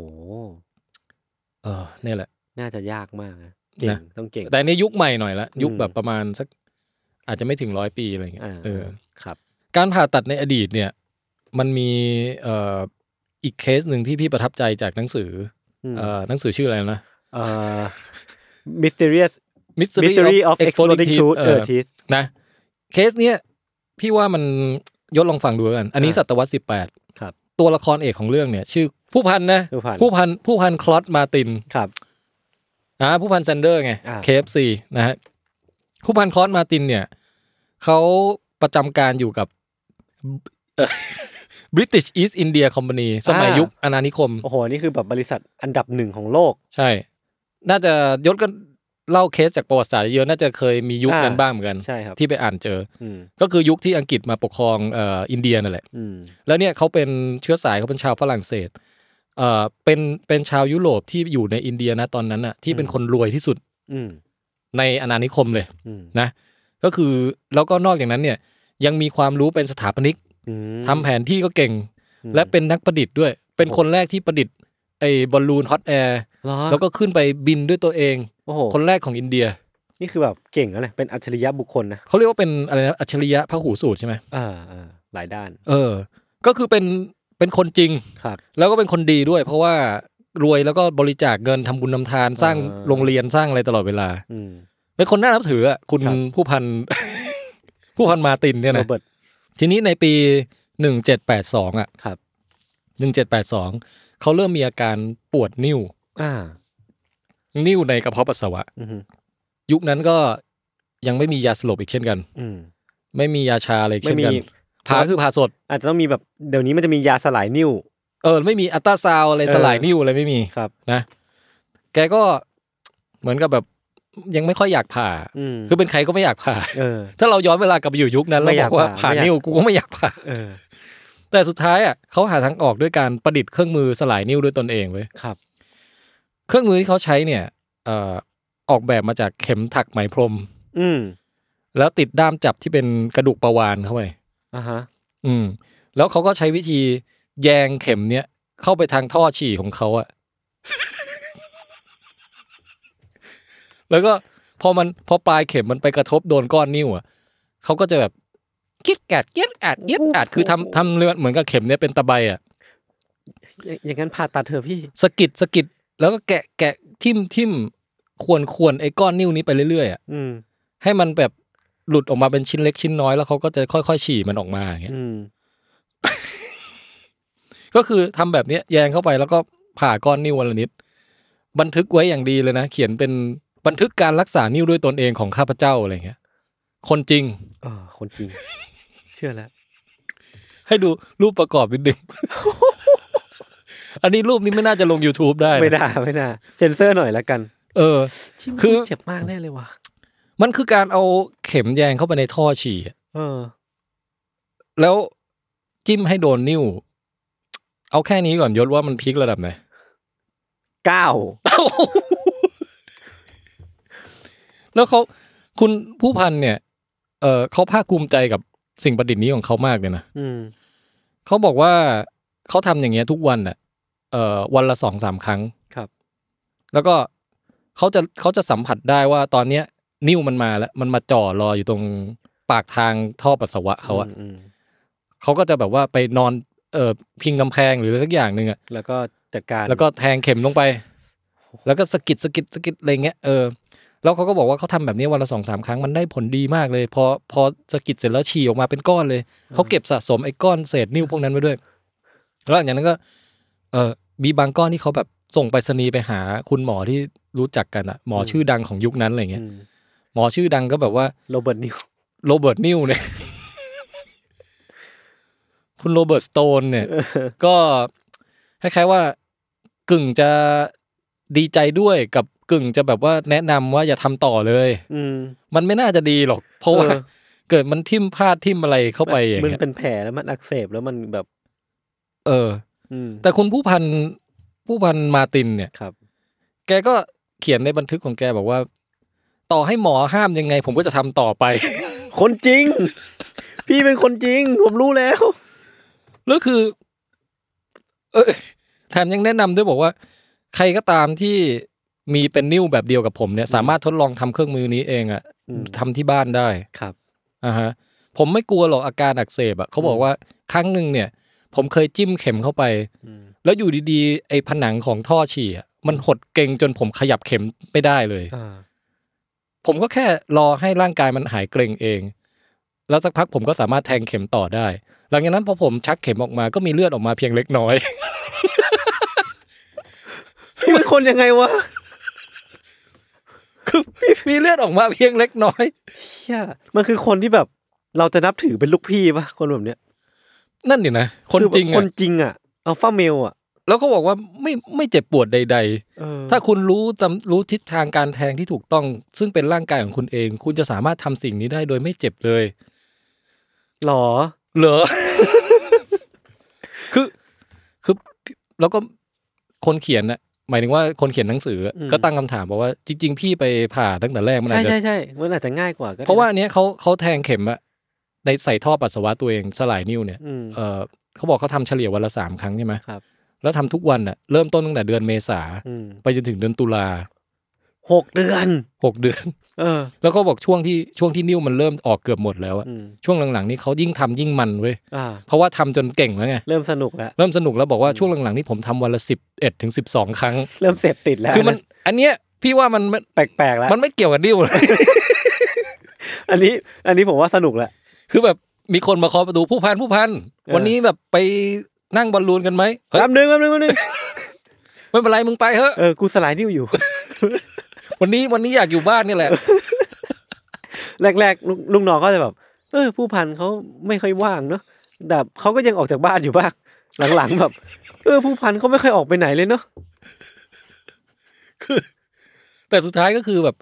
Speaker 3: เออเนี่ยแหละ
Speaker 2: น่าจะยากมากนะเก่ง
Speaker 3: นะ
Speaker 2: ต้องเก่ง
Speaker 3: แต่ในยุคใหม่หน่อยละ
Speaker 2: อืม
Speaker 3: ยุคแบบประมาณสัก อาจจะไม่ถึงร้อยปีอะไรเงี้ย
Speaker 2: อ่า
Speaker 3: เออ
Speaker 2: ครับ
Speaker 3: การผ่าตัดในอดีตเนี่ย มันมีเอ่ออีกเคสหนึ่งที่พี่ประทับใจจากหนังสือ
Speaker 2: อื
Speaker 3: อ
Speaker 2: ม
Speaker 3: เอ่อหนังสือชื่ออะไรนะ
Speaker 2: เอ่อ mysterious mystery of exploding
Speaker 3: Exploding
Speaker 2: tooth
Speaker 3: เอ
Speaker 2: เออ
Speaker 3: อ
Speaker 2: ทีส
Speaker 3: นะ เคสเนี้ยพี่ว่ามันยศลองฟังดูแล้วกัน อันนี้
Speaker 2: อ่า
Speaker 3: ศตวรรษสิบแปด
Speaker 2: ครับ
Speaker 3: ตัวละครเอกของเรื่องเนี่ย ชื่อผู้พันนะ
Speaker 2: ผู้พัน
Speaker 3: ผู้พันผู้พันคลอสมาติน
Speaker 2: ครับ
Speaker 3: อ่าผู้พันแซนเดอร์ไง
Speaker 2: อ่า
Speaker 3: KFC นะฮะผู้พันคลอสมาตินเนี่ยเขาประจำการอยู่กับ British East India Company สมัย
Speaker 2: อ่ายุ
Speaker 3: ยุคอาณานิคม
Speaker 2: โอ้โห นี่คือแบบบริษัทอันดับหนึ่งของโลก
Speaker 3: ใช่ น่าจะยศก็ เล่าเคสจากประวัติศาสตร์เยอะน่าจะเคยมียุคนั้น
Speaker 2: อ่า
Speaker 3: บ้างเหมือนกัน
Speaker 2: ใช่ครับ
Speaker 3: ที่ไปอ่านเจอ
Speaker 2: อืม
Speaker 3: ก็คือยุคที่อังกฤษมาปกครองเอ่ออินเดียนั่นแหละ
Speaker 2: อืม
Speaker 3: แล้วเนี่ยเขาเป็นเชื้อสายเขาเป็นชาวฝรั่งเศสเอ่อเป็นเป็นชาวยุโรปที่อยู่ในอินเดียนะตอนนั้นน่ะที่เป็นคนรวยที่สุด
Speaker 2: อืม
Speaker 3: ในอาณานิคมเลย
Speaker 2: อืม
Speaker 3: นะ ก็คือแล้วก็นอกจากนั้นเนี่ยยังมีความรู้เป็นสถาปนิก
Speaker 2: อืม
Speaker 3: ทำแผนที่ก็เก่ง
Speaker 2: อืม
Speaker 3: และเป็นนักประดิษฐ์ด้วย เป็นคนแรกที่ประดิษฐ์ไอ้บอลลูนฮอตแอร์
Speaker 2: เหรอ
Speaker 3: แล้วก็ขึ้นไปบินด้วยตัวเอง
Speaker 2: โอ้โห
Speaker 3: คนแรกของอินเดีย
Speaker 2: นี่คือแบบเก่งแล้วแหละเป็นอัจฉริยะบุคคลนะ
Speaker 3: เขาเรียกว่าเป็นอะไรนะอัจฉริยะพหูสูตรใช่ไหม
Speaker 2: เออเออหลายด้าน
Speaker 3: เออ ก็คือเป็นเป็นคนจริง
Speaker 2: ครับ
Speaker 3: แล้วก็เป็นคนดีด้วย เพราะว่ารวยแล้วก็บริจาคเงินทำบุญทำทานสร้างโรงเรียนสร้างอะไรตลอดเวลา
Speaker 2: อืม
Speaker 3: เป็นคนน่านับถืออะคุณ
Speaker 2: ครับ
Speaker 3: ผู้พัน ผู้พันมาตินเนี่ย
Speaker 2: โร
Speaker 3: นะ
Speaker 2: เบิร์ต
Speaker 3: ทีนี้ในปีหนึ่งเจ็ดแปดสองอ่ะ
Speaker 2: ครับ
Speaker 3: หนึ่งเจ็ดแปดสองเขาเริ่มมีอาการปวดนิ้ว
Speaker 2: อ่า
Speaker 3: นิ้วในกระเพาะปัสสาวะ
Speaker 2: อืม
Speaker 3: ยุคนั้นก็ยังไม่มียาสลบอีกเช่นกัน
Speaker 2: อืม
Speaker 3: ไม่มียาชาอะไรอีก
Speaker 2: ไม่
Speaker 3: เช่น
Speaker 2: มี
Speaker 3: กันผ่าคือผ่าสด
Speaker 2: อาจจะต้องมีแบบเดี๋ยวนี้มันจะมียาสลายนิ่ว
Speaker 3: เออ ไม่มีอัลตราซาวด์อะไร
Speaker 2: เออ
Speaker 3: สลายนิ้วอะไรไม่มี
Speaker 2: ครับ
Speaker 3: นะ แกก็เหมือนกับแบบยังไม่ค่อยอยากผ่า
Speaker 2: อืม
Speaker 3: คือเป็นใค รก็ไม่อยากผ่า
Speaker 2: เออ
Speaker 3: ถ้าเราย้อนเวลากลับไปอยู่ยุคนั้น
Speaker 2: ไม่
Speaker 3: เรา
Speaker 2: อบ ยา
Speaker 3: อก กว่า
Speaker 2: ผ่า
Speaker 3: ผ่า
Speaker 2: ไม่อยาก
Speaker 3: นิ้ว กูก็ไม่อยากผ่า
Speaker 2: เออ
Speaker 3: แต่สุดท้ายอ่ะเขาหาทางออกด้วยการประดิษฐ์เครื่องมือสลายนิ้วด้วยตนเองเว้ย
Speaker 2: ครับ
Speaker 3: เครื่องมือที่เขาใช้เนี่ยเอ่อออกแบบมาจากเข็มถักไหมพรม
Speaker 2: อืม
Speaker 3: แล้วติดด้ามจับที่เป็นกระดูกประวานเข้าไป
Speaker 2: อ่าฮะ
Speaker 3: อืมแล้วเขาก็ใช้วิธีแยงเข็มเนี้ยเข้าไปทางท่อฉี่ของเขาอะ แล้วก็พอมันพอปลายเข็มมันไปกระทบโดนก้อนนิ้วอะเขาก็จะแบบคิดแกดเย็ดแอดเย็ดแอดคือทำทำเลือนเหมือนกับเข็มเนี้ยเป็นตะไบอะ
Speaker 2: อย่าอย่างนั้นผ่าตัดเธอะพี่
Speaker 3: สะกิดสะกิดแล้วก็แกะแกะทิมทิมควรควรไอ้ก้อนนิ้วนี้ไปเรื่อยๆอะ
Speaker 2: อืม
Speaker 3: ให้มันแบบหลุดออกมาเป็นชิ้นเล็กชิ้นน้อยแล้วเขาก็จะค่อยๆ ฉี่มันออกมาอย่างเงี้ย
Speaker 2: อืม
Speaker 3: ก็คือทำแบบเนี้ยแยงเข้าไปแล้วก็ผ่าก้อนนิ้ววันละนิด บันทึกไว้อย่างดีเลยนะ เขียนเป็นบันทึกการรักษานิ้วด้วยตนเองของข้าพเจ้าอะไรเงี้ย คนจริง
Speaker 2: เออ คนจริง เชื่อแล้ว
Speaker 3: ให้ดูรูปประกอบนิดนึง อันนี้รูปนี้ไม่น่าจะลง YouTube ได้นะ
Speaker 2: ไม่น่าไม่น่าเซนเซอร์หน่อยละกัน
Speaker 3: เออ
Speaker 2: ชิม
Speaker 3: คือ
Speaker 2: เจ็บมากแน่เลยว่ะ
Speaker 3: มันคือการเอาเข็มแยงเข้าไปในท่อฉี่อะ
Speaker 2: เออ
Speaker 3: แล้วจิ้มให้โดนนิ้ว เอาแค่นี้ก่อนยศว่ามันพีคระดับไหน
Speaker 2: เก้า
Speaker 3: แล้วเขาคุณผู้พันเนี่ย เออเขาภาคภูมิใจกับสิ่งประดิษฐ์นี้ของเขามากเลยนะ
Speaker 2: อืม
Speaker 3: เขาบอกว่าเขาทำอย่างเงี้ยทุกวันอ่ะ เออวันละสองสามครั้ง
Speaker 2: ครับ
Speaker 3: แล้วก็เขาจะเขาจะสัมผัสได้ว่าตอนเนี้ย นิ้วมันมาแล้ว มันมาจ่อรออยู่ตรงปากทางท่อปัสสาวะเขาอะ
Speaker 2: มม
Speaker 3: เขาก็จะแบบว่าไปนอนเออพิงกำแพงหรืออะไรสักอย่างหนึ่งอะ
Speaker 2: แล้วก็จัดการ
Speaker 3: แล้วก็แทงเข็มลงไป แล้วก็สะกิดสะกิดสะกิดอะไรเงี้ย เออ แล้วเขาก็บอกว่าเขาทำแบบนี้วันละสองสามครั้งมันได้ผลดีมากเลย พอพอสะกิดเสร็จแล้วฉี่ออกมาเป็นก้อนเลย เขาเก็บสะสมไอ้ก้อนเศษนิ้วพวกนั้นไว้ด้วย แล้วหลังจากนั้นก็ เออมีบางก้อนที่เขาแบบส่งไปสนีย์ไปหาคุณหมอที่รู้จักกันอะหมอชื่อดังของยุคนั้นอะไรเงี้ย
Speaker 2: อืม
Speaker 3: หมอชื่อดังก็แบบว่า
Speaker 2: โรเบิร์ตนิว
Speaker 3: โรเบิร์ตนิวเนี่ย คุณโรเบิร์ตสโตน เนี่ย ก็คล้ายๆว่ากึ่งจะดีใจด้วยกับกึ่งจะแบบว่าแนะนำว่าอย่าทำต่อเลย
Speaker 2: อืม
Speaker 3: มันไม่น่าจะดีหรอก เพราะว่า
Speaker 2: เออ
Speaker 3: เกิดมันทิ่มพลาดทิ่มอะไรเข้าไปอย่าง
Speaker 2: มัน
Speaker 3: เงี้ย
Speaker 2: เป็นแผลแล้วมันอักเสบแล้วมันแบบ
Speaker 3: เออ
Speaker 2: อืม
Speaker 3: แต่คุณผู้พันผู้พันมาตินเนี่ย
Speaker 2: ครับ
Speaker 3: แกก็เขียนในบันทึกของแกบอกว่า ต่อให้หมอห้ามยังไง ผมก็จะทำต่อไป
Speaker 2: คนจริง พี่เป็นคนจริง ผมรู้แล้ว
Speaker 3: แล้วคือ เอยแถมยังแนะนำด้วยบอกว่า ใครก็ตามที่มีเป็นนิ้วแบบเดียวกับผมเนี่ย สามารถทดลองทำเครื่องมือนี้เองอะ
Speaker 2: อืม
Speaker 3: ทำที่บ้านได้
Speaker 2: ครับ
Speaker 3: อ่าฮะ ผมไม่กลัวหรอกอาการอักเสบอะเขาบอกว่าครั้งหนึ่งเนี่ย ผมเคยจิ้มเข็มเข้าไป
Speaker 2: อืม
Speaker 3: แล้วอยู่ดีๆ ไอ้ผนังของท่อฉี่อะมันหดเกร็งจนผมขยับเข็มไม่ได้เลย
Speaker 2: อ่า
Speaker 3: ผมก็แค่รอให้ร่างกายมันหายเกร็งเอง แล้วสักพักผมก็สามารถแทงเข็มต่อได้ หลังจากนั้นพอผมชักเข็มออกมาก็มีเลือดออกมาเพียงเล็กน้อย
Speaker 2: พี่เป็นคนยังไงวะ
Speaker 3: คือมีมีเลือดออกมาเพียงเล็กน้อย
Speaker 2: เชี่ยมันคือคนที่แบบ เราจะนับถือเป็นลูกพี่ปะคนแบบเนี้ย
Speaker 3: นั่นดินะ คน
Speaker 2: อแบบ
Speaker 3: จริง
Speaker 2: ค
Speaker 3: อ่ะ
Speaker 2: นจริงอ่ะอัลฟาเมลอ่ะ
Speaker 3: แล้วเขาบอกว่าไม่ไม่เจ็บปวดใด
Speaker 2: เออ
Speaker 3: ๆ ถ้าคุณรู้จำรู้ทิศทางการแทงที่ถูกต้อง ซึ่งเป็นร่างกายของคุณเอง คุณจะสามารถทำสิ่งนี้ได้โดยไม่เจ็บเลย
Speaker 2: หรอ
Speaker 3: เหรอ คือ คือ แล้วก็คนเขียนน่ะ หมายถึงว่าคนเขียนหนังสืออะ
Speaker 2: อืม
Speaker 3: ก็ตั้งคำถามบอกว่า จริง ๆ พี่ไปผ่าตั้งแต่แรกมันอา
Speaker 2: ใช่
Speaker 3: จจะ
Speaker 2: ใช่ใช่มันอาจจะง่ายกว่าก็ได้
Speaker 3: เพราะว่าอันเนี้ยเขาเขาแทงเข็มอะในใส่ท่อปัสสาวะตัวเองสลายนิ้วเนี่ย
Speaker 2: อืม
Speaker 3: เออเขาบอกเขาทำเฉลี่ยวันละสามครั้งใช่ไหม
Speaker 2: ครับ
Speaker 3: แล้วทำทุกวันอะเริ่มต้นตั้งแต่เดือนเมษา
Speaker 2: อืม
Speaker 3: ไปจนถึงเดือนตุลา
Speaker 2: หกเดือน
Speaker 3: หกเดือน
Speaker 2: เออ
Speaker 3: แล้วก็บอกช่วงที่ช่วงที่นิ้วมันเริ่มออกเกือบหมดแล้วอะ
Speaker 2: อืม
Speaker 3: ช่วงหลังๆนี่เขายิ่งทำยิ่งมันเว้ย
Speaker 2: อ่า
Speaker 3: เพราะว่าทำจนเก่งแล้วไง
Speaker 2: เริ่มสนุกแล้ว
Speaker 3: เริ่มสนุกแล้วบอกว่าช่วงหลังๆนี่ผมทำวันละสิบเอ็ดถึงสิบสองครั้ง
Speaker 2: เริ่มเสพติดแล้ว
Speaker 3: คือมันอันเนี้ยพี่ว่ามันมัน
Speaker 2: แปลกๆแล้ว
Speaker 3: มันไม่เกี่ยวกับดิ้วเลย
Speaker 2: อันนี้ อันนี้ผมว่าสนุกแหละ
Speaker 3: คือแบบมีคนมาเคาะประตูผู้พันผู้พัน
Speaker 2: เออ
Speaker 3: วันนี้แบบไปนั่งบอลลูนกันไหมเฮ้ย
Speaker 2: แป๊บนึงแป๊บนึงแป๊บนึง
Speaker 3: ไม่เป็นไรมึงไปเถอะ
Speaker 2: เออ กูสลายนิ้วอยู่
Speaker 3: วันนี้วันนี้อยากอยู่บ้านนี่แหละ
Speaker 2: แรกๆลุงลุงน้องก็จะแบบ เออ ผู้พันเขาไม่ค่อยว่างเนาะแต่เขาก็ยังออกจากบ้านอยู่บ้าง หลังๆแบบ เออ ผู้พันเขาไม่ค่อยออกไปไหนเลยเนาะ
Speaker 3: แต่สุดท้ายก็คือแบบ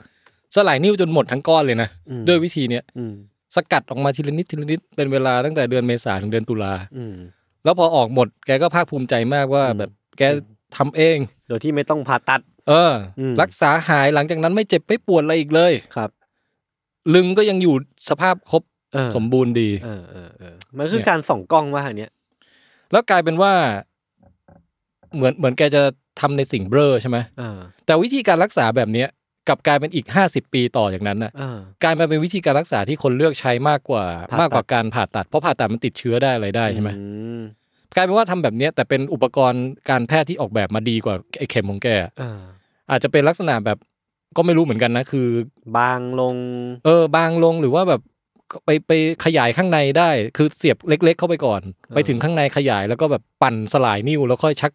Speaker 3: สลายนิ้วจนหมดทั้งก้อนเลยนะ
Speaker 2: อืม
Speaker 3: ด้วยวิธีเนี้ย
Speaker 2: อืม
Speaker 3: สกัดออกมาทีละนิดทีละนิดเป็นเวลาตั้งแต่เดือนเมษาถึงเดือนตุลา
Speaker 2: อืม
Speaker 3: แล้วพอออกหมดแกก็ภาคภูมิใจมากว่า
Speaker 2: อืม
Speaker 3: แบบแกทำเอง
Speaker 2: โดยที่ไม่ต้องผ่าตัด
Speaker 3: เอออ
Speaker 2: ม
Speaker 3: รักษาหายหลังจากนั้นไม่เจ็บไม่ปวดอะไรอีกเลย
Speaker 2: ครับ
Speaker 3: ลึงก็ยังอยู่สภาพครบ
Speaker 2: เออ
Speaker 3: สมบูรณ์ดี
Speaker 2: เออเออเออมันคือ
Speaker 3: เนี่ย
Speaker 2: การส่องกล้องว่าอันเนี้ย
Speaker 3: แล้วกลายเป็นว่า เหมือนเหมือนแกจะทำในสิ่งเบลอใช่ไหม
Speaker 2: เออ
Speaker 3: แต่วิธีการรักษาแบบเนี้ยกลับกลายเป็นอีกห้าสิบปีต่อจากนั้นน่ะ
Speaker 2: เออ
Speaker 3: กลายมาเป็นวิธีการรักษาที่คนเลือกใช้มากกว่า
Speaker 2: ผ่าตัด
Speaker 3: มากกว่าการผ่าตัด เพราะผ่าตัดมันติดเชื้อได้อะไรได้ใช่ไหม
Speaker 2: อืม
Speaker 3: กลายเป็นว่าทำแบบเนี้ยแต่เป็นอุปกรณ์การแพทย์ที่ออกแบบมาดีกว่าไอ้เข็มของแก
Speaker 2: เออ
Speaker 3: อาจจะเป็นลักษณะแบบก็ไม่รู้เหมือนกันนะคือ
Speaker 2: บางลง
Speaker 3: เออบางลงหรือว่าแบบไปไปขยายข้างในได้ คือเสียบเล็ก ๆ เข้าไปก่อน ไปถึงข้างในขยายแล้วก็แบบปั่นสลายนิ้วแล้วค่อยชัก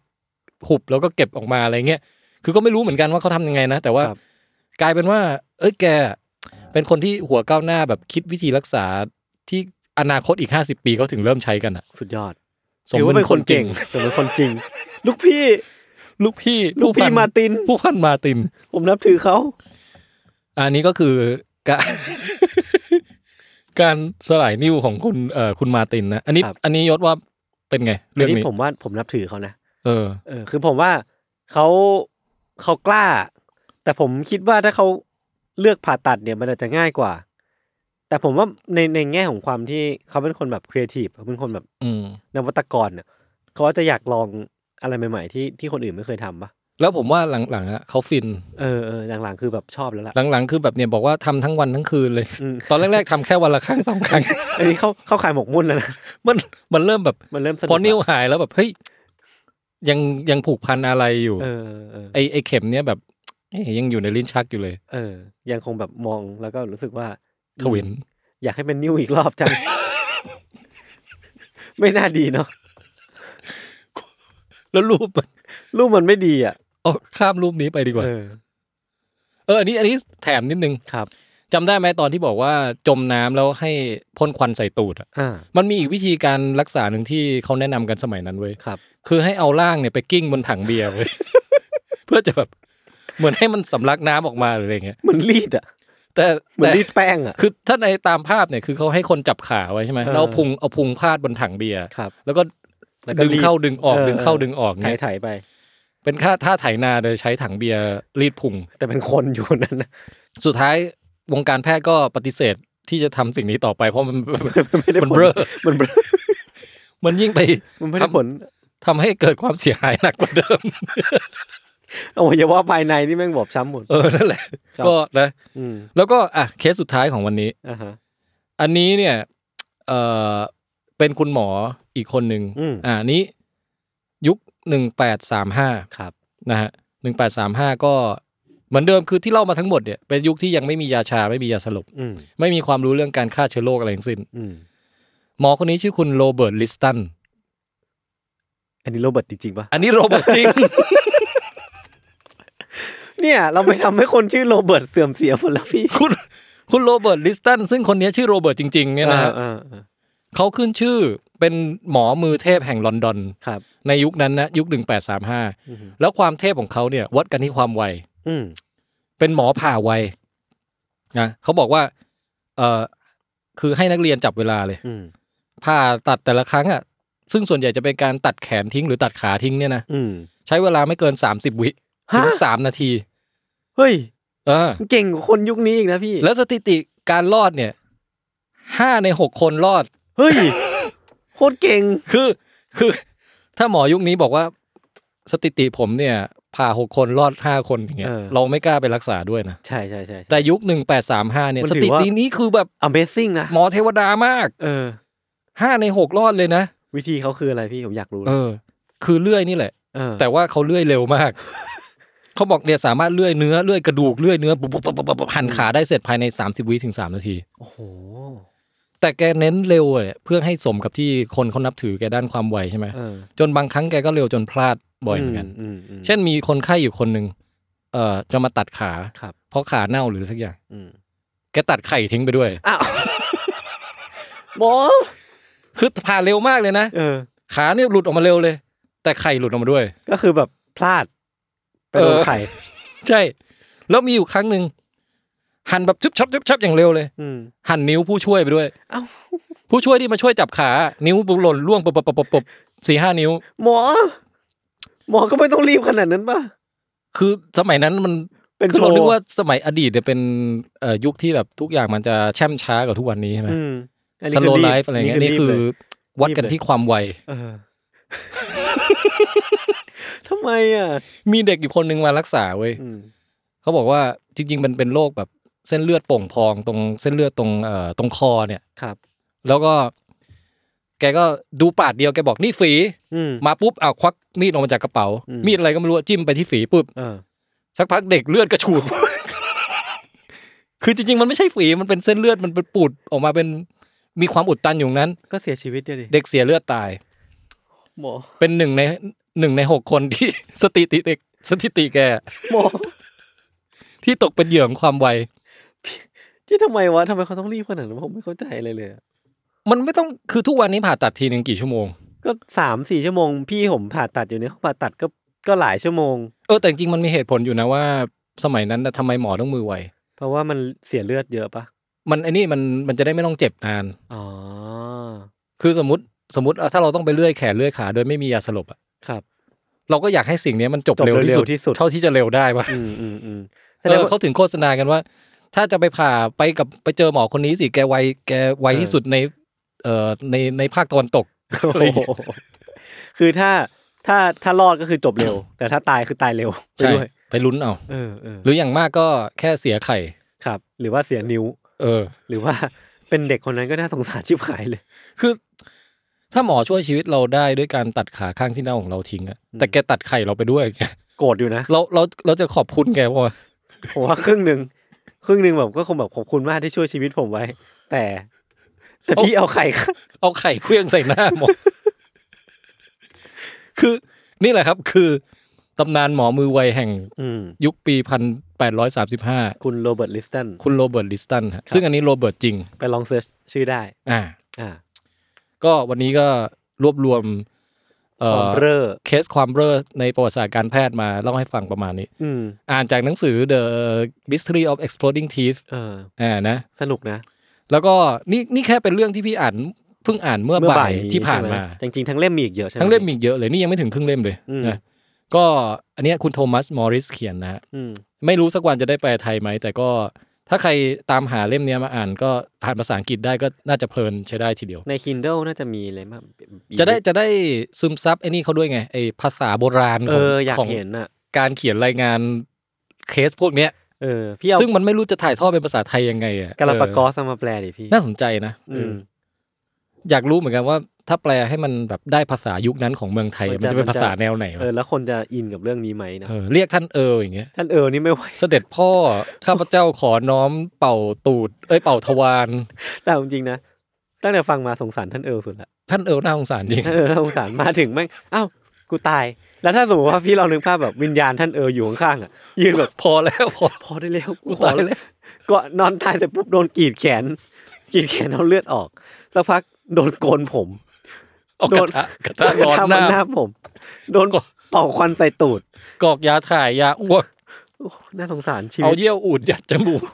Speaker 3: หุบแล้วก็เก็บออกมาอะไรเงี้ยคือก็ไม่รู้เหมือนกันว่าเขาทำยังไงนะ แต่ว่า
Speaker 2: ครับ
Speaker 3: กลายเป็นว่า เอ้ยแก เป็นคนที่หัวก้าวหน้าแบบคิดวิธีรักษาที่อนาคตอีกห้าสิบปีเขาถึงเริ่มใช้กันอ่ะ
Speaker 2: สุดยอด
Speaker 3: สม
Speaker 2: ถือว่า
Speaker 3: เป็
Speaker 2: เป็น น
Speaker 3: ค
Speaker 2: คน น
Speaker 3: เก่
Speaker 2: เก่
Speaker 3: ง
Speaker 2: งสมเป็นคนจริง ลูกพี่
Speaker 3: ลูกพี่
Speaker 2: ลูกพี่
Speaker 3: ผู้พัน
Speaker 2: มาร์ติน
Speaker 3: ผู้พันมาร์ติน
Speaker 2: ผมนับถือเขา
Speaker 3: อันนี้ก็คือการ การสลายนิ้วของคุณเอ่อคุณมาร์ตินนะอันนี้อันนี้ยศว่าเป็นไง เรื่
Speaker 2: อั
Speaker 3: อน ง
Speaker 2: นี้
Speaker 3: นี้
Speaker 2: ผมว่าผมนับถือเขานะ
Speaker 3: เออ
Speaker 2: เออ คือผมว่าเขาเขากล้า แต่ผมคิดว่าถ้าเขาเลือกผ่าตัดเนี่ยมันอาจจะง่ายกว่า แต่ผมว่าในในแง่ของความที่เขาเป็นคนแบบครีเอทีฟเขาเป็นคนแบบ
Speaker 3: อืม
Speaker 2: นวัตกรเนี่ยเขาจะอยากลองอะไรใหม่ๆ ที่ที่คนอื่นไม่เคยทำปะ
Speaker 3: แล้วผมว่าหลังๆอะเขาฟิน
Speaker 2: เออเออหลังๆคือแบบชอบแล้วล่ะ
Speaker 3: หลังๆ คือแบบเนี่ยบอกว่าทำทั้งวันทั้งคืนเลย
Speaker 2: อืม
Speaker 3: ตอนแรกๆทำแค่วันละครั้งสองครั้ง
Speaker 2: อันนี้เขาเขาขายหมกมุ่นแล้วนะ
Speaker 3: มันมันเริ่มแบบ
Speaker 2: มันเริ่มสนุก
Speaker 3: พอนิ้ว
Speaker 2: ละ
Speaker 3: หายแล้วแบบเฮ้ยยังยังผูกพันอะไรอยู่
Speaker 2: เออเออ
Speaker 3: ไอไอเข็มเนี้ยแบบเอ๊ะยังอยู่ในลิ้นชักอยู่เลย
Speaker 2: เออ ยังคงแบบมองแล้วก็รู้สึกว่า
Speaker 3: ทวิน
Speaker 2: อืมอยากให้เป็นนิ้วอีกรอบจัง ไม่น่าดีเนาะ
Speaker 3: แล้วรูปมัน
Speaker 2: รูปมันไม่ดีอ่ะ
Speaker 3: โอ้ข้ามรูปนี้ไปดีกว่า
Speaker 2: เออ
Speaker 3: เอออันนี้อันนี้แถมนิดนึง
Speaker 2: ครับ
Speaker 3: จำได้ไหมตอนที่บอกว่าจมน้ำแล้วให้พ่นควันใส่ตูดอะ
Speaker 2: อ่า
Speaker 3: มันมีอีกวิธีการรักษาหนึ่งที่เขาแนะนำกันสมัยนั้นเว้ย
Speaker 2: ครับ
Speaker 3: คือให้เอาร่างเนี่ยไปกิ้งบนถังเบียร์เว้ย เพื่อจะแบบเหมือนให้มันสำลักน้ำออกมาหรืออะไรเงี้ย
Speaker 2: เหมือนรีดอ่ะ
Speaker 3: แต่
Speaker 2: เหมือน
Speaker 3: แต่
Speaker 2: รีดแป้งอ่ะ
Speaker 3: คือถ้าในตามภาพเนี่ยคือเขาให้คนจับขาไว้ใช่ไหม
Speaker 2: เออ
Speaker 3: แล้วเอาพุงเอาพุงพาดบนถังเบียร์
Speaker 2: ครับ
Speaker 3: แล้วก็
Speaker 2: แล้วก็
Speaker 3: ดึง
Speaker 2: รีด
Speaker 3: เข้าดึงออก
Speaker 2: เออ
Speaker 3: ดึงเข้า
Speaker 2: เออ
Speaker 3: ดึงออก
Speaker 2: ถ่าย
Speaker 3: เนี่ย
Speaker 2: ถ่ายไป
Speaker 3: เป็นค่าท่าไถนาโดยใช้ถังเบียร์รีดพุง
Speaker 2: แต่เป็นคนอยู่นั้นนะ
Speaker 3: สุดท้ายวงการแพทย์ก็ปฏิเสธที่จะทำสิ่งนี้ต่อไปเพราะมัน
Speaker 2: ไม่ได้
Speaker 3: มัน
Speaker 2: ผ
Speaker 3: เบ
Speaker 2: ล
Speaker 3: ลอ
Speaker 2: มันเบลอ
Speaker 3: มันยิ่งไป
Speaker 2: มันไม่ได้
Speaker 3: ทำ
Speaker 2: ผล
Speaker 3: ทำให้เกิดความเสียหายหนักกว่าเดิม
Speaker 2: อวัยวะภายในนี่แม่งบอบช้ำหมด
Speaker 3: เออ นั่นแหละ
Speaker 2: ครับ
Speaker 3: ก็นะ
Speaker 2: อืม
Speaker 3: แล้วก็ อ่ะ เคสสุดท้ายของวันนี้
Speaker 2: อ่าฮะ
Speaker 3: อันนี้เนี่ย เออเป็นคุณหมออีกคนหนึ่ง
Speaker 2: อืม
Speaker 3: อ่านี้ ยุคหนึ่งแปดสามห้า
Speaker 2: ครับ
Speaker 3: นะฮะหนึ่งแปดสามห้าก็เหมือนเดิมคือที่เล่ามาทั้งหมดเนี่ย เป็นยุคที่ยังไม่มียาชาไม่มียาสลบ
Speaker 2: อืม
Speaker 3: ไม่มีความรู้เรื่องการฆ่าเชื้อโรคอะไรทั้งสิ้น
Speaker 2: อืม
Speaker 3: หมอคนนี้ชื่อคุณโรเบิร์ตลิสตัน
Speaker 2: อันนี้โรเบิร์ตจริงๆปะ
Speaker 3: อันนี้โรเบิร์ตจริง
Speaker 2: เนี่ย เราไปทำให้คนชื่อโรเบิร์ตเสื่อมเสียหมดแล้วพี่
Speaker 3: คุณคุณโรเบิร์ตลิสตันซึ่งคนนี้ชื่อโรเบิร์ตจริงๆเนี่ยนะฮะ
Speaker 2: เออเออเออ
Speaker 3: เขาขึ้นชื่อ เป็นหมอมือเทพแห่งลอนดอน
Speaker 2: ครับ
Speaker 3: ในยุคนั้นนะยุค
Speaker 2: อือหือ
Speaker 3: 1835 แล้วความเทพของเขาเนี่ยวัดกันที่ความไว
Speaker 2: อืม
Speaker 3: เป็นหมอผ่าไวนะเขาบอกว่าเออคือให้นักเรียนจับเวลาเลย
Speaker 2: อืม
Speaker 3: ผ่าตัดแต่ละครั้งอ่ะซึ่งส่วนใหญ่จะเป็นการตัดแขนทิ้งหรือตัดขาทิ้งเนี่ยนะ
Speaker 2: อืม
Speaker 3: ใช้เวลาไม่เกิน 30 วิ
Speaker 2: ฮะ
Speaker 3: ถึงสามนาที
Speaker 2: เฮ้ย
Speaker 3: เออ
Speaker 2: มันเก่งกว่าคนยุคนี้อีกนะพี่
Speaker 3: แล้วสถิติการรอดเนี่ยห้าในหกคนรอด
Speaker 2: เฮ้ยโคตรเก่ง
Speaker 3: คือคือ ถ้าหมอยุคนี้บอกว่า สถิติผมเนี่ย ผ่าหกคนรอดห้าคนอย่างเงี้ย
Speaker 2: เออ
Speaker 3: เราไม่กล้าไปรักษาด้วยนะ
Speaker 2: ใช่ใช่ใช่ใช่
Speaker 3: แต่ยุคหนึ่งแปดสามห้าเนี่ย
Speaker 2: มัน
Speaker 3: ส
Speaker 2: ถื
Speaker 3: ถิ
Speaker 2: อว่า
Speaker 3: ตินี้คือแบบ
Speaker 2: Amazing นะ
Speaker 3: หมอเทวดามาก
Speaker 2: เออ
Speaker 3: ห้าในหกรอดเลยนะ
Speaker 2: วิธีเขาคืออะไรพี่ผมอยากรู้
Speaker 3: เออ คือเลื่อยนี่แหละ
Speaker 2: เออ
Speaker 3: แต่ว่าเขาเลื่อยเร็วมาก เขาบอกเนี่ยสามารถเลื่อยเนื้อเลื่อยกระดูกเลื่อยเนื้อปุ๊บปุ๊บปุ๊บปุ๊บปุ๊บหั่นขาได้เสร็จภายใน 30วิถึง3นาที
Speaker 2: โอ้โห
Speaker 3: แต่แกเน้นเร็วเลยเพื่อให้สมกับที่คนเขานับถือแกด้านความไวใช่ไหม
Speaker 2: เออ
Speaker 3: จนบางครั้งแกก็เร็วจนพลาดบ่อยเหมือนกัน
Speaker 2: มอืม
Speaker 3: เช่นมีคนไข้อยู่คนหนึ่งเอ่อจะมาตัดขา
Speaker 2: ครับ
Speaker 3: เพราะขาเน่าหรือสักอย่าง
Speaker 2: อืม
Speaker 3: แกตัดไข่ทิ้งไปด้วย
Speaker 2: อ้าว หมอ
Speaker 3: คือผ่าเร็วมากเลยนะ
Speaker 2: เออ
Speaker 3: ขาเนี่ยหลุดออกมาเร็วเลย แต่ไข่หลุดออกมาด้วย
Speaker 2: ก็คือแบบพลาด ไปโดน
Speaker 3: เออ
Speaker 2: ไข่
Speaker 3: ใช่ แล้วมีอยู่ครั้งหนึ่งหั่นแบบชึบชับชึบชับอย่างเร็วเลย
Speaker 2: อืม
Speaker 3: หั่นนิ้วผู้ช่วยไปด้วย
Speaker 2: เอ้า
Speaker 3: ผู้ช่วยที่มาช่วยจับขา นิ้วบุหล่นล่วงปบปบปบปบปบสี่ห้านิ้ว
Speaker 2: หมอ หมอก็ไม่ต้องรีบขนาดนั้นป่ะ
Speaker 3: คือสมัยนั้นมัน
Speaker 2: เป็น
Speaker 3: คือ
Speaker 2: โช
Speaker 3: เรา
Speaker 2: ว์
Speaker 3: นึกว่าสมัยอดีตเนี่ยเป็นเอ่อยุคที่แบบทุกอย่างมันจะแช่มช้ากว่าทุกวันนี้ใช่ไหม
Speaker 2: อืมอัน
Speaker 3: ส
Speaker 2: นี้
Speaker 3: โล
Speaker 2: คือ
Speaker 3: ไล
Speaker 2: บ
Speaker 3: ฟ์อะไรเงี้ยนี่คื
Speaker 2: รี
Speaker 3: อบ
Speaker 2: เลย
Speaker 3: วัดกัน
Speaker 2: รีบเลย
Speaker 3: ที่ความไว
Speaker 2: เอ อทำไมอ่ะ
Speaker 3: มีเด็กอยู่คนหนึ่งมารักษาเว้ย
Speaker 2: อืม
Speaker 3: เขาบอกว่าจริงๆมันเป็นโรคแบบเส้นเลือดโป่งพองตรงเส้นเลือดตรงเอ่อตรงคอเนี่ย
Speaker 2: ครับ
Speaker 3: แล้วก็ แกก็ดูปาดเดียวแกบอกนี่ฝี
Speaker 2: อืม
Speaker 3: มาปุ๊บอ้าวควักมีดออกมาจากกระเป๋า
Speaker 2: อืม
Speaker 3: มีดอะไรก็ไม่รู้อะจิ้มไปที่ฝีปุ๊บ
Speaker 2: เออ
Speaker 3: สักพักเด็กเลือดกระฉูด คือจริงๆ มันไม่ใช่ฝี มันเป็นเส้นเลือด มันเป็นปูดออกมาเป็น มีความอุดตันอยู่ตรงนั้น
Speaker 2: ก็เสียชีวิตเนี่ยดิ
Speaker 3: เด็กเสียเลือดตาย
Speaker 2: หมอ
Speaker 3: เป็นหนึ่งในหนึ่งในหกคนที่ สถิติเด็กสถิติแก
Speaker 2: หมอ
Speaker 3: ที่ตกเป็นเหยื่อของความไว
Speaker 2: ที่ทำไมวะทำไมเขาต้องรีบขนาดนั้นผมไม่เข้าใจอะไรเลยอะ
Speaker 3: มันไม่ต้อง คือทุกวันนี้ผ่าตัดทีหนึ่งกี่ชั่วโมง
Speaker 2: ก็สามสี่ชั่วโมง พี่ผมผ่าตัดอยู่เนี่ยเขาผ่าตัดก็ก็หลายชั่วโมง
Speaker 3: เออ แต่จริงๆ มันมีเหตุผลอยู่นะว่า สมัยนั้นน่ะทำไมหมอต้องมือไว
Speaker 2: เพราะว่ามันเสียเลือดเยอะปะ
Speaker 3: มันไอ้นี่มันมันจะได้ไม่ต้องเจ็บนาน
Speaker 2: อ๋อ
Speaker 3: คือสมมติสมมติเอาถ้าเราต้องไปเลื่อยแขนเลื่อยขาโดยไม่มียาสลบอะ
Speaker 2: ครับ
Speaker 3: เราก็อยากให้สิ่งเนี้ยมันจบ
Speaker 2: จบ
Speaker 3: เร็วที่สุด
Speaker 2: เร็วที่สุด
Speaker 3: เท่าที่จะเร็วได้ปะ
Speaker 2: อืมอืมอืมแส
Speaker 3: เอ
Speaker 2: ด
Speaker 3: อ
Speaker 2: งว่า
Speaker 3: เขาถึงโฆษณากันว่า ถ้าจะไปผ่าไปกับไปเจอหมอคนนี้สิแกไวแกไว
Speaker 2: เออ
Speaker 3: ที่สุดในเอ่อในในภาคตะวันตก
Speaker 2: โอ้โหคือถ้าถ้าถ้ารอดก็คือจบเร็ว แต่ถ้าตายคือตายเร็วไป
Speaker 3: ใช่
Speaker 2: ด้วย
Speaker 3: ไปลุ้นเอา
Speaker 2: เออเออ
Speaker 3: หรืออย่างมากก็แค่เสียไข่
Speaker 2: ครับ หรือว่าเสียนิ้ว
Speaker 3: เออ
Speaker 2: หรือว่าเป็นเด็กคนนั้นก็น่าสงสารชิบหายเลย
Speaker 3: คือ ถ้าหมอช่วยชีวิตเราได้ด้วยการตัดขาข้างที่เน่าของเราทิ้งอะแต่แกตัดไข่เราไปด้วย แก
Speaker 2: โกรธอยู่นะ
Speaker 3: เราเราเราจะขอบคุณแกเพราะว่า
Speaker 2: ผมว่าครึ่งหนึ่งครึ่งหนึ่งแบบก็คงแบบขอบคุณมากที่ช่วยชีวิตผมไว้ แต่ แต่พี่เอาไข่ค่ะ
Speaker 3: เอาไข่เคลื่องใส่หน้าหมอ คือนี่แหละครับ คือตำนานหมอมือไวแห่ง
Speaker 2: อืม
Speaker 3: ยุคปีพันแปดร้อยสามสิบห้า
Speaker 2: คุณโรเบิร์ตลิสตัน
Speaker 3: คุณโรเบิร์ตลิสตันฮะซึ่งอันนี้โรเบิร์ตจริง
Speaker 2: ไปลองเซิร์ชชื่อได้
Speaker 3: อ่า
Speaker 2: อ่า
Speaker 3: ก็วันนี้ก็รวบรวมเอ่
Speaker 2: คอม
Speaker 3: อ
Speaker 2: เบรอ
Speaker 3: เคสความเบ้อในประวัติศาสตร์การแพทย์มาเล่าให้ฟังประมาณนี้
Speaker 2: อืม
Speaker 3: อ่านจากหนังสือ The Mystery of Exploding Teeth
Speaker 2: เออ
Speaker 3: อ่านะ
Speaker 2: สนุกนะ
Speaker 3: แล้วก็นี่นี่แค่เป็นเรื่องที่พี่อ่านเพิ่งอ่านเมื่อบ่ายที่ผ่านมา
Speaker 2: จริงๆทั้งเล่มมีอีกเยอะใช่ไหม
Speaker 3: ทั้งเล่มมีอีกเยอะเลย นี่ยังไม่ถึงครึ่งเล่มเลย
Speaker 2: อืม
Speaker 3: นะก็อันเนี้ยคุณโทมัสมอริสเขียนนะฮะ
Speaker 2: อืม
Speaker 3: ไม่รู้สักวันจะได้แปลไทยไหม แต่ก็ถ้าใครตามหาเล่มเนี้ยมาอ่านก็อ่านภาษาอังกฤษได้ก็น่าจะเพลินใช้ได้ทีเดียว
Speaker 2: ใน Kindle น่าจะมีเลยมั้ง
Speaker 3: จะได้จะได้ซึมซับไอ้นี่เขาด้วยไงไอ้ภาษาโบราณข
Speaker 2: เอ
Speaker 3: อง
Speaker 2: ออยาก
Speaker 3: ของ
Speaker 2: เห็นอ่ะ
Speaker 3: การเขียนรายงานเคสพวกเนี้ย
Speaker 2: เออ พี่เอา
Speaker 3: ซึ่งมันไม่รู้จะถ่ายทอดเป็นภาษาไทยยังไงอ่ะ
Speaker 2: กาลาปากอ
Speaker 3: เอ
Speaker 2: สเอามาแปลดิพี่
Speaker 3: อน่าสนใจนะเอ
Speaker 2: อื
Speaker 3: อ
Speaker 2: ม
Speaker 3: อยากรู้เหมือนกันว่า ถ้าแปลให้มันแบบได้ภาษายุคนั้นของเมืองไทย
Speaker 2: มัน
Speaker 3: มัน
Speaker 2: จะ
Speaker 3: จะเป็นภาษาแนวไหนวะ
Speaker 2: เออ แล้วคนจะอินกับเรื่องนี้ไหมนะ
Speaker 3: เออเรียกท่านเอออย่างเงี้ย
Speaker 2: ท่านเออนี่ ไม่ไหว
Speaker 3: เสด็จพ่อข้าพเจ้าขอน้อมเป่าตูดเอ้ยเป่าทวาร
Speaker 2: แต่เอาจริงๆนะ ตั้งแต่ฟังมาสงสารท่านเออสุดละ
Speaker 3: ท่านเออน่าสงสารจริง
Speaker 2: ท่านเออน่าสงสารมาถึงแม่งอ้าว กูตาย แล้วถ้าสมมติว่าพี่เรานึกภาพแบบวิญญาณท่านเอออยู่ข้างๆอ่ะ ยืนแบบ
Speaker 3: พอแล้วพอ
Speaker 2: พอได้แล้ว กู
Speaker 3: กู
Speaker 2: ขอ
Speaker 3: ตาย
Speaker 2: แล้ว
Speaker 3: แล้ว
Speaker 2: ก็นอนตายเสร็จปุ๊บโดนกรีดแขน กรีดแขนเอาเลือดออกสักพักโดนโกนผม
Speaker 3: เอากระทะกระทะ
Speaker 2: กระ
Speaker 3: ร้อน
Speaker 2: ทะ
Speaker 3: ห
Speaker 2: มัน
Speaker 3: น้า
Speaker 2: หน้าผม โดน
Speaker 3: ก็
Speaker 2: เป่าควันใส่ตูด
Speaker 3: กรอกยาถ่ายยาอ้วก
Speaker 2: โอ้น่าสงสารชี
Speaker 3: เอา
Speaker 2: วิต
Speaker 3: เยี่ยวอูดยัดจมูก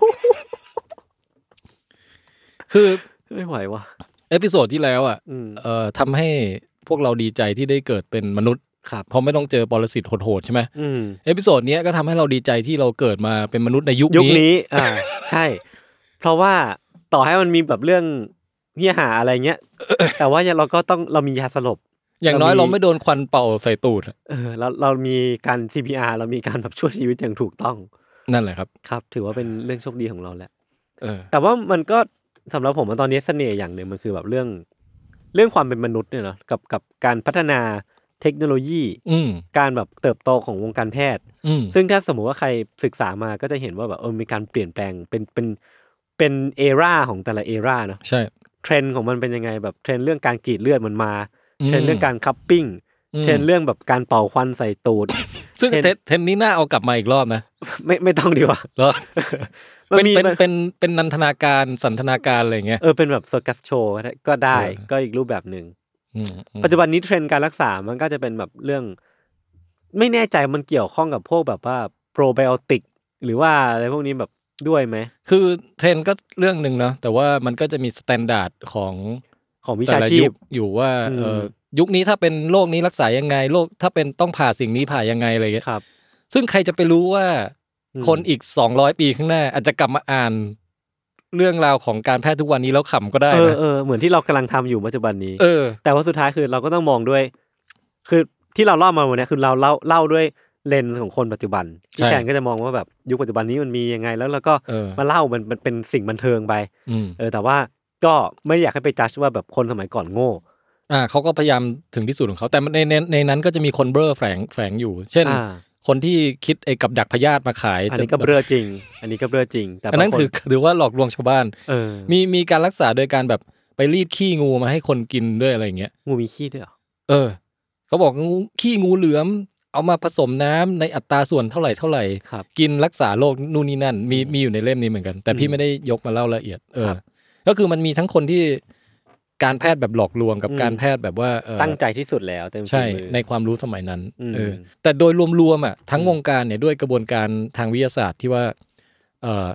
Speaker 3: คือ
Speaker 2: ไม่ไหวว่ะ
Speaker 3: เอพิโซดที่แล้วอ่ะ
Speaker 2: อืม
Speaker 3: เอ่อทำให้พวกเราดีใจที่ได้เกิดเป็นมนุษย์
Speaker 2: ครับ
Speaker 3: เพราะไม่ต้องเจอปรสิตโหดๆใช่ไหม
Speaker 2: อืม
Speaker 3: เอพิโซดเนี้ยก็ทำให้เราดีใจที่เราเกิดมาเป็นมนุษย์ในยุค
Speaker 2: ยุค
Speaker 3: นี้
Speaker 2: นี้ อ่า ใช่ เพราะว่าต่อให้มันมีแบบเรื่องเหี้ยหาอะไรเงี้ย แต่ว่าเราก็ต้องเรามียาสลบ
Speaker 3: อย่างน้อย
Speaker 2: เรา
Speaker 3: เรา
Speaker 2: มี
Speaker 3: ไม่โดนควันเป่าใส่ตูดอะ
Speaker 2: เออเราเรามีการ CPR เรามีการแบบช่วยชีวิตอย่างถูกต้อง
Speaker 3: นั่นแหละครับ
Speaker 2: ครับ ถือว่าเป็นเรื่องโชคดีของเราแหละ
Speaker 3: เออ
Speaker 2: แต่ว่ามันก็สำหรับผมอะตอนนี้เสน่ห์อย่างหนึ่งมันคือแบบเรื่อง เรื่องความเป็นมนุษย์เนี่ยเนาะกับกับการพัฒนาเทคโนโลยี
Speaker 3: อืม
Speaker 2: การแบบเติบโตของวงการแพทย์
Speaker 3: อืม
Speaker 2: ซึ่งถ้าสมมุติว่าใครศึกษามาก็จะเห็นว่าแบบเออมีการเปลี่ยนแปลงเป็นเป็นเป็นเอราของแต่ละเอราเนาะ
Speaker 3: ใช่
Speaker 2: เทรนด์ของมันเป็นยังไงแบบเทรนด์เรื่องการกรีดเลือดมันมา
Speaker 3: อืม
Speaker 2: เทรนด์เรื่องการคัพปิ้ง
Speaker 3: อืม
Speaker 2: เทรนด์เรื่องแบบการเป่าควันใส่ตูด
Speaker 3: ซึ่ง
Speaker 2: เทรน
Speaker 3: เทนเทนนี้น่าเอากลับมาอีกรอบนะ
Speaker 2: ไม่ไม่ต้องดีกว่า
Speaker 3: แล้ว
Speaker 2: มัน
Speaker 3: เป็น
Speaker 2: มี
Speaker 3: เป็น
Speaker 2: มัน
Speaker 3: เป็นเป็นนันทนาการสันทนาการอะไรอย่างเงี้ย
Speaker 2: เออเป็นแบบเซอร์กัสโชว์ก็ได้
Speaker 3: เออ
Speaker 2: ก็อีกรูปแบบหนึ่ง
Speaker 3: อืมอืม
Speaker 2: ปัจจุบันนี้เทรนด์การรักษา มันก็จะเป็นแบบเรื่อง ไม่แน่ใจมันเกี่ยวข้องกับพวกแบบว่าโปรไบโอติกหรือว่าอะไรพวกนี้แบบด้วยไหม
Speaker 3: คือเทรนก็เรื่องหนึ่งเนาะแต่ว่ามันก็จะมีสแตนดาร์ดของ
Speaker 2: ของวิ
Speaker 3: แต่
Speaker 2: ชา
Speaker 3: ละ
Speaker 2: ชี
Speaker 3: ยุ
Speaker 2: พ
Speaker 3: คอยู่ว่า
Speaker 2: อืม
Speaker 3: เอ่อยุคนี้ถ้าเป็นโรคนี้รักษายังไงโรคถ้าเป็นต้องผ่าสิ่งนี้ผ่ายังไงอะไรเงี้ย
Speaker 2: ครับ
Speaker 3: ซึ่งใครจะไปรู้ว่า
Speaker 2: อืม
Speaker 3: คนอีก 200 ปีข้างหน้า อาจจะกลับมาอ่าน เรื่องราวของการแพทย์ทุกวันนี้แล้วขำก็ได้
Speaker 2: เออ
Speaker 3: นะ
Speaker 2: เออเหมือนที่เรากำลังทำอยู่ปัจจุบันนี้
Speaker 3: เออ
Speaker 2: แต่ว่าสุดท้ายคือเราก็ต้องมองด้วย คือที่เราเล่ามาวันเนี้ยคือเราเล่าเล่าด้วยเลนส์ของคนปัจจุบันที่
Speaker 3: ใช่
Speaker 2: แทนก็จะมองว่าแบบยุคปัจจุบันนี้มันมียังไง แล้วเราก็
Speaker 3: เออ
Speaker 2: มาเล่ามันมันเป็นสิ่งบันเทิงไป
Speaker 3: อืม
Speaker 2: เออ แต่ว่าก็ไม่อยากให้ไปจัดว่าแบบคนสมัยก่อนโง่
Speaker 3: อ่าเขาก็พยายามถึงที่สุดของเขาแต่ในในในนั้นก็จะมีคนเบ้อแฝงแฝงอยู่ เช่น
Speaker 2: อ่า
Speaker 3: คนที่คิดไอ้กับดักพยาธิมาขาย
Speaker 2: อันนี้ก็
Speaker 3: แต่
Speaker 2: เบ้อจริง อันนี้ก็เบ้อจริง แต่
Speaker 3: อันนั้น
Speaker 2: บางค
Speaker 3: ถือ ถือว่าหลอกลวงชาวบ้าน
Speaker 2: เออ
Speaker 3: มีมีการรักษาโดยการแบบไปรีดขี้งูมาให้คนกินด้วยอะไรอย่างเงี้ย
Speaker 2: งูมีขี้ด้วยเหรอ
Speaker 3: เออเขาบอกงูขี้งูเหลือม เอามาผสมน้ำในอัตราส่วนเท่าไหร่เท่าไหร่
Speaker 2: ครับ
Speaker 3: กินรักษาโรคนู่นนี่นั่น มีมีอยู่ในเล่มนี้เหมือนกัน แต่พี่
Speaker 2: อืม
Speaker 3: ไม่ได้ยกมาเล่าละเอียด เออ
Speaker 2: ครับ
Speaker 3: ก็คือมันมีทั้งคนที่การแพทย์แบบหลอกลวงกับ
Speaker 2: อืม
Speaker 3: การแพทย์แบบว่าเออ
Speaker 2: ตั้งใจที่สุดแล้วเต็มฝี
Speaker 3: ใช่
Speaker 2: มือ
Speaker 3: ในความรู้สมัยนั้น
Speaker 2: อืม
Speaker 3: เออแต่โดยรวมๆอ่ะทั้งวงการเนี่ยด้วยกระบวนการทางวิทยาศาสตร์ที่ว่าเออ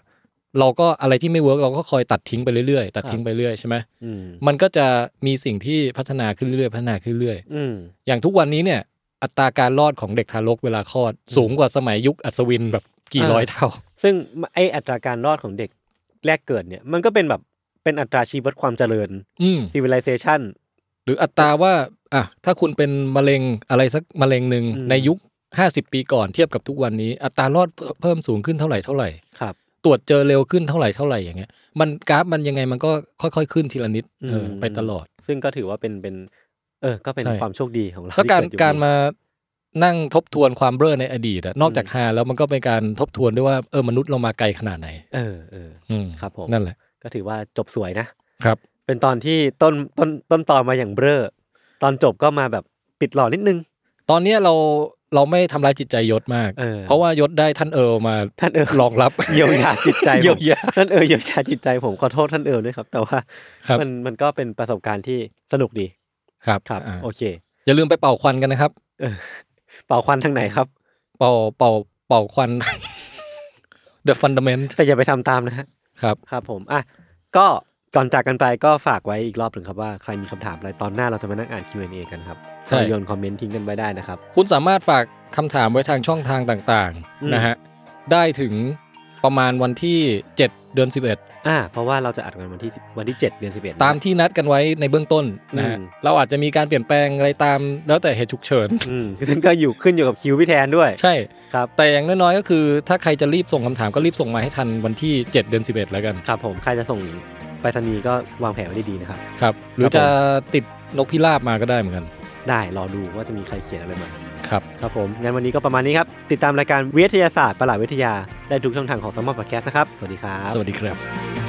Speaker 3: เราก็อะไรที่ไม่เวิร์กเราก็คอยตัดทิ้งไปเรื่อยๆตัดทิ้งไปเรื่อยใช่ไหม
Speaker 2: อืม
Speaker 3: มันก็จะมีสิ่งที่พัฒนาขึ้นเรื่อยๆพัฒนาขึ้นเรื่อย
Speaker 2: อืม
Speaker 3: อย่างทุกวันนี้เนี่ย อัตราการรอดของเด็กทารกเวลาคลอด สูงกว่าสมัยยุคอัศวินแบบกี่
Speaker 2: อ่า
Speaker 3: ร้อยเท่า
Speaker 2: ซึ่งไออัตราการรอดของเด็กแรกเกิดเนี่ย มันก็เป็นแบบเป็นอัตราชีวัดความเจริญ
Speaker 3: อืม
Speaker 2: civilization
Speaker 3: หรืออัตราว่าอ่ะถ้าคุณเป็นมะเร็งอะไรสักมะเร็งหนึ่ง
Speaker 2: อืม
Speaker 3: ในยุค 50 ปีก่อนเทียบกับทุกวันนี้ อัตรารอดเพิ่มสูงขึ้นเท่าไหร่เท่าไหร่
Speaker 2: ครับ
Speaker 3: ตรวจเจอเร็วขึ้นเท่าไหร่เท่าไหร่อย่างเงี้ยมันกราฟมันยังไงมันก็ค่อยๆขึ้นทีละนิดเอออ
Speaker 2: ม
Speaker 3: ไปตลอด
Speaker 2: ซึ่งก็ถือว่าเป็นเป็น เออ ก็เป็น
Speaker 3: ใช่
Speaker 2: ความโชคดีของเรา
Speaker 3: แล้วการ
Speaker 2: ที่เดอยู่
Speaker 3: การมานั่งทบทวนความเบ้อในอดีตอะนอกจากฮาแล้วมันก็เป็นการทบทวนด้วยว่าเออมนุษย์เรามาไกลขนาดไหน
Speaker 2: เออเออ
Speaker 3: อืม
Speaker 2: ครับผม
Speaker 3: นั่นแหละ
Speaker 2: ก็ถือว่าจบสวยนะ
Speaker 3: ครับ
Speaker 2: เป็นตอนที่ต้นต้นต้นตอนมาอย่างเบ้อตอนจบก็มาแบบปิดหล่อนิดนึง
Speaker 3: ตอนเนี้ยเราเราไม่ทำร้ายจิตใจยศมาก
Speaker 2: เออ
Speaker 3: เพราะว่ายศได้ท่านเอิร์ลมา
Speaker 2: ท่านเออ
Speaker 3: รองรับ
Speaker 2: เยียวยาจิตใจผม
Speaker 3: เยียวยา
Speaker 2: ท่านเออเยียวยาจิตใจผมขอโทษท่านเออด้วยครับ แต่ว่า
Speaker 3: ครับ
Speaker 2: มันมันก็เป็นประสบการณ์ที่สนุกดี
Speaker 3: ครับ
Speaker 2: ครับ
Speaker 3: อ่า
Speaker 2: โอเค
Speaker 3: อย่าลืมไปเป่าควันกันนะครับ
Speaker 2: เป่าควันทางไหนครับ
Speaker 3: เป่าเป่าเป่าควัน The Fundament
Speaker 2: แต่อย่าไปทำตามนะฮะ
Speaker 3: ครับ
Speaker 2: ครับผม อ่ะ ก็ก่อนจากกันไปก็ฝากไว้อีกรอบหนึ่งครับว่าใครมีคำถามอะไรตอนหน้าเราจะมานั่งอ่าน Q&A กันครับ
Speaker 3: ใช่
Speaker 2: ก็โยนคอมเมนต์ทิ้งกันไว้ได้นะครับ
Speaker 3: คุณสามารถฝากคำถามไว้ทางช่องทางต่าง
Speaker 2: อืม
Speaker 3: ๆนะฮะได้ถึงประมาณวันที่ 7 เดือน
Speaker 2: อ่า เพราะว่าเราจะอัดกันวันที่10วันที่ 7 เดือน 11นะ
Speaker 3: 11 ตามที่นัดกันไว้ในเบื้องต้นนะฮะ
Speaker 2: อืม
Speaker 3: เราอาจจะมีการเปลี่ยนแปลงอะไรตามแล้วแต่เหตุฉุกเฉิน
Speaker 2: อืมซึ่งก็อยู่ขึ้นอยู่กับคิวพี่แทนด้วย
Speaker 3: ใช่
Speaker 2: ครับ
Speaker 3: แต่อย่างน้อยๆก็คือ ถ้าใครจะรีบส่งคำถามก็รีบส่งมาให้ทันวันที่ 7 เดือน 11 แล้วกัน
Speaker 2: ครับผม ใครจะส่งไปรษณีย์ก็วางแผนไว้ดีๆนะครับ
Speaker 3: ครับหรือ
Speaker 2: ครับผม
Speaker 3: จะติดนกพิราบมาก็ได้เหมือนกัน
Speaker 2: ได้ รอดูว่าจะมีใครเขียนอะไรมา
Speaker 3: ครับ
Speaker 2: ครับผม งั้นวันนี้ก็ประมาณนี้ครับ ติดตามรายการวิทยาศาสตร์ประหลาดวิทยา ได้ทุกช่องทางของสมอลพอดแคสต์นะครับ สวัสดีครับ
Speaker 3: สวัสดีครับ